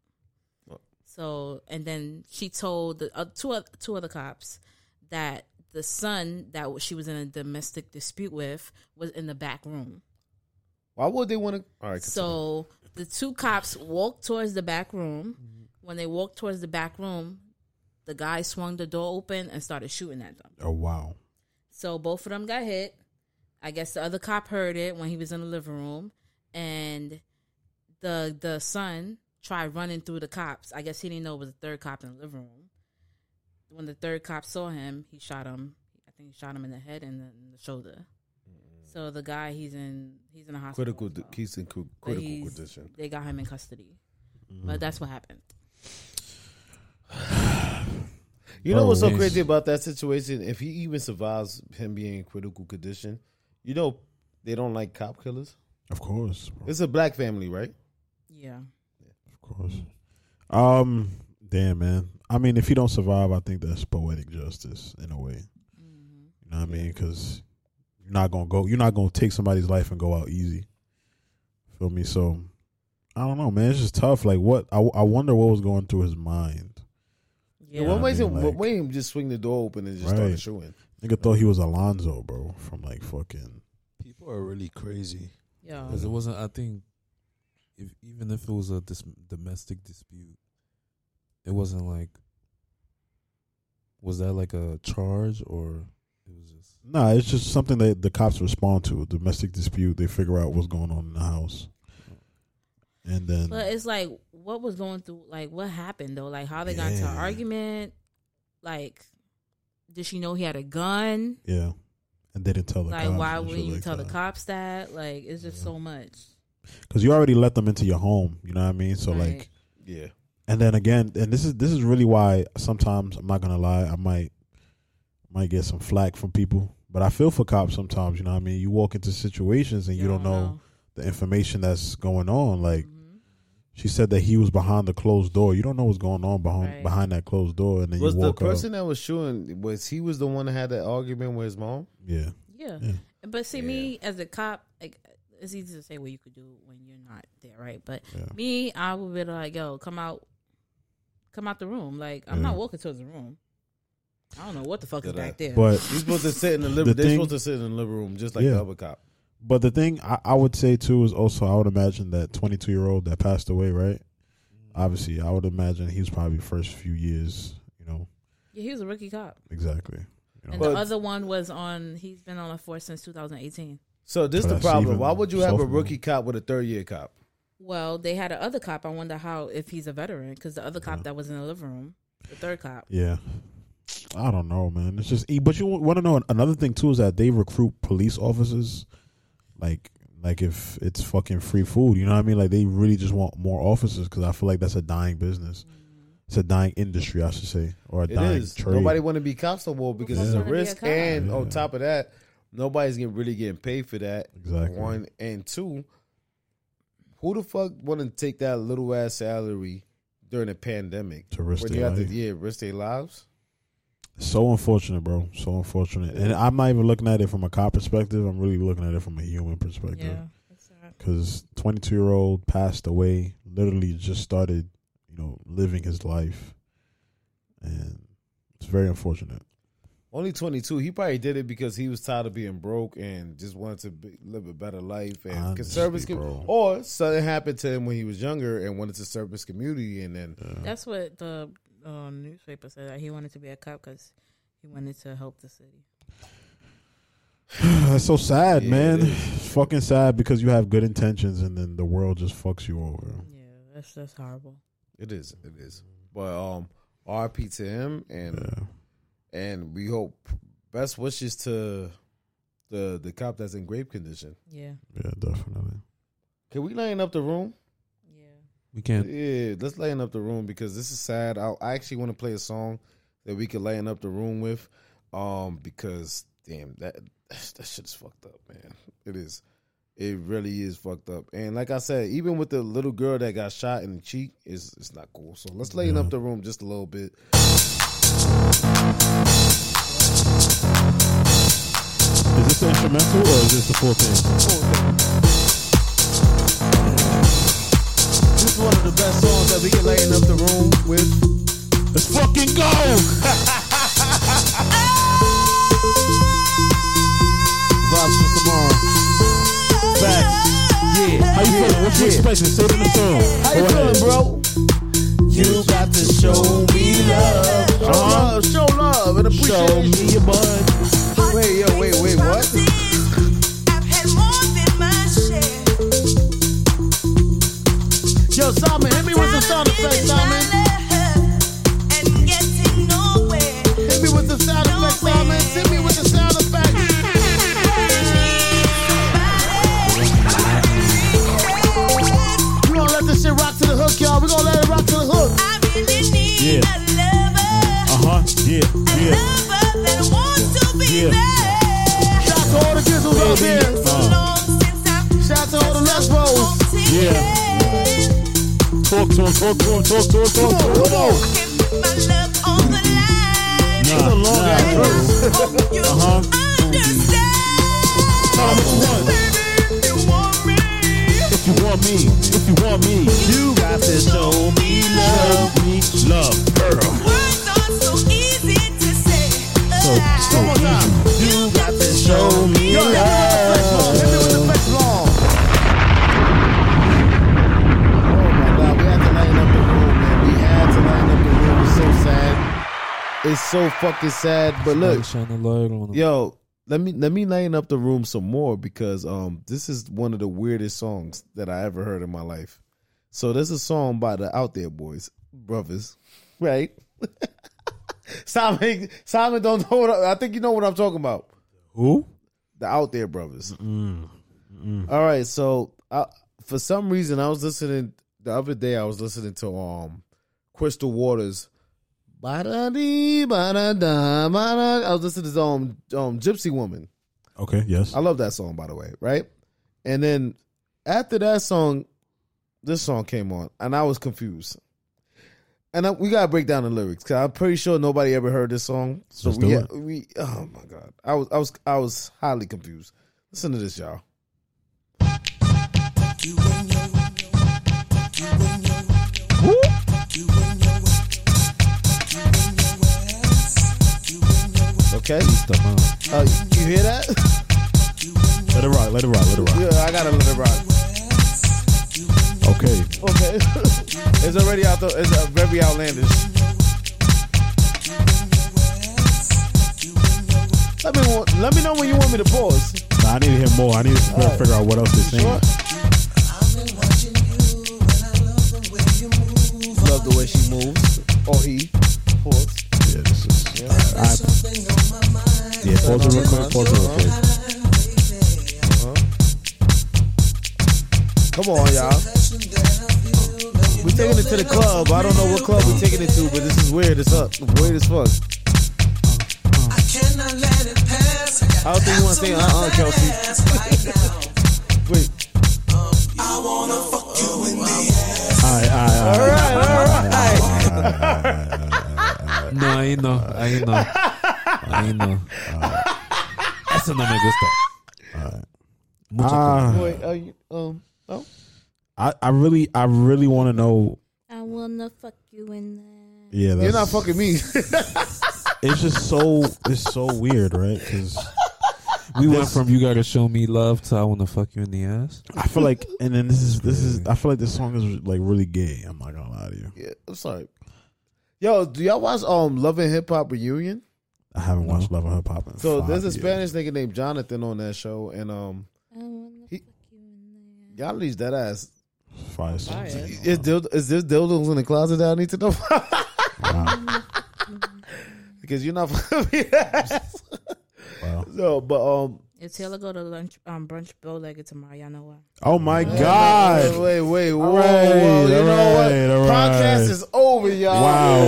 S4: So, and then she told the uh, two oth- two other cops that the son that she was in a domestic dispute with was in the back room.
S3: Why would they want to? All right.
S4: So the two cops walked towards the back room. When they walked towards the back room, the guy swung the door open and started shooting at them.
S1: Oh wow.
S4: So both of them got hit. I guess the other cop heard it when he was in the living room, and the the son tried running through the cops. I guess he didn't know it was a third cop in the living room. When the third cop saw him, he shot him. I think he shot him in the head and then the shoulder. So the guy, he's in he's in a hospital.
S3: Critical,
S4: as well.
S3: he's in cri-
S4: But
S3: critical
S4: he's-
S3: condition.
S4: They got him in custody,
S3: Mhm.
S4: but that's what happened.
S3: You know
S1: Bro,
S3: what's so
S1: he's-
S3: crazy about that situation? If he even survives him being in critical condition, you know they don't like cop killers.
S1: Of course,
S3: it's a black family, right?
S4: Yeah.
S1: Um, damn, man. I mean, if you don't survive, I think that's poetic justice in a way. You know what I mean? Because you're not gonna go. You're not gonna take somebody's life and go out easy. Feel me? So, I don't know, man. It's just tough. Like, what? I, I wonder what was going through his mind.
S3: Yeah. What
S1: I
S3: makes
S1: mean,
S3: him? What made him just swing the door open and just start shooting?
S1: Nigga thought he was Alonzo, bro, from like fucking.
S2: People are really crazy.
S4: Yeah.
S5: Because it wasn't. I think, if even if it was a dis- domestic dispute, it wasn't like. Was that like a charge or?
S1: Nah, it's just something that the cops respond to. A domestic dispute. They figure out what's going on in the house, and then
S4: But it's like, what was going through? Like, what happened though? Like, how they got into an
S1: Yeah.
S4: argument? Like, did she know he had a gun?
S1: yeah, and they didn't tell the
S4: like,
S1: cops.
S4: why
S1: and
S4: wouldn't
S1: shit
S4: you
S1: like
S4: tell
S1: that.
S4: the cops that? Like, it's just so much.
S1: because you already let them into your home. You know what I mean? So
S4: Right.
S1: like,
S3: Yeah.
S1: And then again, and this is this is really why sometimes I'm not gonna lie, I might might get some flack from people, but I feel for cops sometimes. You know what I mean? You walk into situations and you, don't know, the information that's going on. Like
S4: Mm-hmm.
S1: she said that he was behind the closed door. You don't know what's going on behind
S3: Right.
S1: behind that closed door, and then
S3: Was
S1: you
S3: the
S1: walk up.
S3: person that was shooting? Was he was the one that had that argument with his mom?
S1: Yeah.
S4: Yeah. But see, me as a cop, like, it's easy to say what you could do when you're not there, right? But me, I would be like, yo, come out, come out the room. Like, I'm
S1: Yeah.
S4: not walking towards the room. I don't know what the fuck is
S3: Did I-
S4: back there.
S1: But
S3: He's supposed to sit in the liber-
S1: the
S3: they're
S1: thing-
S3: supposed to sit in the living room just like the other cop.
S1: But the thing I, I would say too is also I would imagine that 22 year old that passed away, right?
S3: Mm.
S1: Obviously, I would imagine he was probably first few years, you know,
S4: yeah, he was a rookie cop.
S1: exactly. You know.
S4: And the other one was on. He's been on the force since 2018.
S3: So this
S1: But
S3: the
S1: that's
S3: problem.
S1: even
S3: Why would you have a
S1: sophomore.
S3: rookie cop with a third year cop?
S4: Well, they had a other cop. I wonder how if he's a veteran because the other cop that was in the living room, the third cop.
S1: Yeah. I don't know, man. It's just, but you want to know another thing too is that they recruit police officers, like, like if it's fucking free food, you know what I mean? Like they really just want more officers because I feel like that's a dying business. It's a dying industry, I should say, or a
S3: It
S1: dying
S3: is.
S1: trade.
S3: Nobody want to be cops no more because it's a
S1: Yeah. wanna be a
S3: risk,
S1: cop?
S3: and on
S1: Yeah.
S3: top of that, nobody's getting really getting paid for that.
S1: Exactly.
S3: One and two. Who the fuck want to take that little ass salary during a pandemic
S1: To risk
S3: when
S1: their
S3: you have to
S1: life.
S3: yeah risk their lives?
S1: So unfortunate, bro. So unfortunate. And I'm not even looking at it from a cop perspective. I'm really looking at it from a human perspective.
S4: Yeah,
S1: Because 22 year old passed away, literally just started, you know, living his life. And it's very unfortunate. (clears throat)
S3: Only twenty two. He probably did it because he was tired of being broke and just wanted to be, live a better life and
S1: Honestly,
S3: cause service. com-
S1: bro.
S3: or something happened to him when he was younger and wanted to service community, and then
S4: That's what the uh, newspaper said that he wanted to be a cop because he wanted to help the city.
S1: That's so sad, man. (laughs) It's fucking sad because you have good intentions and then the world just fucks you over.
S4: That's that's horrible.
S3: It is. It is. But um, RP to him, and and we hope best wishes to the the cop that's in grave condition.
S4: Yeah.
S1: Yeah, definitely.
S3: Can we line up the room?
S5: We can't.
S3: Yeah, let's line up the room because this is sad. I, I actually want to play a song that we can line up the room with, um, because damn that (sighs) that shit is fucked up, man. It is. It really is fucked up. And like I said, even with the little girl that got shot in the cheek, it's it's not cool. So let's line up the room just a little bit.
S1: Is this the instrumental or is this the full thing?
S3: This is one of the best songs that we can lighten up the room with.
S1: Let's fucking go!
S8: Vibes for tomorrow. Back. Yeah. How you feeling? What you expecting? Say it in the song. How you feeling, bro? You got to show me love.
S3: Show love, show love, and appreciation.
S8: Show me your bud. Wait, yo, wait, wait, what?
S3: Yo, Simon, hit me with the sound effect, Simon. Hit me with the sound effect, Simon. Hit me with the sound effect. rock to the hook, y'all. We're gonna let it rock to the hook. I really need
S1: Yeah. Uh huh. Yeah. Yeah. Yeah.
S3: Shout out to all the Gizzles out there. Shout out to all the Lesbos.
S1: Yeah. Talk to him. Talk to him. Talk to him. Talk to him. Come on. Nah, nah. Uh huh. Tell him if you want me. If you want me. You got to show me love. Show me love, girl. So, so easy. You got to show me
S3: Yo, hit me with the flex ball. Hit me with the flex ball. Oh my God, we had to lighten up the room, man. We had to lighten up the room. It's so sad. It's so fucking sad. But look,
S5: Shine the light on him.
S3: yo, let me let me lighten up the room some more because um this is one of the weirdest songs that I ever heard in my life. So there's a song by the Out There Boys brothers, right? (laughs) Simon, Simon, don't know what I, I think you know what I'm talking about.
S1: Who?
S3: The Out There Brothers. All right, so I, for some reason I was listening the other day. I was listening to um Crystal Waters. Ba-da-dee, ba-da-da, ba-da- I was listening to um um Gypsy Woman.
S1: Okay. Yes.
S3: I love that song, by the way, right? And then after that song, this song came on, and I was confused. And I, we gotta break down the lyrics because I'm pretty sure nobody ever heard this song. So
S1: Let's
S3: we,
S1: do
S3: ha- we, oh my god, I was, I was, I was highly confused. Listen to this, y'all. Okay. Uh, you hear that? (laughs)
S1: Let it rock. Let it rock. Let it rock.
S3: Yeah, I gotta let it rock.
S1: Okay.
S3: Okay. it's already out the, it's uh, very outlandish. Let me wa- let me know when you want me to pause.
S1: Nah, I need to hear more. I need to figure out what else they're saying.
S3: Love the way she moves. Or he. Pause.
S1: Yeah, this is. Yeah, pause it real quick. Pause it real quick.
S3: Come on, y'all. We taking it to the club. I don't know what club we taking it to, but this is weird as up. Weird as fuck. I don't think you want to say uh uh Kelsey. (laughs) Wait.
S1: Alright, alright, alright.
S5: No, I ain't know. I ain't know. I ain't
S3: (laughs)
S5: know. Eso no me gusta. Mucho
S1: Ah.
S5: color.
S3: Wait, are you, um, oh.
S1: I, I really, I really want to know.
S4: I wanna fuck you in there.
S1: Yeah, that's,
S3: You're not fucking me.
S1: It's just so, it's so weird, right? Because
S5: We went from you gotta show me love to I wanna fuck you in the ass.
S1: I feel like, and then this is, this is, I feel like this song is like really gay. I'm not gonna lie to you.
S3: yeah, I'm sorry. Yo, do y'all watch um Love and Hip Hop Reunion?
S1: I haven't watched Love and Hip Hop. in
S3: So
S1: five
S3: there's a
S1: years.
S3: Spanish nigga named Jonathan on that show, and um, he, y'all leave that ass.
S1: Fire song.
S3: Is, dild- is there dildos in the closet that I need to know? (laughs) because you're not fucking me.
S1: Wow.
S3: No, but um,
S4: If Taylor go to lunch um brunch bow legged tomorrow, y'all know why.
S1: Oh my God!
S3: Wait, wait, wait, whoa,
S1: All
S3: whoa,
S1: right,
S3: you
S1: all
S3: know what?
S1: right, all right.
S3: Podcast is over, y'all.
S1: Wow,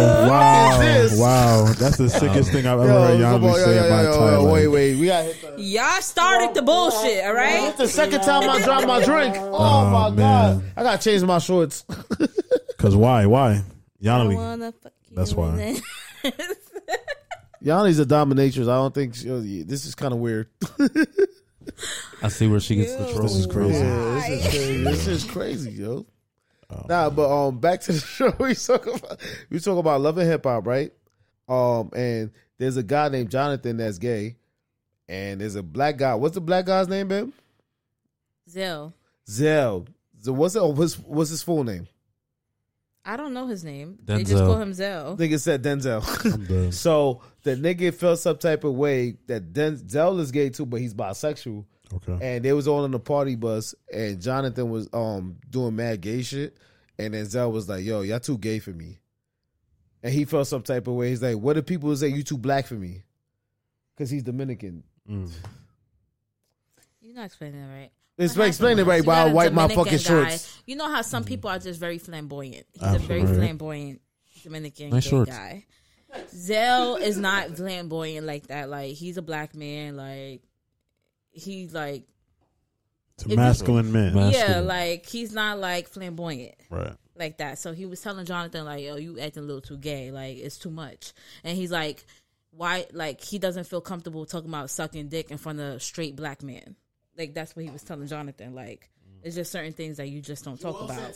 S3: What is this?
S1: wow, wow. That's the sickest thing I've ever
S3: Yo,
S1: heard
S3: come on,
S1: Yanvi
S3: yo,
S1: say
S3: yo,
S1: about
S3: yo, yo,
S1: Thailand.
S3: Wait, wait, we got hit.
S4: Y'all started the bullshit, all right?
S3: It's the second time I dropped my drink. Oh, my god, I gotta change my shorts.
S1: Because why? Why? Yanni.
S4: wanna fuck
S1: That's why.
S3: (laughs) Yanni's a dominatrix. I don't think she, oh, this is kind of weird.
S5: I see where she gets the troll.
S1: This is
S3: (laughs)
S1: crazy.
S3: Yeah, this is crazy. this is crazy, yo. Nah, but um, back to the (laughs) show. We talk about we talk about love and hip hop, right? Um, and there's a guy named Jonathan that's gay, and there's a black guy. What's the black guy's name, babe?
S4: Zell.
S3: Zell. So what's it? What's what's his full name?
S4: I don't know his name. They just
S3: Denzel.
S4: call him Zell.
S3: Nigga said Denzel. (laughs) so the nigga felt some type of way that Denzel is gay too, but he's bisexual.
S1: Okay.
S3: And they was all on the party bus, and Jonathan was um doing mad gay shit, and then Zell was like, "Yo, y'all too gay for me," and he felt some type of way. He's like, "What do people say? You too black for me?" Because he's Dominican.
S4: You're not explaining that right.
S3: Explain, explain it right while I
S4: Got a
S3: wipe my fucking
S4: Dominican guy.
S3: shorts. Mm.
S4: You know how some people are just very flamboyant. He's a
S3: Absolutely.
S4: very flamboyant Dominican
S3: Nice
S4: gay
S3: shorts.
S4: guy. Zell is not flamboyant like that. Like he's a black man. Like he's like
S1: It's a masculine man.
S4: Yeah,
S1: Masculine.
S4: like he's not like flamboyant.
S1: Right.
S4: Like that. So he was telling Jonathan like, "Yo, you acting a little too gay. Like it's too much." And he's like, "Why?" Like he doesn't feel comfortable talking about sucking dick in front of straight black men. Like that's what he was telling Jonathan. Like it's just certain things that you just don't talk about.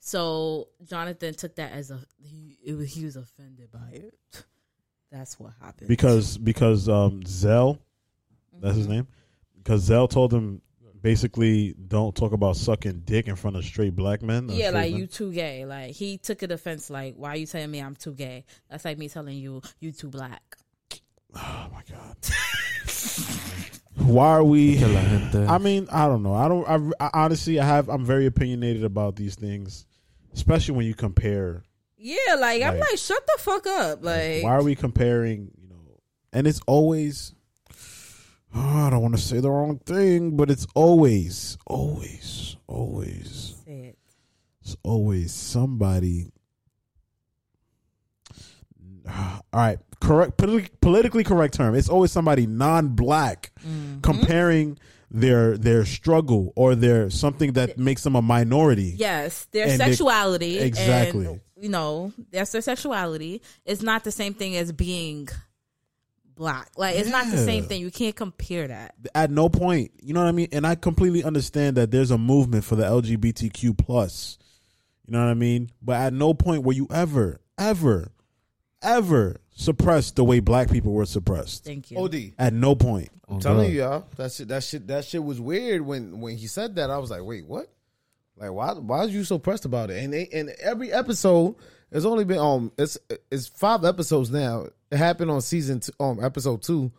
S4: So Jonathan took that as a he, it was, he was offended by it. That's what happened.
S1: because because um Zell, that's
S4: Mm-hmm.
S1: his name, because Zell told him basically don't talk about sucking dick in front of straight black men. or
S4: yeah,
S1: straight
S4: like
S1: men.
S4: you too gay. Like he took it offense. Like why you telling me I'm too gay? That's like me telling you you too black. (laughs)
S1: Why are we?
S5: Que la gente-
S1: I mean, I don't know. I don't. I, I honestly, I have. I'm very opinionated about these things, especially when you compare.
S4: Yeah, like I'm
S1: Like-
S4: like shut the fuck up. Like
S1: Why are we comparing? You know, and it's always. (sighs) Oh, I don't want to say the wrong thing, but it's always, always, always.
S4: Say it.
S1: It's always somebody. All right, correct. politi- politically correct term. It's always somebody non-black comparing their their struggle or their something that makes them a minority.
S4: Yes, their
S1: And they-
S4: sexuality. and,
S1: Exactly.
S4: you know, that's their sexuality. It's not the same thing as being black. Like it's not the
S1: Yeah.
S4: same thing. You can't compare that.
S1: At no point, you know what I mean. And I completely understand that there's a movement for the LGBTQ plus. You know what I mean. But at no point were you ever, ever, ever suppressed the way black people were suppressed.
S4: Thank
S3: you. OD.
S1: At no point.
S3: I'm telling you, y'all, that shit, that shit, that shit was weird when when he said that. I was like, wait, what? Like, why? Why is you so pressed about it? And they, and every episode, it's only been um, it's it's five episodes now. It happened on season two, um, episode two.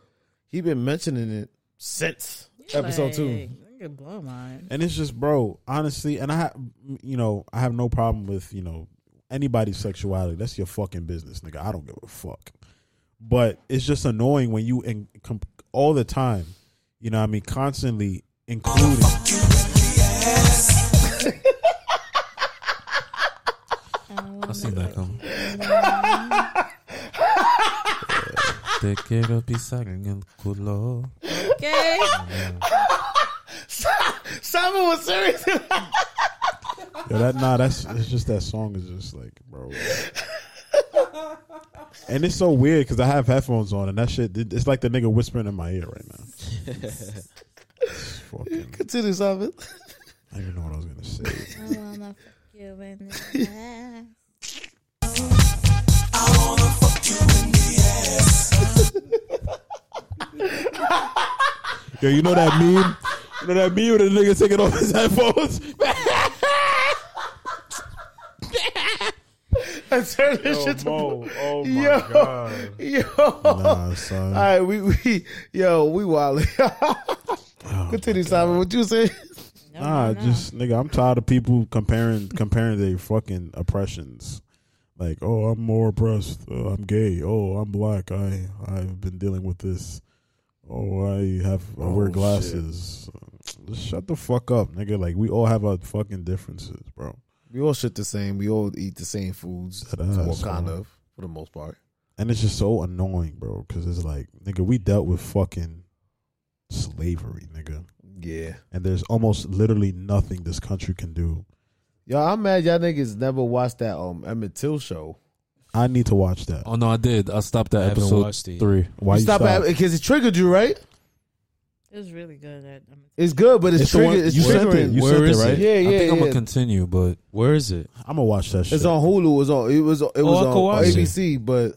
S3: He been mentioning it since episode two.
S1: And it's just, bro, honestly, and I, ha- you know, I have no problem with, you know, anybody's sexuality. That's your fucking business, nigga. I don't give a fuck. But it's just annoying when you, in, com- all the time, you know what I mean, constantly including.
S5: I seen that
S1: (laughs)
S5: coming. Te quiero pisar en el culo.
S4: (laughs) Okay.
S3: Simon was serious. (laughs)
S1: Yo, that nah, that's it's just that song is just like, bro. And it's so weird because I have headphones on, and that shit, it- it's like the nigga whispering in my ear right now.
S3: Continue, Simon. (laughs)
S1: I don't even know what I was gonna say. Yo, you know that meme? You know that meme with the nigga taking off his headphones?
S3: I turned this
S8: Yo,
S3: shit to
S8: Mo, oh my
S3: yo,
S8: God.
S3: (laughs) Yo.
S8: Nah,
S1: son.
S3: All right, we, we yo, we (laughs) wild.
S8: Oh,
S3: Continue, Simon. What you say?
S1: nah, just nigga, I'm tired of people comparing comparing their fucking oppressions. Like, oh, I'm more oppressed. Oh, I'm gay. Oh, I'm black. I I've been dealing with this. Oh, I have I wear
S3: Oh,
S1: glasses. Just shut the fuck up, nigga. Like we all have our fucking differences, bro.
S3: We all shit the same. We all eat the same foods.
S1: ass,
S3: well, kind
S1: bro.
S3: of, for the most part.
S1: And it's just so annoying, bro. Because it's like, nigga, we dealt with fucking slavery, nigga.
S3: Yeah.
S1: And there's almost literally nothing this country can do.
S3: Yo, I'm mad y'all niggas never watched that um Emmett Till show.
S1: I need to watch that.
S5: Oh no, I did. I stopped at
S1: haven't
S5: episode
S1: watched it.
S5: three.
S1: Why
S3: you stop because it triggered you, right?
S4: It was really good. At, um,
S3: It's good, but it's,
S5: the
S3: triggered.
S5: one-
S3: it's
S5: you sent
S3: triggering.
S5: it. You
S3: Where
S5: sent it,
S3: is
S5: right?
S3: Yeah, yeah,
S5: I think I'm
S3: yeah.
S5: gonna continue, but
S2: where is it?
S1: I'm gonna watch that shit.
S3: It's on Hulu. It was on. It was. It was
S2: Oh, I could
S3: on
S2: watch it.
S3: ABC. But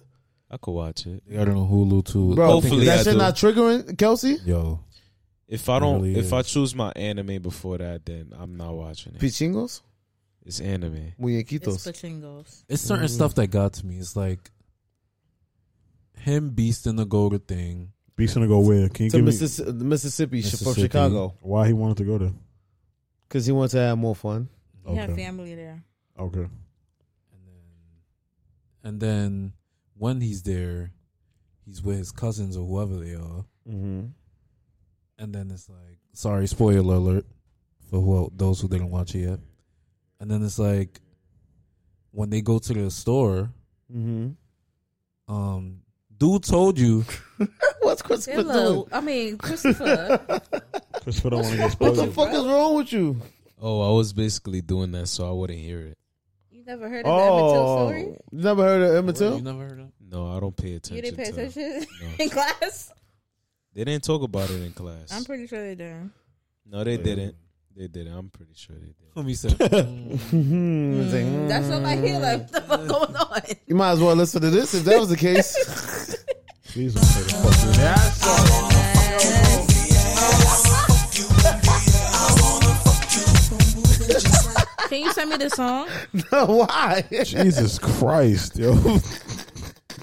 S2: I could watch it.
S5: I got it on Hulu too.
S3: bro,
S2: Hopefully I
S3: that shit
S2: do.
S3: not triggering Kelsey.
S5: Yo,
S2: If I don't,
S5: really
S2: if
S5: is.
S2: I choose my anime before that, then I'm not watching it.
S3: Pichingos,
S2: It's anime.
S3: muñequitos.
S4: It's Pachingos.
S5: it's certain
S3: Mm.
S5: stuff that got to me. It's like him beasting the Goga thing.
S1: Beast gonna go where? Can you
S3: to
S1: give me
S3: Mississippi, Mississippi, sh- from
S5: Mississippi.
S3: Chicago
S1: why he wanted to go there?
S3: because he wants to have more fun.
S4: You have family there.
S1: Okay.
S5: And then when he's there, he's with his cousins or whoever they are.
S3: Mm-hmm.
S5: And then it's like Sorry, spoiler alert for who those who didn't watch it yet. And then it's like when they go to the store,
S7: Mhm.
S5: um, dude told you
S3: What's Christopher doing?
S4: Hello. I
S1: (laughs)
S4: mean, Christopher.
S1: Christopher don't want
S3: (laughs)
S1: to get
S3: What
S1: spoiled.
S3: the fuck is wrong with you?
S2: Oh, I was basically doing that so I wouldn't hear it.
S4: you never heard of
S3: Oh,
S4: that Emmett Till story?
S3: you never heard of Emmett Till?
S5: never heard of?
S2: No, I don't pay attention.
S4: You didn't pay
S2: to-
S4: attention
S2: No.
S4: (laughs) in class?
S2: They didn't talk about it in class.
S4: I'm pretty sure they did.
S2: no, they didn't. They didn't. (laughs) I'm pretty sure they did.
S5: Let me
S3: (laughs)
S5: say.
S3: It's like, mm.
S4: That's what I hear. Like, what the fuck
S1: (laughs)
S4: going on?
S3: You might as well listen to this if that was the case.
S4: (laughs)
S3: (laughs)
S1: Please don't say the fuck.
S4: Can you send me the song?
S3: No, why?
S1: Jesus Christ, yo.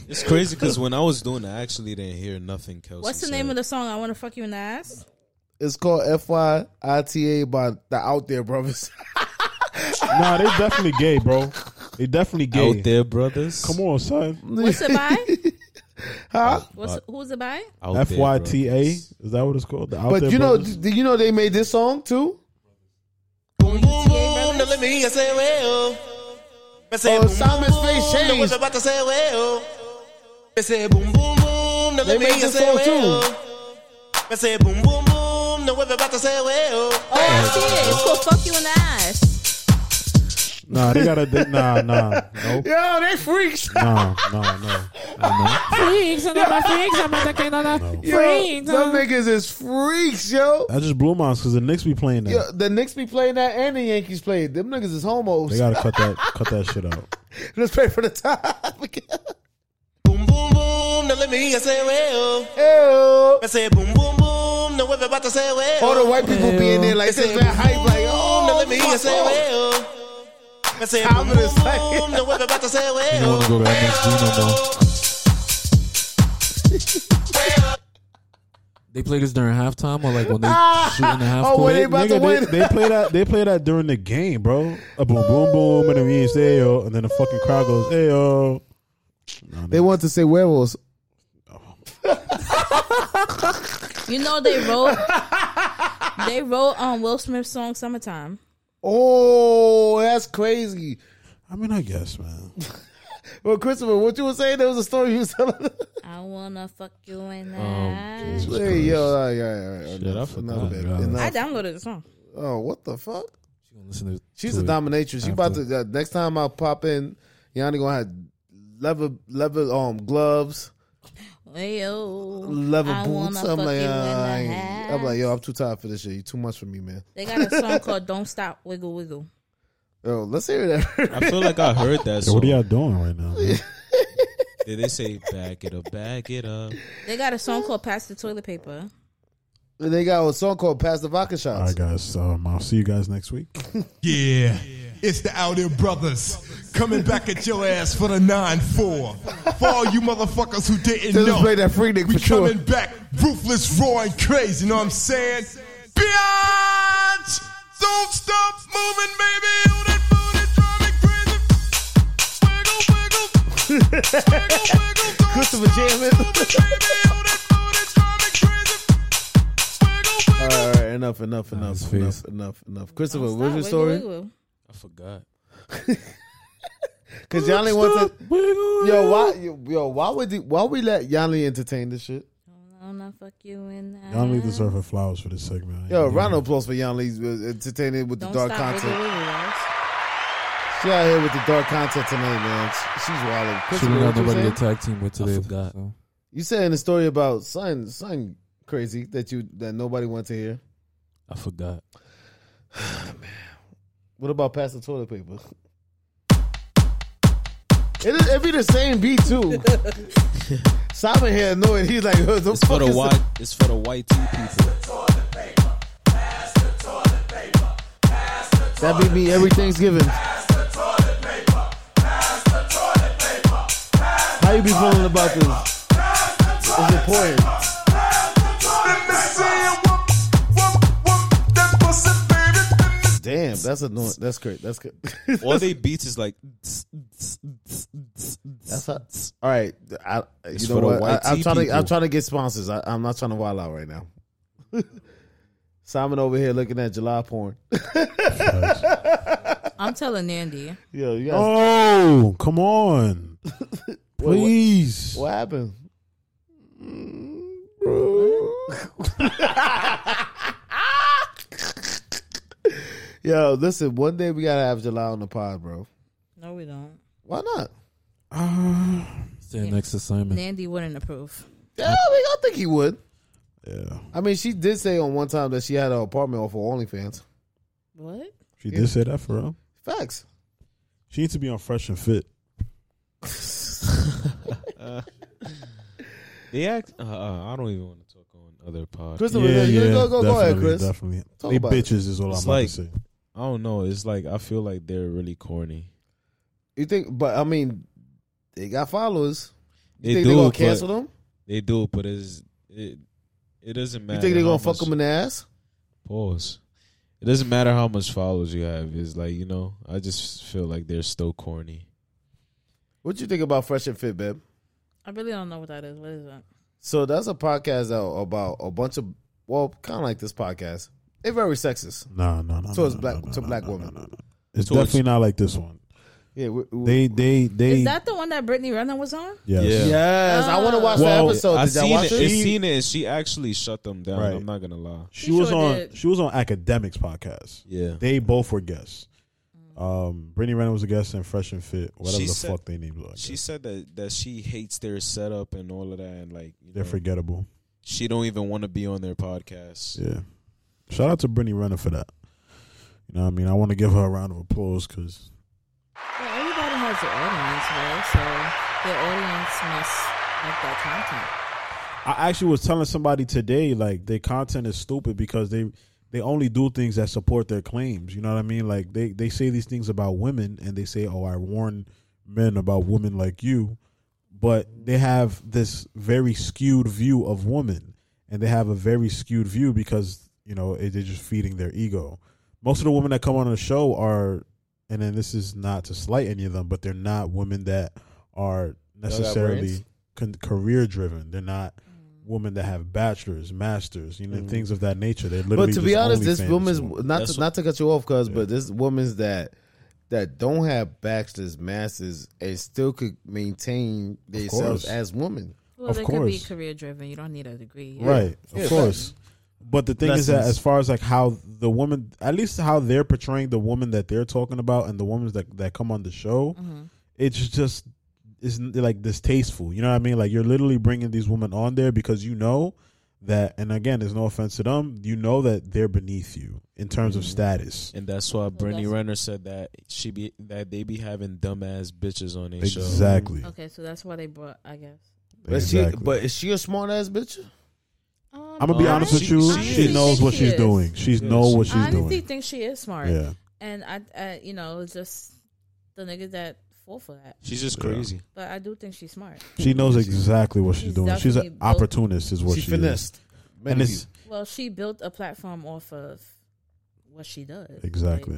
S2: It's crazy because when I was doing it, I actually didn't hear nothing, Kelsey.
S4: What's the name of the song? I want to fuck you in the ass.
S3: It's called FYITA by the Out There Brothers.
S1: (laughs) nah, they definitely gay, bro. They definitely gay.
S2: Out there, brothers.
S1: Come on, son.
S4: What's it by? (laughs)
S3: huh?
S4: What's who's it by?
S2: Out
S1: F
S2: there,
S1: Y T A. Is that what it's called? The Out
S3: But
S1: There
S3: you know,
S1: Brothers?
S3: do you know they made this song too?
S18: Boom, now let me hear you say well. Me say
S3: Oh,
S18: boom,
S3: Simon's
S18: boom,
S3: face
S18: now what
S3: changed.
S18: you about to say well. Me say boom, boom, boom,
S3: They
S18: now let me
S3: made
S18: hear you
S3: this
S18: say
S3: song,
S18: well. Me say boom, boom, boom, now what you about to say well.
S4: Oh, I see it. It's called fuck you in the ass.
S1: nah, they gotta. They,
S3: (laughs)
S1: nah, nah, nope.
S3: Yo, they freaks.
S1: Nah, nah, no. I
S4: Freaks,
S8: my freaks, I'm not taking on
S3: Yo, them niggas is freaks, yo.
S1: know. I just blew mine because the Knicks be playing that.
S3: Yo, the Knicks be playing that and the Yankees played. Them niggas is homos.
S1: They gotta cut that. cut that shit out.
S3: (laughs) Let's pray for the top. (laughs)
S18: Boom, boom, boom, now let me hear you say well.
S3: Ew.
S18: Me say boom, boom, boom, now what you about to say well.
S3: All the white people be in there like
S18: Me
S3: this,
S18: say
S3: man. Hype like,
S18: boom, now
S3: oh,
S18: let me hear you
S3: fuck
S18: say
S3: off.
S18: well. Me say boom,
S3: I'm
S18: boom,
S3: gonna say-
S18: boom, now what you about to say
S5: you don't
S18: well.
S5: want to go to MSG no more. They play this during halftime or like when
S3: (laughs)
S5: they shoot in the half
S3: Oh,
S5: court.
S3: when they about to
S1: Nigga,
S3: win.
S1: they, they play that. They play that during the game, bro. A boom, boom, boom, and then we say yo, and then the fucking crowd goes hey yo.
S3: They want to say werewolves.
S4: You know they wrote. they wrote on um, Will Smith's song "Summertime."
S3: Oh, that's crazy.
S1: I mean, I guess, man.
S3: Well, Christopher, what you were saying? There was a story you was telling.
S4: I wanna fuck you in the
S2: Um,
S4: ass.
S3: hey, yo, all right, all right, all right.
S2: Shit, I
S3: Enough, enough,
S2: forgot.
S3: baby,
S5: God.
S3: enough.
S4: I downloaded the song.
S3: Oh, what the fuck?
S5: Listen to-
S3: She's
S5: to
S3: a
S5: it.
S3: dominatrix. You about to uh, next time I pop in, Yanni gonna have leather leather um gloves,
S4: Hey yo,
S3: leather
S4: I
S3: boots.
S4: wanna
S3: I'm
S4: fuck
S3: like,
S4: you in
S3: uh, I
S4: the
S3: ain't-
S4: ass.
S3: I'm like, yo, I'm too tired for this shit. You too much for me, man.
S4: They got a song called "Don't Stop Wiggle Wiggle."
S3: Yo, let's hear that. (laughs)
S2: I feel like I heard that
S1: Yo,
S2: song.
S1: what are y'all doing right now? (laughs) man?
S2: Did they say back it up, back it up?
S4: They got a song called "Pass the Toilet Paper."
S3: they got a song called "Pass the Vodka
S1: All right,
S3: Shots."
S1: guys. Um, I'll see you guys next week.
S8: Yeah. It's the Out Here Brothers coming back at your ass for the 9 4. For all you motherfuckers who didn't
S3: Just
S8: know,
S3: play that free dick
S8: we
S3: for sure.
S8: coming back ruthless, raw, and crazy. You know what I'm saying? Biatch! Don't stop moving, baby. You that booty driving crazy. Wiggle, wiggle. Wiggle, wiggle. Don't
S3: Christopher
S8: stop
S3: Jamin.
S4: (laughs)
S8: moving, baby. You that booty driving crazy. Wiggle, wiggle.
S3: All right, all right, enough, enough, enough,
S5: Nice
S3: enough,
S5: face.
S3: enough, enough. Christopher,
S4: Stop,
S3: what's your
S4: wiggle,
S3: story?
S4: wiggle.
S2: I forgot.
S3: Because Yanni wants to. Yo, why? Yo, why would you, why we let Yanni entertain this shit?
S4: I wanna fuck you in the
S1: Y'all need to
S4: ass.
S1: serve her flowers for this segment.
S3: Yo, round of applause for Yanni entertaining with
S4: Don't
S3: the dark
S4: stop
S3: content.
S4: wiggle wiggle. guys.
S3: She out here with the dark content tonight, man. She- She's wild.
S5: She didn't have nobody to tag team with today. so.
S3: You saying a story about something, something crazy that you that nobody wants to hear.
S2: I forgot.
S3: What about pass the toilet paper? It is, it be the same beat too. Simon here annoyed. He's like, "What the
S2: It's for
S3: fuck
S2: the
S3: is
S2: white. It's for the white tea people.
S3: this?" That be me every Thanksgiving. How you be feeling about this? It's important. Damn, that's annoying. That's great. That's good.
S2: All they beats is like.
S3: (laughs) That's how, all right. I, you
S2: It's
S3: know
S2: for the
S3: what?
S2: white
S3: I, I'm
S2: tea
S3: trying to. I'm
S2: people.
S3: trying to get sponsors. I, I'm not trying to wild out right now. (laughs) Simon over here looking at July porn.
S4: I'm telling Nandy.
S3: Yo, you guys.
S1: Oh,
S3: (laughs)
S1: come on.
S3: Wait, what-
S1: Please.
S3: What, happened? (laughs) Yo, listen. One day we gotta have July on the pod, bro.
S4: No, we don't.
S3: Why not?
S5: Say next assignment.
S4: Nandy wouldn't approve.
S3: Yeah, I, mean, I think he would. Yeah. I mean, she did say on one time that she had an apartment off of OnlyFans.
S4: What?
S1: She did say that for real.
S3: Facts.
S1: She needs to be on Fresh and Fit.
S2: They act. Uh, uh, I don't even want to talk on other podcasts.
S3: Christopher, Yeah, you- yeah, go- go- go ahead,
S1: definitely, Chris. definitely. Talk They about it. bitches is all I'm
S2: It's
S1: about to
S2: like,
S1: say.
S2: I don't know. It's like I feel like they're really corny.
S3: You think? But I mean, they got followers. You
S2: They
S3: think
S2: do.
S3: they gonna
S2: but-
S3: cancel them?
S2: They do, but it's it. It doesn't matter.
S3: You think they
S2: how
S3: gonna fuck
S2: much-
S3: them in the ass?
S2: Pause. It doesn't matter how much followers you have. It's like you know. I just feel like they're still corny.
S3: What you think about Fresh and Fit, babe?
S4: I really don't know what that is. What is that?
S3: So that's a podcast out about a bunch of well, kind of like this podcast. They're very sexist.
S1: No, no, no,
S3: Towards black to black women.
S1: It's
S3: Towards-
S1: definitely not like this one.
S3: Yeah, we, we-
S1: They, they, they.
S4: Is that the one that Brittany Renner was on?
S1: yes.
S2: Yeah.
S3: Yes, I want to watch
S2: Well,
S3: the episode.
S2: I
S3: Did y'all
S2: seen
S3: watch
S2: it.
S3: it?
S2: I seen it. And she actually shut them down.
S1: Right.
S2: I'm not gonna lie.
S1: She was on. She was on academics podcast.
S2: Yeah,
S1: they both were guests. Um, Brittany Renner was a guest in Fresh and Fit. Whatever
S2: She
S1: the
S2: said-
S1: fuck they named were.
S2: She said that that she hates their setup and all of that, and like you
S1: They're
S2: know,
S1: forgettable.
S2: She don't even want to be on their podcast.
S1: Yeah. Shout out to Brittany Renner for that. You know, what I mean, I want to give her a round of applause because
S4: Well, everybody has their audience, right? So their audience must like that content.
S1: I actually was telling somebody today like their content is stupid because they they only do things that support their claims. You know what I mean? Like they they say these things about women and they say, "Oh, I warn men about women like you," but they have this very skewed view of women, and they have a very skewed view because you know it, they're just feeding their ego. Most of the women that come on the show are, and then this is not to slight any of them, but they're not women that
S3: They
S1: are
S3: got brains?
S1: necessarily con- career driven. They're not women that have bachelors, masters, you know,
S3: Mhm.
S1: things of that nature. They're literally.
S3: But to
S1: just
S3: be honest, this
S1: OnlyFans
S3: woman's
S1: women.
S3: not to, not to cut you off, cuz but this woman's that that don't have bachelor's masters and still could maintain themselves
S1: course.
S3: as women.
S4: Well,
S1: Of
S4: they could be
S1: course.
S4: career driven. You don't need a degree.
S1: right, of
S4: Yeah,
S1: course. But the thing is that,
S3: Lessons.
S1: as far as like how the woman, at least how they're portraying the woman that they're talking about and the women that that come on the show,
S4: Mm-hmm.
S8: Mhm.
S1: it's just it's n- like distasteful. You know what I mean? Like you're literally bringing these women on there because you know that, and again, there's no offense to them. You know that they're beneath you in terms
S4: Mm-hmm.
S1: of status.
S2: And that's why Brittany
S1: that's-
S2: Renner said that she be that they be having dumbass bitches on their show.
S1: Exactly.
S4: Okay, so that's why they brought. I guess.
S3: But
S1: Exactly.
S3: she but is she a smart ass bitch?
S1: I'm gonna be
S4: Um,
S1: honest with you. She, knows what she's doing. She's know what she's
S4: I honestly
S1: doing.
S4: think she is smart.
S1: Yeah.
S4: And I, I you know, it's just the niggas that fall for that.
S2: She's just crazy.
S4: But I do think she's smart.
S1: She knows exactly what she's, doing. She's
S4: definitely
S1: an
S4: built-
S1: opportunist, is what
S3: She
S1: she,
S3: finessed
S1: is. And it's
S4: Well, she built a platform off of what she does.
S1: exactly,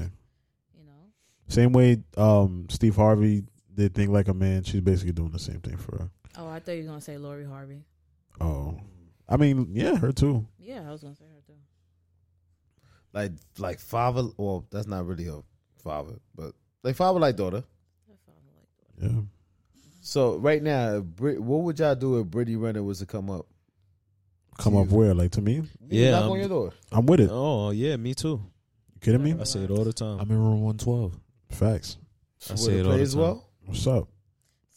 S1: same way um, Steve Harvey did think like a man. She's basically doing the same thing for her.
S4: Oh, I thought you were gonna say Lori Harvey.
S1: Oh, I mean, yeah, her too.
S4: Yeah, I was gonna say her too.
S3: Like like father well, that's not really a father, but like father like daughter.
S1: Yeah.
S3: So right now, Brit, what would y'all do if Brittany Renner was to come up?
S1: Come up where, like to me?
S2: Yeah,
S3: knock
S2: I'm-
S3: on your door.
S1: I'm with it.
S2: Oh yeah, me too.
S1: You kidding me?
S2: I say it all the time.
S5: I'm in room 112.
S1: Facts.
S2: I say it all the time.
S1: What's up?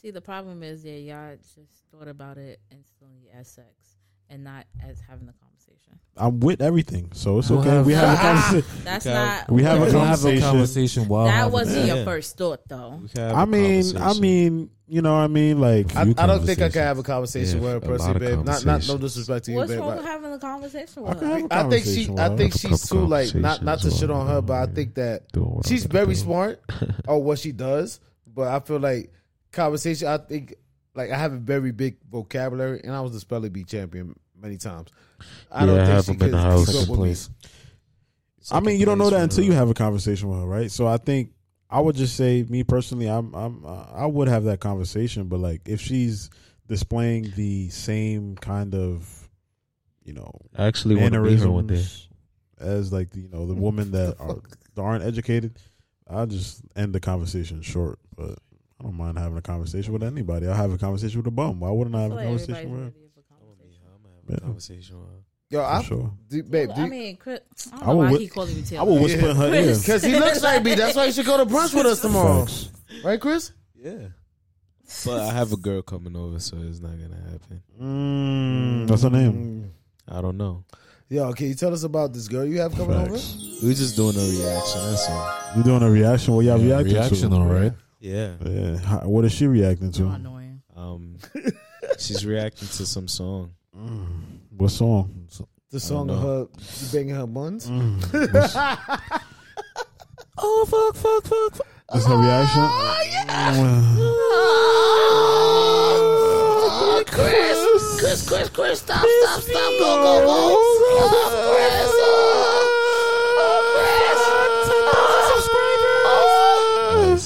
S4: See, the problem is that y'all just thought about it instantly as sex and not as having a conversation.
S1: I'm with everything, so it's
S5: We'll (laughs)
S1: okay.
S5: have-
S1: we have a conversation.
S4: That's not-
S1: We have a
S5: We'll have a
S1: conversation.
S5: conversation while That having-
S4: wasn't your first thought, though.
S1: I mean, I mean, you know, what I mean, like
S3: I, I don't think I can have a conversation with her personally, babe. Not, not no disrespect to you,
S4: What's
S3: babe.
S4: wrong
S3: Like,
S4: with having a conversation with
S3: I
S4: her?
S3: I think she, I think she's too like not not to shit on her, but I think that she's very smart or what she does. But I feel like conversation. I think like I have a very big vocabulary, and I was the spelling bee champion many times. I don't
S5: Yeah, I
S3: think
S5: have
S3: she
S5: them in
S3: could
S5: the house.
S3: keep up
S5: Second
S3: with me.
S5: place.
S1: I mean, you don't know that until you have a conversation with her, right? So I think I would just say, me personally, I'm, I'm, uh, I would have that conversation. But like, if she's displaying the same kind of, you know,
S2: I actually wanna be her one day.
S1: mannerisms as like the, you know the women that are that aren't educated. I just end the conversation short, but I don't mind having a conversation with anybody. I have a conversation with a bum. Why wouldn't I have a
S4: Well,
S1: conversation
S4: everybody's
S1: with?
S2: Have a conversation with her.
S3: Yo, I,
S1: sure.
S3: do, babe, do
S4: I
S3: you-
S4: mean, Chris, I don't
S1: I
S4: know
S1: will
S4: why
S1: whi-
S4: he calling you Taylor.
S1: I will whisper in her
S3: (laughs)
S1: ear.
S3: because he looks like me. That's why you should go to brunch with us tomorrow, right, Chris?
S2: Yeah. But I have a girl coming over, so it's not gonna happen.
S1: What's her
S3: Mm,
S1: name?
S2: I don't know.
S3: Yo, can you tell us about this girl you have coming over?
S2: We're just doing a reaction. That's all.
S1: You're doing a reaction. What y'all
S2: Yeah,
S1: reacting
S2: reaction,
S1: to?
S2: all right. Yeah.
S1: Yeah. How- What is she reacting
S8: Oh,
S1: to?
S2: Um, she's reacting to some song.
S1: What song?
S3: The song of her you banging her buns.
S2: oh fuck, fuck, fuck! fuck.
S1: That's
S8: Oh,
S1: her reaction.
S8: Oh, Chris, Chris, Chris, Chris, stop, stop, stop, go, go,
S1: Oh,
S8: go. Stop, Chris. Oh, Chris. Oh,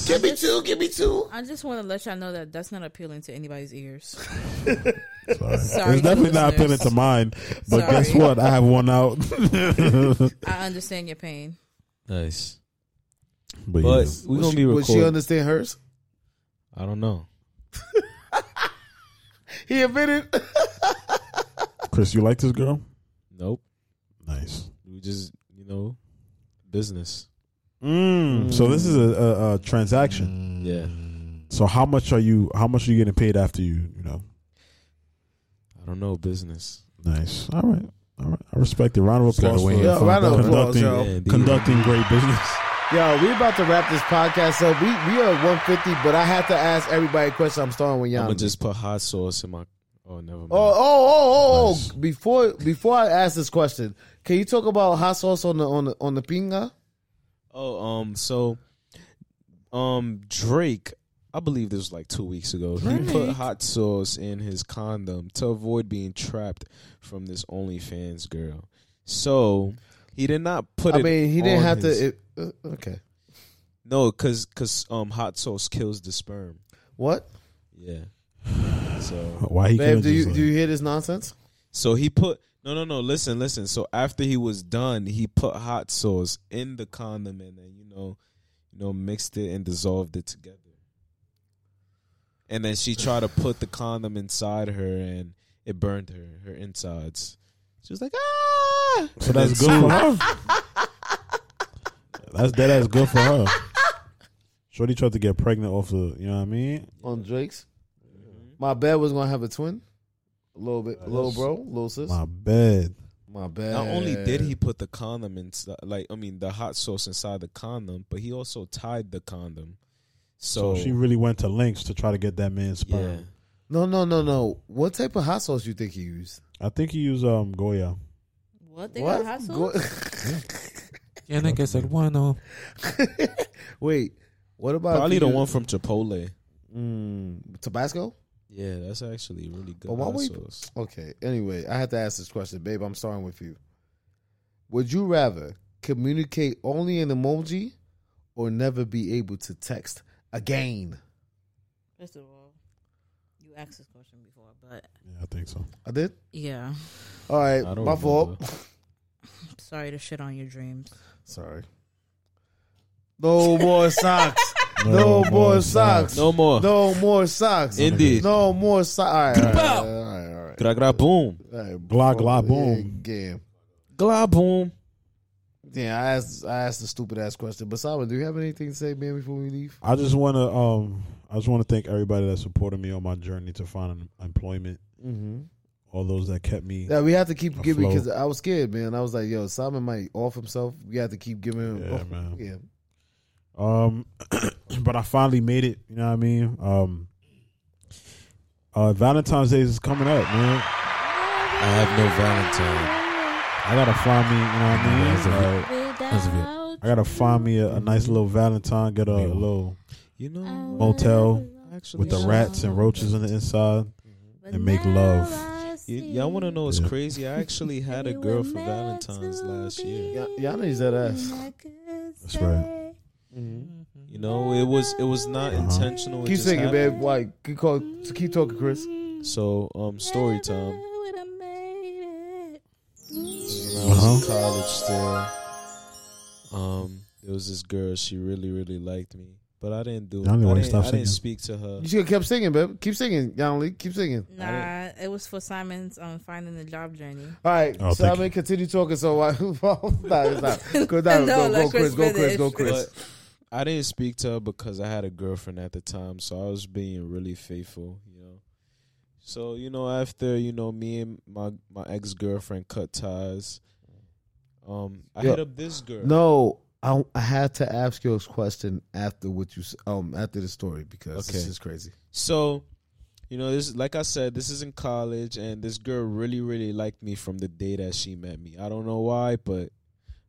S8: Give me two, give me two.
S4: I just want to let y'all know that that's not appealing to anybody's ears.
S1: Sorry.
S4: Sorry,
S1: it's definitely not
S4: listeners.
S1: appealing to mine. (laughs) But
S4: Sorry.
S1: guess what? I have one out.
S4: I understand your pain.
S2: Nice.
S1: But,
S2: But
S1: yeah.
S2: we're
S3: Would
S2: gonna
S3: she-
S2: be
S3: Would
S2: recording.
S3: she understand hers?
S2: I don't know.
S3: He admitted. (laughs)
S1: Chris, you like this girl?
S2: Nope.
S1: Nice.
S2: We just, you know, business.
S1: Mm. So this is a, a, a transaction.
S2: Yeah.
S1: So how much are you? How much are you getting paid after you? You know.
S2: I don't know business.
S1: Nice. All right. All right. I respect it. Round of
S2: Just gotta
S1: applause for
S2: wait Yeah,
S1: for
S3: round of applause,
S1: conducting
S3: yo. Yeah, dude.
S1: conducting great business. (laughs)
S3: Yo, we about to wrap this podcast up. We we are one fifty, but I have to ask everybody a question. I'm starting with
S2: I'm
S3: Yami.
S2: gonna just put hot sauce in my. Oh, never mind.
S3: Um, Oh, oh, oh, oh, oh. Before before I ask this question, can you talk about hot sauce on the on the on the pinga?
S2: Oh, um, so, um, Drake, I believe this was like two weeks ago. He put
S3: Drake?
S2: hot sauce in his condom to avoid being trapped from this OnlyFans girl. So he did not put
S3: I
S2: it.
S3: mean, he didn't
S2: on
S3: have
S2: his-
S3: to. It, uh, okay,
S2: no, cause cause um, hot sauce kills the sperm.
S3: what?
S2: Yeah. (sighs) So
S1: Why he
S3: Babe,
S1: couldn't
S3: do you
S1: just, like-
S3: do you hear this nonsense?
S2: So he put no no no listen listen. So after he was done, he put hot sauce in the condom and then you know, you know, mixed it and dissolved it together. And then she tried to put the condom inside her and it burned her, her insides. She was like, ah
S1: So
S3: (laughs)
S1: that's good for her. That's that. That's good for her. Shorty tried to get pregnant off the. You know what I mean?
S3: on Drake's.
S2: Mm-hmm.
S3: My bad was gonna have a twin, a little bit, little bro, little sis.
S1: My bad.
S3: My bad.
S2: Not only did he put the condom inside, like I mean, the hot sauce inside the condom, but he also tied the condom. So,
S1: So, she really went to lengths to try to get that man's sperm.
S3: No, no, no, no. What type of hot sauce you think he used?
S1: I think he used um Goya.
S4: What they
S3: What?
S4: got hot sauce?
S3: Go-
S5: Tiene que ser bueno.
S3: (laughs) Wait, what about if
S2: probably
S3: you
S2: the
S3: use-
S2: one from Chipotle.
S3: Mm, Tabasco?
S2: Yeah, that's actually really good.
S3: But why
S2: hot
S3: would you-
S2: sauce.
S3: Okay. Anyway, I had to ask this question, babe. I'm starting with you. Would you rather communicate only in emoji, or never be able to text again?
S4: First of all, you asked this question before, but
S1: Yeah, I think so.
S3: I did.
S4: yeah,
S3: All right,
S2: I
S3: my
S2: don't
S3: fault.
S4: sorry to shit on your dreams.
S3: Sorry. No more socks. No,
S2: No
S3: more
S2: more
S3: socks.
S2: socks. No more.
S3: No more socks.
S2: Indeed.
S3: No more socks. All right, all right, all right, all right.
S2: Gra gra boom.
S3: All right,
S1: Glock, glock,
S3: yeah,
S1: boom.
S3: Game.
S2: Gla boom.
S3: Yeah, I asked. I asked a stupid ass question. But Simon, do you have anything to say, man, before we leave?
S1: I just want to um I just want to thank everybody that supported me on my journey to find em- employment.
S3: Mm-hmm.
S1: All those that kept me.
S3: Yeah, we have to keep giving
S1: Afloat.
S3: because I was scared, man. I was like, yo, Simon might off himself. We have to keep giving him.
S1: Yeah, man.
S3: Yeah.
S1: Um, (clears throat) but I finally made it. You know what I mean? Um, uh, Valentine's Day is coming up, man.
S2: I have no Valentine.
S1: I gotta find me. You know what I mean? Uh, I gotta find me a, a nice little Valentine. Get a, little
S2: You know,
S4: Oh,
S1: motel with the rats and roaches on the inside, and make love.
S2: Y- y'all want to know what's crazy? I actually had a girl for Valentine's last year.
S3: Y'all know he's that ass.
S1: That's right.
S2: You know, it was it was not intentional. it Mm-hmm.
S3: Keep
S2: just
S3: singing,
S2: happened.
S3: babe. Why? Keep, call, keep talking, Chris.
S2: So, um, story time. This is when I was was in college still. Um, there was this girl. She really, really liked me, but I didn't do. it. I
S1: Yanni, why you
S2: didn't,
S1: stop
S2: I didn't
S1: singing?
S2: speak to her.
S3: You should have kept singing, babe. Keep singing, Yanli. Keep singing.
S4: Nah, it was for Simon's um finding the job journey.
S3: All right,
S1: Oh,
S3: so
S1: thank
S3: I'm gonna continue talking. So (laughs) I, well, nah, it's
S4: (laughs)
S3: not. Go, down,
S4: No,
S3: go,
S4: let
S3: go, Chris,
S4: Chris
S3: go, Chris,
S4: finish.
S3: go, Chris.
S2: But I didn't speak to her because I had a girlfriend at the time, so I was being really faithful, you know. So you know, after you know, me and my my ex girlfriend cut ties. Um, I
S3: Yo,
S2: hit up this girl.
S3: No, I, I had to ask you a question after what you s- um after the story because this
S2: Okay.
S3: is crazy.
S2: So, you know, this like I said, this is in college, and this girl really, really liked me from the day that she met me. I don't know why, but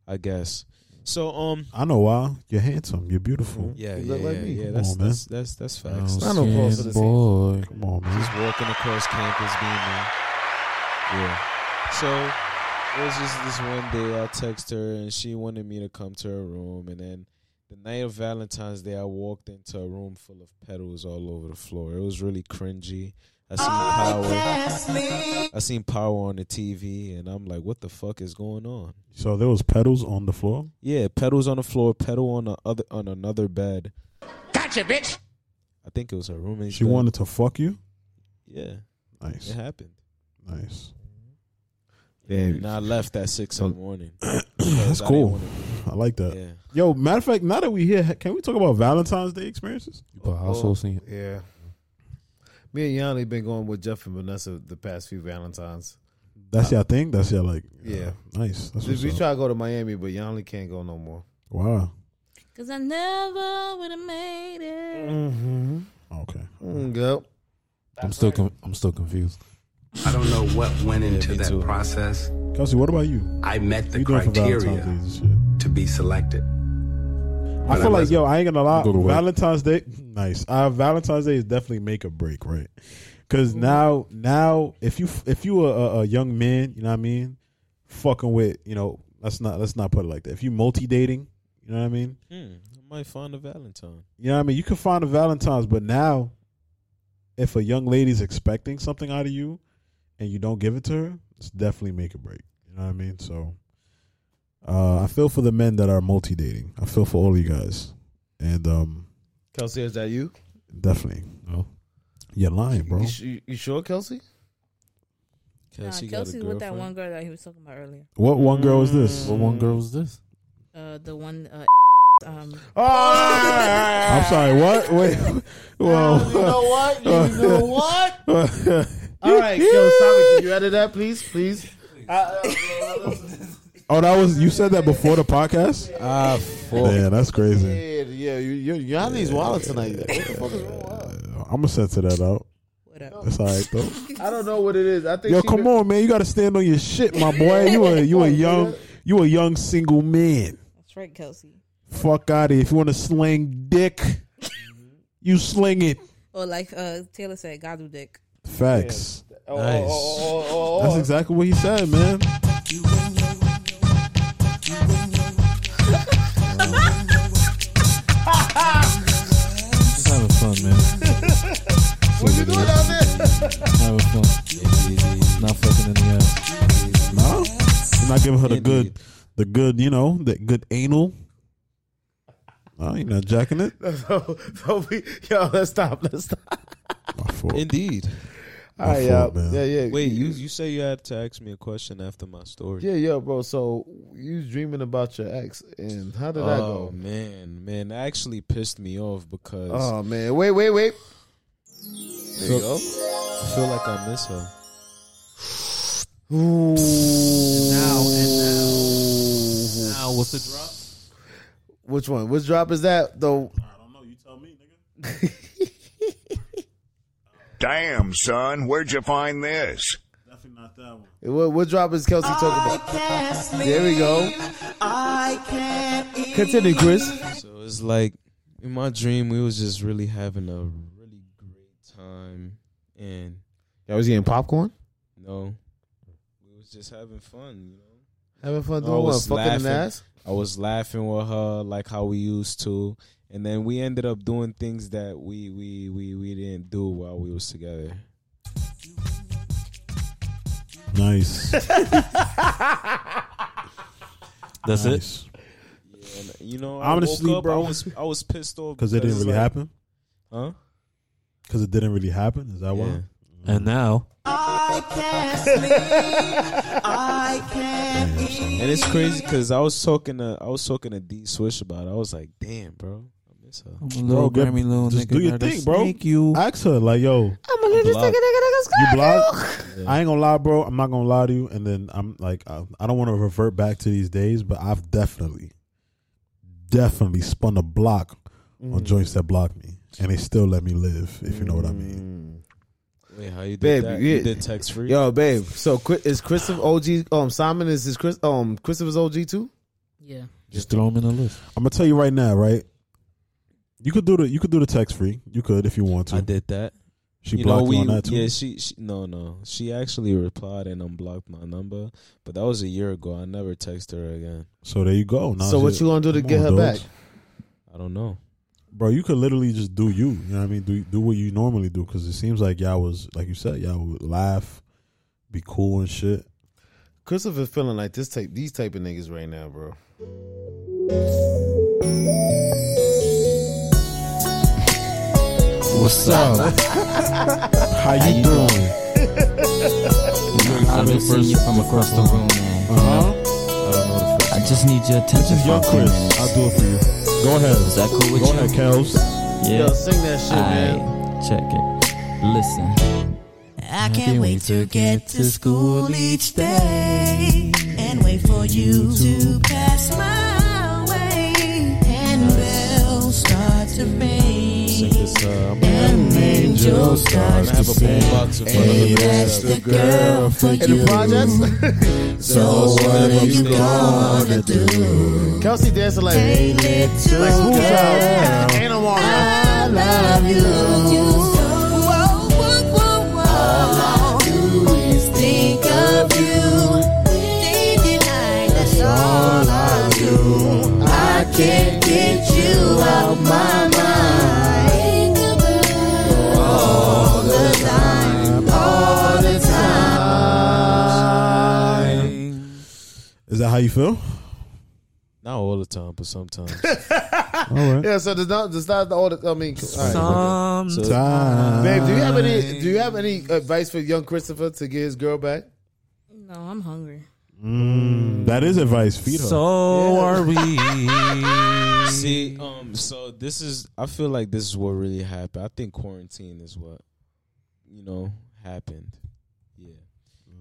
S2: I guess. So, um,
S1: I know why. You're handsome. You're beautiful.
S2: yeah,
S1: You
S2: yeah,
S1: look like
S2: yeah,
S1: me.
S2: yeah,
S1: Come
S2: That's,
S1: on, man.
S2: that's that's that's facts.
S1: Not no cross of the boy. Come on, man.
S2: Just walking across campus, being there. Yeah. So it was just this one day I text her and she wanted me to come to her room, and then the night of Valentine's Day I walked into a room full of petals all over the floor. It was really cringy. I seen power. I seen power on the TV, and I'm like, what the fuck is going on?
S1: So there was pedals on the floor.
S2: Yeah, pedals on the floor, pedal on the other on another bed. Gotcha, bitch. I think it was her roommate.
S1: She wanted to fuck you.
S2: Yeah.
S1: Nice.
S2: It happened.
S1: Nice.
S2: And I left at six in the morning.
S1: That's cool. I like that.
S2: Yeah.
S1: Yo, matter of fact, now that we here, can we talk about Valentine's Day experiences?
S5: also seen it.
S3: Yeah. Me and Yanni been going with Jeff and Vanessa the past few Valentines.
S1: That's your thing. That's your like.
S3: Yeah,
S1: nice. That's
S3: we
S1: what's up.
S3: try to go to Miami, but Yanni can't go no more.
S1: Wow.
S4: Cause I never would have made it.
S3: Mm-hmm.
S1: Okay.
S3: go.
S5: I'm still con- I'm still confused.
S19: I don't know what went into that process.
S1: Kelsey, what about you?
S19: I met the
S1: You doing for
S19: criteria
S1: Valentine's
S19: to be selected.
S1: I
S19: But
S1: feel like
S19: wasn't.
S1: yo, I ain't gonna lie.
S5: Go to work.
S1: Valentine's Day, nice. Uh, Valentine's Day is definitely make or break, right? Because now, now if you if you a, a, a young man, you know what I mean, fucking with you know, let's not let's not put it like that. If you multi dating, you know what I mean,
S2: Hmm, I might find a Valentine.
S1: you know what I mean. You can find a Valentine's, but now, if a young lady's expecting something out of you, and you don't give it to her, it's definitely make or break. You know what I mean? So, uh, I feel for the men that are multi dating. I feel for all you guys, and um.
S3: Kelsey, is that you?
S1: Definitely.
S5: Oh.
S1: No. You're lying, bro.
S3: You, su- you sure, Kelsey?
S4: Nah, Kelsey's with that one girl that he was talking about earlier.
S1: What one girl is this?
S5: What one girl is this?
S4: Uh, the one. Uh, (laughs) um.
S1: I'm sorry.
S3: (laughs)
S1: What? Wait. (laughs) Whoa.
S3: You know what? You know what? All right, yo, Simon, can you edit that, please, please?
S1: (laughs) Oh, that was you said that before the podcast.
S2: Ah,
S1: man, that's crazy.
S3: Yeah, yeah, you, you, you on these wild
S1: (laughs)
S3: tonight. What the fuck is wrong?
S1: I'm gonna censor that out. That's all right though.
S3: I don't know what it is. I think
S1: Yo,
S3: she
S1: come
S3: been-
S1: on, man. You gotta stand on your shit, my boy. You a you a young you a young single man.
S4: That's right, Kelsey.
S1: Fuck out of here. If you want to sling dick, you sling it.
S4: Or like uh, Taylor said, Gadu dick.
S1: Facts.
S3: Oh, oh, oh, oh, oh, oh. (laughs)
S1: That's exactly what he said, man.
S5: Just having fun, man.
S3: What you doing out there?
S5: Just having fun. Not fucking in the ass.
S1: No, you're not giving her the good, the good, you know, the good anal. No, you're not jacking it.
S3: so, so we, yo, let's stop. Let's stop.
S2: Indeed.
S3: All right,
S2: yeah,
S3: y'all. yeah, yeah.
S2: Wait, you you say you had to ask me a question after my story.
S3: Yeah, yeah, bro. So you was dreaming about your ex, and how did that
S2: Oh
S3: go?
S2: man, man, that actually pissed me off because
S3: Oh man, wait, wait, wait. There you go.
S2: I feel like I miss her.
S5: Now, what's the drop?
S3: Which one? Which drop is that though?
S20: Damn, son, where'd you find this?
S3: What, what drop is Kelsey
S1: Oh,
S3: talking about? (laughs) There we go.
S8: I can't eat.
S3: Continue, Chris.
S2: So it's like in my dream we was just really having a really great time and
S3: I was eating popcorn.
S2: no. We was just having fun, you know.
S3: Having fun
S2: No,
S3: doing what? Fucking an ass.
S2: I was laughing with her like how we used to, and then we ended up doing things that we we we we didn't do while we was together.
S1: Nice.
S5: That's it.
S1: Nice.
S2: And, you know,
S1: Honestly,
S2: I woke up,
S1: bro.
S2: I was I was pissed off
S1: because it didn't
S2: it's
S1: really
S2: like-
S1: happen.
S2: Huh?
S1: Because it didn't really happen. Is that why?
S5: And now,
S2: And it's crazy because I was talking to I was talking to D Swish about. it. I was like, damn, bro, I miss her.
S5: I'm a little
S1: get-
S5: Grammy little
S1: just
S5: nigga
S1: do your
S5: gotta
S1: thing, bro.
S5: sneak you.
S1: Ask her like, yo,
S4: I'm a little
S1: blocked.
S4: nigga, nigga,
S1: you
S4: nigga,
S1: blocked. I ain't gonna lie, bro. I'm not gonna lie to you. And then I'm like, I, I don't want to revert back to these days, but I've definitely, definitely spun a block
S4: Mm.
S1: on joints that blocked me, and they still let me live. If you know what I mean.
S2: Wait, how you did
S3: babe,
S2: that?
S3: yeah.
S2: You did text free.
S3: Yo, babe. So Chris, is Christopher OG? Um, Simon is his Chris? Um, Christopher's OG too.
S4: Yeah.
S5: Just throw them in the list.
S4: Mm.
S1: I'm gonna tell you right now, right? You could do the you could do the text free. You could if you want to.
S2: I did that.
S1: She
S2: You know,
S1: blocked
S2: we-
S1: you on that too.
S2: Yeah, she, she no no. She actually replied and unblocked my number, but that was a year ago. I never texted her again.
S1: So there you go. Now
S3: So what
S1: shit.
S3: you gonna do to
S1: Come
S3: get
S1: on,
S3: her
S1: dudes.
S3: back?
S2: I don't know.
S1: Bro, you could literally just do you. You know what I mean? Do do what you normally do because it seems like y'all was like you said y'all would laugh, be cool and shit.
S3: Christopher's feeling like this type, these type of niggas right now, bro.
S8: What's up? How you doing?
S21: I
S8: Look,
S21: listen you from across the room, man. Uh-huh. I just need your attention for a few minutes. I'll do it for you. Go ahead. Is that cool with you? Go ahead, Kels. Yeah.
S3: Yo, sing that shit, man.
S21: Aight, Check it. Listen.
S22: I can't wait to get to school each day and wait for you to pass my way and bells start to ring. And angels start to sing. Hey, that's the girl for you. So what are you gonna do?
S3: Kelsey dancing like
S22: Take it to
S3: like who
S22: town.
S3: child? Ain't no one.
S22: I love you. Whoa, whoa, whoa, whoa. All I do is think of you. Day and night, that's all I do. I can't get you out my mind. Think about you all the time, all the time.
S1: Is that how you feel?
S2: Not all the time, but sometimes.
S3: (laughs)
S1: (laughs)
S3: Yeah, so does not does not all the I mean all
S2: Sometimes.
S3: Babe, do you have any do you have any advice for young Christopher to get his girl back?
S4: No, I'm hungry.
S1: Mm, that is advice. Feed her.
S5: So are we?
S2: (laughs) See, um, so this is I feel like this is what really happened. I think quarantine is what you know happened. Yeah.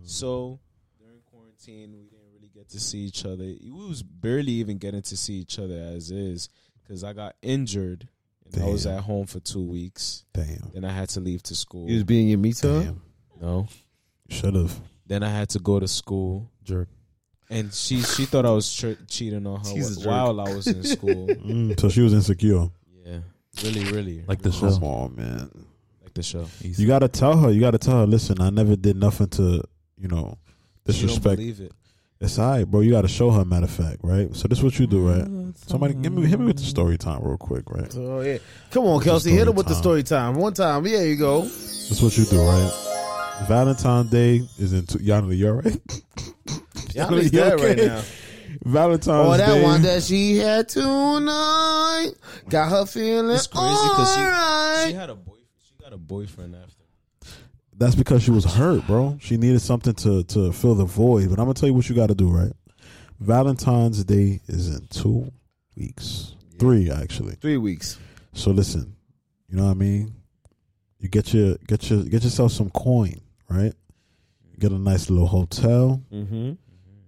S2: So during quarantine, we didn't really get to see each other. We was barely even getting to see each other as is because I got injured and I was
S1: Damn.
S2: at home for two weeks.
S1: Damn.
S2: Then I had to leave to school.
S3: You was being your meter?
S2: No.
S1: Should have.
S2: Then I had to go to school.
S1: Jerk.
S2: And she she thought I was tre- cheating on her
S1: She's a jerk.
S2: while I was in school.
S1: Mm, so she was insecure.
S2: Yeah, really, really.
S5: Like the
S1: Come
S5: show.
S1: on, man.
S2: Like the show.
S1: You gotta tell her. You gotta tell her. Listen, I never did nothing to you know
S2: She don't
S1: disrespect.
S2: believe it.
S1: It's all right, bro. You gotta show her. Matter of fact, right? So this is what you do, right? Somebody give me hit me with the story time real quick, right?
S3: Oh yeah. Come on,
S1: With the
S3: Kelsey, hit
S1: story
S3: him with the
S1: time.
S3: story time. One time. Yeah, you go.
S1: That's what you do, right? Valentine's Day is in two. Yana, you all right? (laughs)
S3: Y'all is dead right now.
S1: Valentine's
S3: Oh, that
S1: Day.
S3: one that she had tonight got her feeling
S2: It's crazy because she,
S3: alright.
S2: she had a boyfriend. She got a boyfriend after.
S1: That's because she was hurt, bro. She needed something to to fill the void. But I'm gonna tell you what you got to do, right? Valentine's Day is in two weeks, three actually,
S3: three weeks.
S1: So listen, you know what I mean. You get your get your get yourself some coin, right? Get a nice little hotel.
S3: Mm-hmm.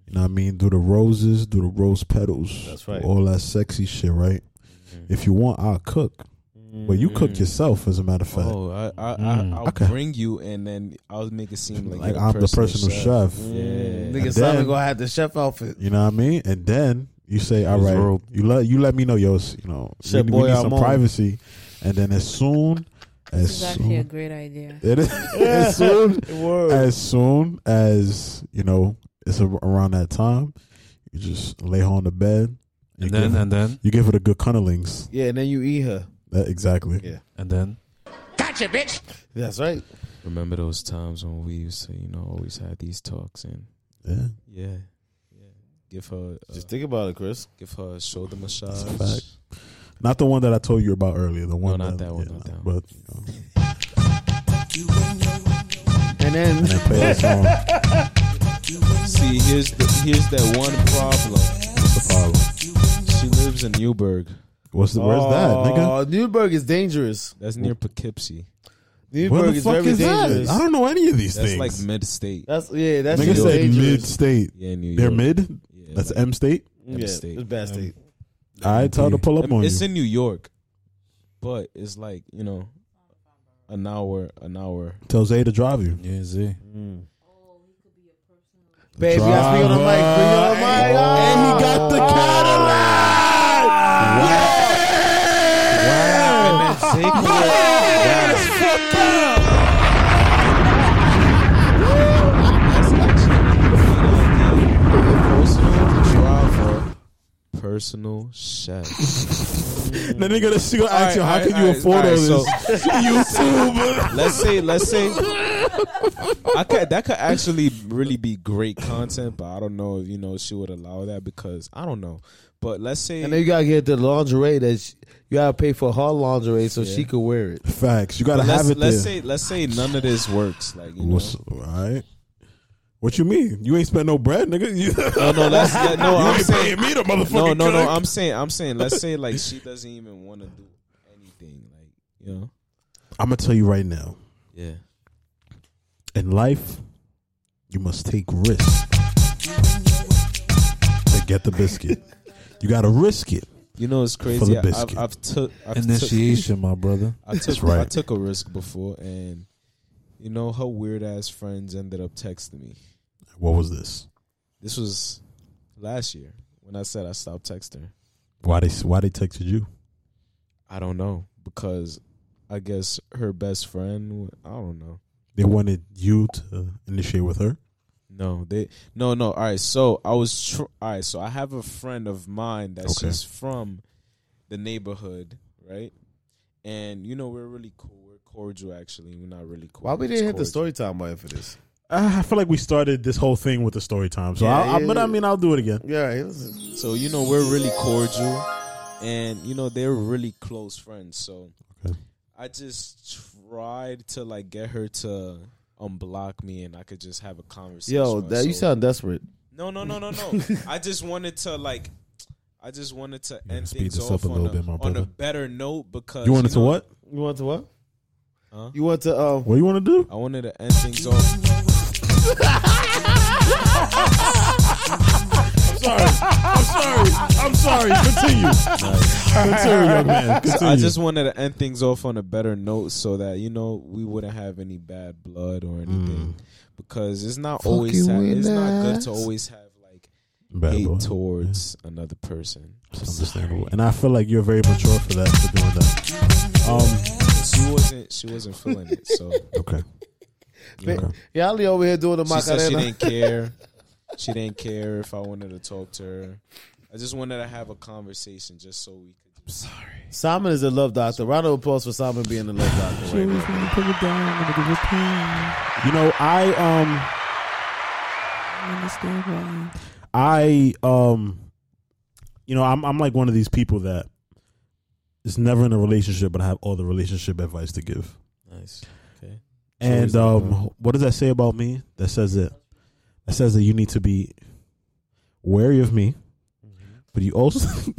S1: You know what I mean? Do the roses, do the rose petals.
S3: That's right. Mm-hmm.
S1: do All that sexy shit, right? If you want, I'll cook. But you cook yourself, as a matter of fact.
S2: Oh, I, I,
S1: Mm.
S2: I, I'll
S1: Okay.
S2: bring you, and then I'll make it seem like,
S1: Like
S2: you're
S1: I'm the
S2: personal
S1: personal chef.
S2: Yeah,
S1: Mm.
S3: Nigga
S1: And
S3: Simon
S1: then-
S3: gonna have the chef outfit.
S1: You know what I mean? And then you say, all
S3: It's
S1: right,
S3: rope.
S1: you let you let me know your, s- you know,
S3: Shit,
S1: we, we
S3: boy,
S1: need
S3: I'm
S1: some
S3: on.
S1: privacy. And then as soon as
S4: This is actually
S1: soon-
S4: a great idea.
S3: (laughs)
S1: It is as soon as soon as you know it's a, around that time, you just lay her on the bed. you
S5: And then-
S1: give her-
S5: and then?
S1: you give her the good cunnilings.
S3: Yeah, and then you eat her.
S1: That, exactly.
S3: Yeah.
S5: And then
S3: Gotcha, bitch. That's right.
S2: Remember those times when we used to, you know, always have these talks and
S1: yeah,
S2: yeah, Give her. uh,
S1: Just think about it, Chris.
S2: Give her a shoulder massage.
S1: Not the one that I told you about earlier. The one
S2: not
S1: that,
S2: that one,
S1: yeah,
S2: not that
S1: But you know,
S7: And then,
S1: and then play
S3: (laughs)
S1: that song.
S2: See, here's the, here's that one problem. What's the problem? She lives in Newburgh.
S1: What's the (laughs) where's that, nigga?
S3: Oh, Newburgh is dangerous.
S2: That's near Poughkeepsie.
S1: Where
S3: Newburgh
S1: the
S3: is
S1: fuck
S3: very
S1: is that?
S3: dangerous.
S1: I don't know any of these
S2: That's
S1: things.
S2: like mid state.
S3: That's yeah. That's
S1: nigga
S3: just
S1: said mid
S3: dangerous.
S1: state.
S2: Yeah, New
S1: They're
S2: York.
S1: mid. That's M state.
S3: Yeah, it's bad state.
S1: I tell her to pull up
S2: I mean,
S1: on
S2: it's
S1: you.
S2: in New York, but it's like you know, an hour, an hour.
S1: Tell Zay to drive you.
S5: Yeah, Zay.
S3: Baby, that's me on the mic. Bring it on the mic. Ah. And he got the
S2: Wow. Wow. Personal chef.
S1: The nigga that's gonna
S2: All right,
S1: ask you, how
S2: all right,
S1: can
S2: all
S1: you
S2: right,
S1: afford
S2: all
S1: all
S2: right,
S1: this?
S2: so-
S1: (laughs) YouTube.
S2: Let's say, let's
S1: (laughs)
S2: say, I could that could actually really be great content, but I don't know if you know she would allow that because I don't know. But let's say
S3: And then you gotta get the lingerie that she, you gotta pay for her lingerie so
S2: Yeah.
S3: she could wear it.
S1: Facts. You gotta
S2: let's,
S1: have it
S2: let's
S1: there.
S2: say let's say none of this works. Like you know,
S1: What's, all right. What you mean? You ain't spent no bread, nigga. You, (laughs)
S2: no, no, let's let, no.
S1: you
S2: I'm
S1: ain't
S2: saying
S1: paying me the motherfucking
S2: No, no, no.
S1: cut.
S2: I'm saying I'm saying. Let's say like she doesn't even want to do anything. Like you know,
S1: I'm gonna tell you right now.
S2: Yeah.
S1: In life, you must take risks to get the biscuit. you gotta risk it.
S2: You know it's crazy.
S1: For the
S2: I-
S1: biscuit.
S2: I've, I've took I've
S5: Initiation,
S2: took,
S5: my brother.
S2: I took
S5: That's right.
S2: I took a risk before, and you know her weird ass friends ended up texting me.
S1: What was this?
S2: This was last year when I said I stopped texting. her.
S1: Why they Why they texted you?
S2: I don't know because I guess her best friend. I don't know.
S1: They wanted you to initiate with her.
S2: No, they no no. All right, so I was tr- all right. So I have a friend of mine that
S1: Okay.
S2: she's from the neighborhood, right? And you know we're really cool. We're cordial, actually. We're not really cool.
S3: Why we
S2: It's
S3: didn't hit the
S2: cordial.
S3: story time button for this?
S1: Ah, I feel like we started this whole thing with the story time. So,
S2: Yeah,
S1: I, I,
S2: yeah,
S1: but
S2: yeah.
S1: I mean, I'll do it again.
S3: Yeah,
S2: So you know we're really cordial, and you know they're really close friends. So I just tried to like get her to unblock me, and I could just have a conversation.
S3: Yo,
S2: with her.
S3: that, you
S2: So-
S3: sound desperate.
S2: No, no, no, no,
S1: (laughs)
S2: no. I just wanted to like, I just wanted to end
S1: speed
S2: things
S1: this
S2: off
S1: up
S2: on,
S1: a little
S2: a,
S1: bit, my
S2: on a
S1: brother.
S2: better note because
S1: You wanted to
S2: know,
S1: what?
S3: You want to what?
S2: Huh?
S3: You want to? Um,
S1: What you want to do?
S2: I wanted to end things off.
S1: I'm sorry. I'm sorry. Continue. Continue, young man.
S2: So
S1: Continue.
S2: I just wanted to end things off on a better note so that you know we wouldn't have any bad blood or anything because it's not
S1: Fucking
S2: always ha- it's not good
S1: winners.
S2: to always have like
S1: Bad
S2: hate
S1: blood,
S2: towards another person.
S1: It's understandable, and I feel like you're very mature for that for doing that. Um,
S2: She wasn't she wasn't feeling it, (laughs) so
S1: okay.
S3: Man, Y'all over here doing the
S2: She said she
S3: Macarena.
S2: didn't care. She didn't care if I wanted to talk to her. I just wanted to have a conversation just so we could. I'm sorry.
S3: Simon is a love doctor. Round of applause for Simon being the love doctor. Right now.
S1: You know, I um, I um, you know, I'm I'm like one of these people that is never in a relationship, but I have all the relationship advice to give.
S2: Nice. Okay.
S1: And
S2: Sure is
S1: um, what does that say about me? That says it. That says that you need to be wary of me, but you also (laughs)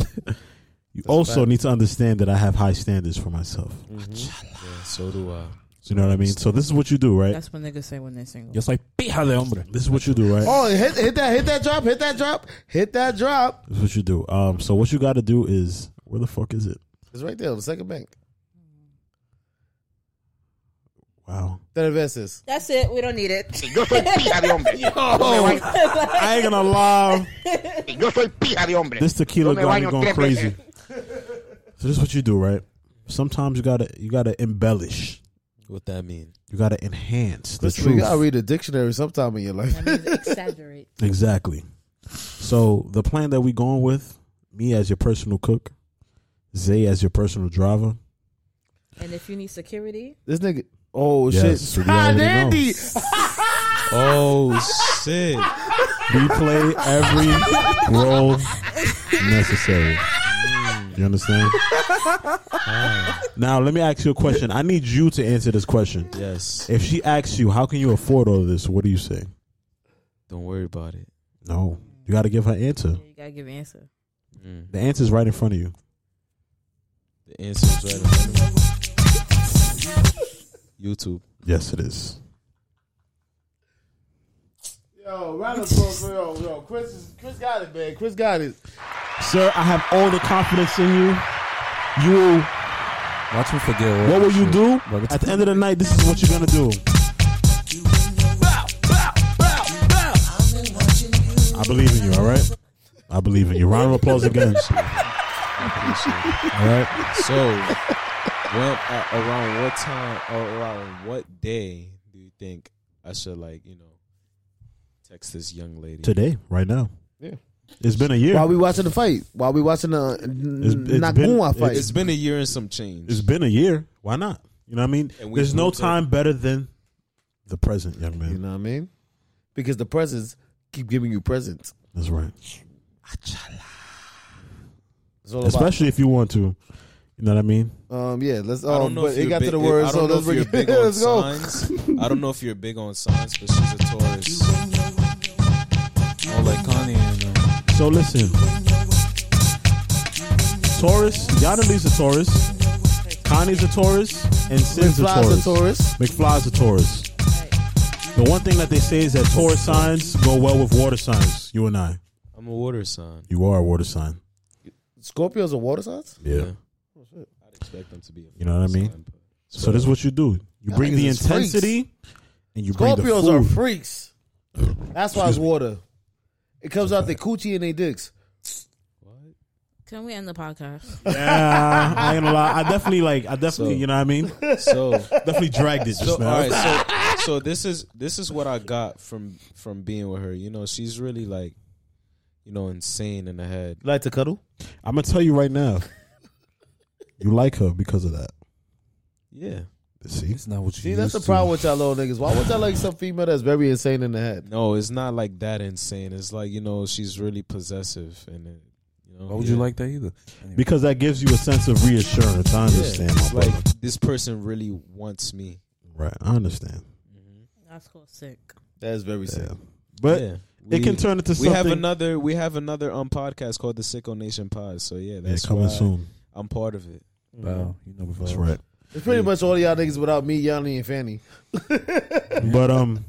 S1: you
S2: Mm-hmm. fact.
S1: also
S2: Mm-hmm.
S1: need to understand that I have high standards for myself.
S2: Yeah, so do I.
S1: You know what I mean? So this is what you do, right?
S4: That's what niggas say when they're single.
S1: Just like pija de hombre. This is what you do, right?
S3: Oh, hit, hit that! Hit that drop! Hit that drop! Hit that drop!
S1: This is what you do. Um, so what you got to do is where the fuck is it?
S3: It's right there on the second bank.
S1: Wow.
S3: That advances.
S4: That's it. We don't need it.
S1: I ain't gonna lie.
S18: Yo soy pija de hombre.
S1: This tequila
S18: Yo me
S1: got me
S18: baño
S1: going
S18: tres
S1: crazy.
S18: veces.
S1: So this is what you do, right? Sometimes you gotta you gotta embellish.
S2: What that mean?
S1: You gotta enhance the
S3: Chris, you
S1: truth.
S3: gotta read a dictionary sometime in your life.
S4: Exaggerate.
S1: Exactly. So the plan that we going with, me as your personal cook, Zay as your personal driver.
S4: And if you need security,
S3: This nigga. Oh
S1: Yes,
S3: shit! Ah,
S1: we already know.
S3: Andy.
S2: (laughs) Oh shit!
S1: We play every role necessary. You (laughs) understand? Now, let me ask you a question. I need you to answer this question.
S2: Yes.
S1: If she asks you, how can you afford all this? What do you say?
S2: Don't worry about it.
S1: No. You got to give her an answer.
S4: You gotta give an answer.
S1: The answer's right in front of you.
S2: The answer is right in front of you. YouTube.
S1: Yes, it is.
S3: Yo, round of applause for yo, yo. Chris, is, Chris got it, man. Chris got it.
S1: Sir, I have all the confidence in you. You will.
S5: Watch me forget. all
S1: What will
S5: this
S1: you
S5: shit.
S1: do?
S5: But it's-
S1: At the end of the night, this is what you're going to do. I believe in you, all right? I believe in you. Round of applause
S2: (laughs)
S1: again. All right.
S2: So, when uh, around what time or around what day do you think I should like you know text this young lady
S1: Today, right now. Yeah. It's been a year.
S3: While we watching the fight, while we watching the
S1: it's
S3: Nagunwa
S1: been-
S3: fight,
S2: It's been a year and some change.
S1: It's been a year. Why not? You know what I mean?
S2: And we
S1: There's no
S2: moved up.
S1: time better than the present, young man. You
S3: know what I mean? because the presents keep giving you presents.
S1: That's right.
S3: It's all about-
S1: Especially if you want to. You know what I mean?
S3: Um, yeah, let's. Um,
S2: I don't know
S3: but
S2: if
S3: it
S2: you're
S3: got
S2: big-
S3: to the words,
S2: I don't
S3: so
S2: know
S3: let's,
S2: if you're
S3: bring-
S2: big on
S3: (laughs) let's go.
S2: signs. I don't know if you're big on signs, but she's a Taurus. Oh, like Kanye.
S1: So listen. Taurus, Yanali's a Taurus, Connie's a Taurus, and Sin's a
S3: McFly's
S1: Taurus.
S3: a Taurus.
S1: McFly's a Taurus. The one thing that they say is that Taurus signs go well with water signs. You and I.
S2: I'm a water sign.
S1: You are a water sign.
S3: Scorpios are water signs.
S1: Yeah.
S2: I'd expect them to be.
S1: You know what I mean? So this is what you do. You
S3: Y'all
S1: bring the
S3: niggas is freaks.
S1: intensity and you bring the
S3: Scorpios
S1: food.
S3: are freaks. That's why it's water. It comes out their coochie and they dicks.
S4: Can we end the podcast?
S1: Yeah, I ain't gonna lie. I definitely like. I definitely, you know what I mean.
S2: So
S1: definitely dragged it just
S2: so,
S1: now.
S2: all right, so, so this is this is what I got from from being with her. You know, she's really like, you know, insane in the head.
S3: Like to cuddle?
S1: I'm gonna tell you right now. You like her because of that.
S2: Yeah.
S1: See, it's not what
S3: See, that's the problem with y'all little niggas. Why would y'all like some female that's very insane in the head?
S2: No, it's not like that insane. It's like you know, she's really possessive, and it, you know,
S5: Why would you like that either?
S1: Because that gives you a sense of reassurance. I understand,
S2: it's
S1: my brother.
S2: like this person really wants me.
S1: Right, I understand.
S4: That's called sick.
S3: That is very sick.
S1: But
S2: Yeah.
S1: it can turn into
S2: we
S1: something.
S2: have another we have another um podcast called the Sicko Nation Pod. So yeah, that's
S1: coming
S2: why
S1: soon.
S2: I'm part of it.
S5: Wow, you know
S1: That's right.
S3: It's pretty much all y'all niggas without me, Yanni, and Fanny.
S1: But um,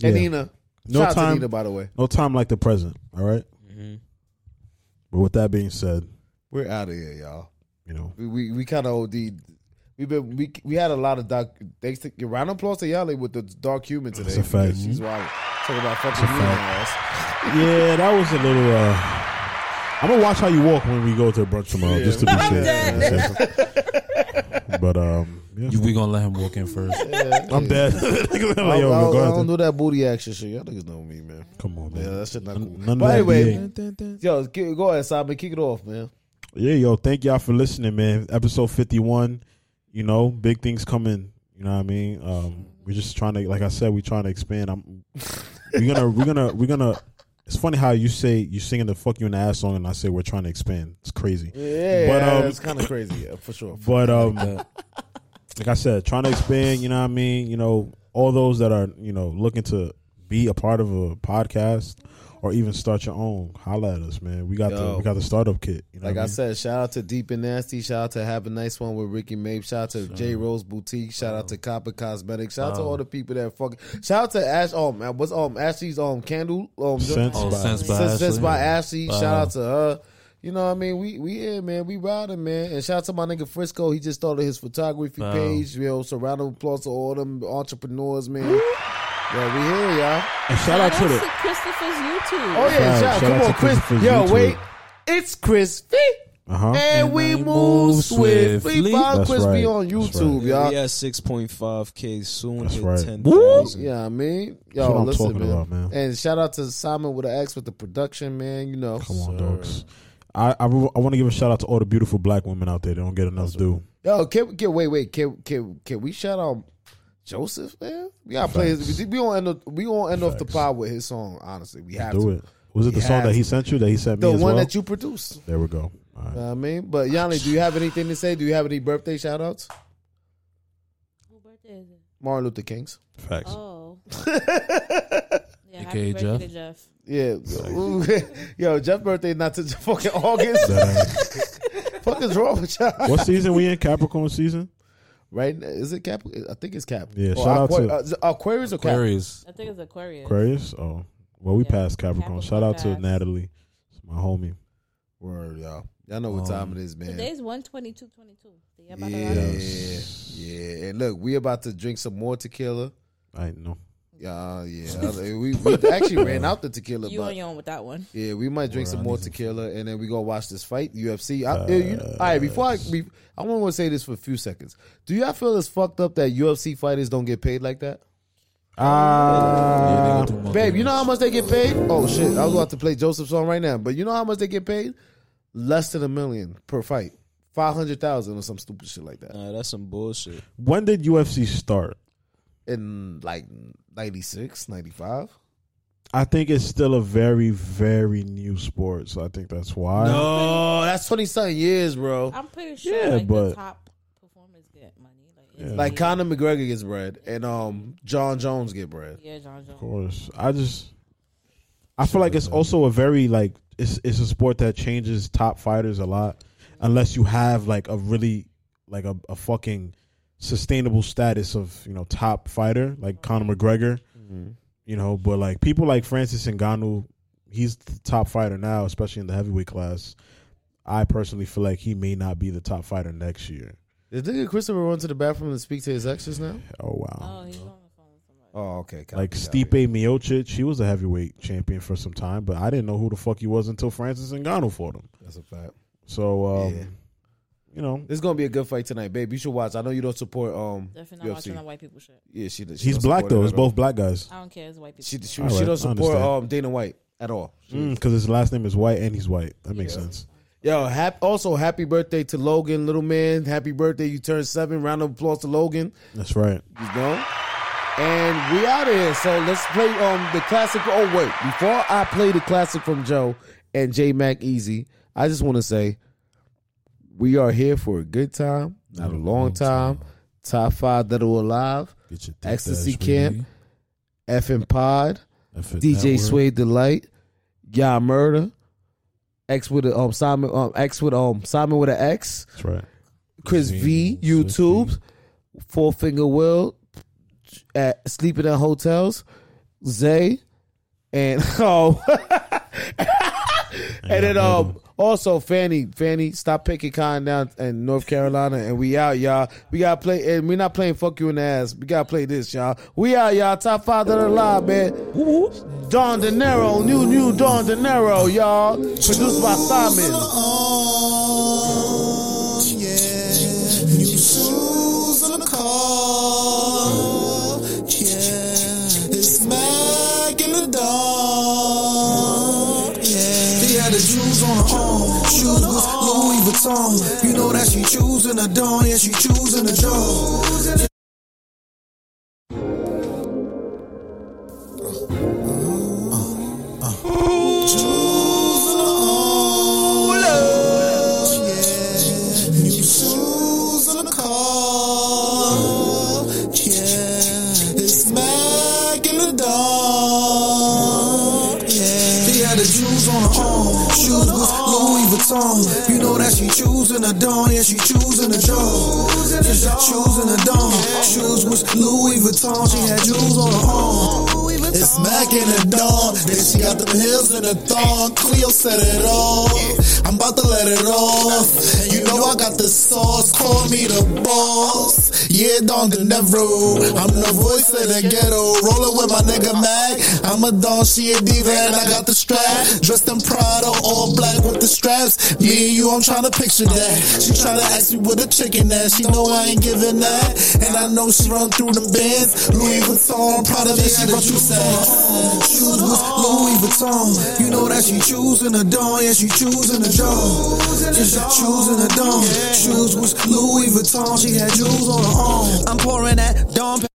S3: And Nina.
S1: No
S3: Shout out to
S1: time,
S3: Nina, by the way.
S1: No time like the present. All right?
S2: Mhm.
S1: But with that being said,
S3: We're out of here, y'all.
S1: You know,
S3: we we, we kind of od. We've been we we had a lot of dark. Thanks to your round of applause to Yali with the dark human today.
S1: That's a fact. Mm-hmm.
S3: She's wild. Talking about
S1: That's
S3: fucking
S1: a
S3: human ass.
S1: yeah, that was a little. uh I'm gonna watch how you walk when we go to brunch tomorrow,
S3: Yeah.
S1: just to be
S3: I'm
S1: sure.
S3: dead.
S1: But um, yeah.
S5: You- we gonna let him walk in
S3: (laughs)
S5: first.
S1: I'm dead. (laughs)
S3: I,
S1: Like,
S3: I,
S1: yo, go
S3: I
S1: ahead.
S3: don't do that booty action shit. Y'all niggas know me, man.
S1: Come on,
S3: man. Yeah, that shit not cool.
S1: none of
S3: but
S1: that
S3: anyway, yo, ki- go ahead, Simon. Kick it off, man.
S1: Yeah, yo, thank y'all for listening, man. Episode 51, you know, big things coming, you know what I mean? Um we're just trying to like I said, we're trying to expand. I'm we're gonna we're gonna we're gonna it's funny how you say you singing the fuck you in the ass song and I say we're trying to expand. It's crazy.
S3: Yeah,
S1: but um
S3: that's kind of crazy, yeah, for sure.
S1: but um like I said, trying to expand, you know what I mean? You know, all those that are, you know, looking to be a part of a podcast or even start your own, holla at us, man. We got the
S3: Yo.
S1: we got the startup kit. You know
S3: like
S1: what
S3: I,
S1: I mean?
S3: said, shout out to Deep and Nasty. Shout out to Have a Nice One with Ricky Mabe. Shout out to J Rose Boutique. Shout out to Copper Cosmetics. Shout out to
S1: Wow.
S3: all the people that fucking. Shout out to Ash. Um, what's um Ashley's um candle um
S1: Scents Oh, by- Scents by
S3: Scents- Scents
S1: Ashley.
S3: by Ashley.
S1: Wow.
S3: Shout out to her. You know what I mean? We we in man. We riding man. And shout out to my nigga Frisco. He just started his photography
S1: Wow.
S3: page. Yo, so round of applause to all them entrepreneurs, man. Yeah, we here, y'all.
S1: And shout out to
S4: That's
S1: the
S4: to Christopher's YouTube.
S3: Oh yeah,
S1: Shout-
S3: shout, out.
S1: shout
S3: come
S1: out
S3: on,
S1: to
S3: Chris.
S1: Christopher's
S3: Yo,
S1: YouTube.
S3: wait, it's Crispy,
S1: Uh-huh.
S3: and we move swiftly. Follow Crispy on YouTube, y'all.
S2: We at six point five k soon. That's
S1: right.
S2: Ten
S3: Yeah, I mean,
S1: That's what
S3: yo,
S1: I'm
S3: listen,
S1: talking
S3: man.
S1: about, man.
S3: And shout out to Simon with the X with the production, man. You know,
S1: Come on, dogs. I I, want to give a shout out to all the beautiful black women out there. They don't get enough due.
S3: Yo, can, can wait, wait, can can can we shout out? Joseph, man. We gotta play his. We won't end. Up, we won't end off the pod with his song. Honestly, we have
S1: Do
S3: to.
S1: it. Was it
S3: We
S1: the song
S3: have
S1: that he
S3: to.
S1: sent you that he sent
S3: The
S1: me as
S3: one
S1: well?
S3: that you Uh, produced.
S1: There we go.
S3: You know what I mean, but Yanni, do you have anything to say? Do you have any birthday shout outs? Martin Luther King's. (laughs)
S1: Facts.
S4: Oh. yeah,
S3: AKA
S4: happy birthday to Jeff.
S3: Yeah. Ooh. (laughs) Yo, Jeff's birthday not to (laughs) fucking August. fuck is wrong with y'all?
S1: What season we in? Capricorn season.
S3: Right? now- Is it Cap? I think it's Cap.
S1: Yeah,
S3: Or
S1: shout out
S3: Aqua-
S1: to-
S3: uh, is it Aquarius or Cap?
S1: Aquarius.
S4: I think it's Aquarius.
S1: Aquarius. Oh, well, we passed Capricorn. Shout out to Natalie, It's my homie.
S3: Word, y'all. Y'all
S1: Um,
S3: know what time it is, man.
S4: Today's 122.22. Yeah, about
S3: Yeah, yeah. And look, we about to drink some more tequila.
S1: I know.
S3: Yeah,
S1: (laughs)
S3: yeah. We, we actually ran out the tequila.
S4: You
S3: but
S4: on your own with that one.
S3: Yeah, we might drink some more tequila, and then we go watch this fight UFC. I,
S1: Uh,
S3: yeah, you- all right, before I, be, I want to say this for a few seconds. Do y'all feel it's fucked up that UFC fighters don't get paid like that? Uh,
S1: Ah,
S3: babe, you know how much they get paid? Oh shit, I was about to play Joseph's song right now, but you know how much they get paid? Less than a million per fight, five hundred thousand or some stupid shit like that.
S2: Nah, that's some bullshit.
S1: When did UFC start?
S3: In like 96, 95?
S1: I think it's still a very, very new sport, so I think that's why.
S3: No, that's twenty something years, bro.
S4: I'm pretty sure
S1: Yeah,
S4: like
S1: but-
S4: the top performers get money. Like, it's
S3: Like Conor McGregor gets bread, and um John Jones get bread.
S4: Yeah, John Jones.
S1: Of course, I just I feel like it's also a very like it's it's a sport that changes top fighters a lot, unless you have like a really like a, a fucking sustainable status of you know top fighter like Conor McGregor,
S3: Mhm.
S1: you know. But like people like Francis Ngannou, he's the top fighter now, especially in the heavyweight class. I personally feel like he may not be the top fighter next year.
S3: Did nigga Christopher run to the bathroom and speak to his exes now?
S1: Oh wow!
S3: Oh, okay.
S1: Like Stipe Miocic, he was a heavyweight champion for some time, but I didn't know who the fuck he was until Francis Ngannou fought him.
S3: That's a fact.
S1: So, um, you know,
S3: This is gonna be a good fight tonight, babe. You should watch. I know you don't support um
S4: Definitely not watching that white people shit.
S3: Yeah, she. she
S1: He's
S3: don't
S1: black,
S3: support
S1: though.
S3: it
S1: It's
S3: at all.
S1: both black guys.
S4: I don't care. It's white people.
S3: She, she,
S1: All
S3: she
S1: right, I
S3: don't support
S1: understand.
S3: um, Dana White at all.
S1: because Mm, his last name is White and he's white. That makes sense.
S3: Yo, hap- also happy birthday to Logan, little man. Happy birthday! You turned seven. Round of applause to Logan.
S1: That's right.
S3: You know? And we out of here. So let's play um the classic. Oh wait, before I play the classic from Joe and J Mac Easy, I just want to say we are here for a good time, not a long time. Top five that are alive. Ecstasy
S1: ass
S3: Camp, FM Pod,
S1: F-
S3: DJ
S1: Network.
S3: Sway Delight, Y'all Murder, X with a, um Simon um X with um Simon with an X.
S1: That's right.
S3: Chris V, YouTube, Four Finger Will, at Sleeping in Hotels, Zay, and (laughs) oh, and then um, also Fanny, Fanny, stop picking cotton down in North Carolina, and we out, y'all. We gotta play, and we're not playing fuck you in the ass. We gotta play this, y'all. We out, y'all. Top five that are alive, man. Don De Niro, new new Don De Niro, y'all. Produced by Simon.
S8: New shoes on the car. Yeah. It's Mac in the dark. Yeah.
S23: He had the jewels on her arm, shoes was Louis Vuitton. You know that she choosing a don, yeah, she choosing a jaw. Uh,
S8: New shoes on the car. Yeah. It's Mac in the dark. Yeah.
S23: He had the jewels on her arm, shoes was Louis Vuitton. You know that she choosing a don, yeah, she choosing a jaw. Yeah, she choosing a don, shoes was Louis Vuitton. She had jewels on her arm.
S8: It's Mac in the dawn. Then she got them heels in the thong. Cleo set it off. I'm about to let it off. And you know I got the sauce. Call me the boss. Yeah, Don De Niro. I'm the voice of the ghetto. Rolling with my nigga Mac. I'm a don, she a diva, and I got the strap. Dressed in Prada, all black with the straps. Me and you, I'm trying to picture that. She tryna ask me with a chicken that. She know I ain't giving that. And I know she run through the bands. Louis Vuitton, Prada, then she run through sacks.
S23: shoes was Louis Vuitton. You know that she choosing a don, yeah, she choosing a jaw. Yeah, she choosing a don. Shoes was Louis Vuitton, she had jewels on her arm.
S24: I'm pouring that Dom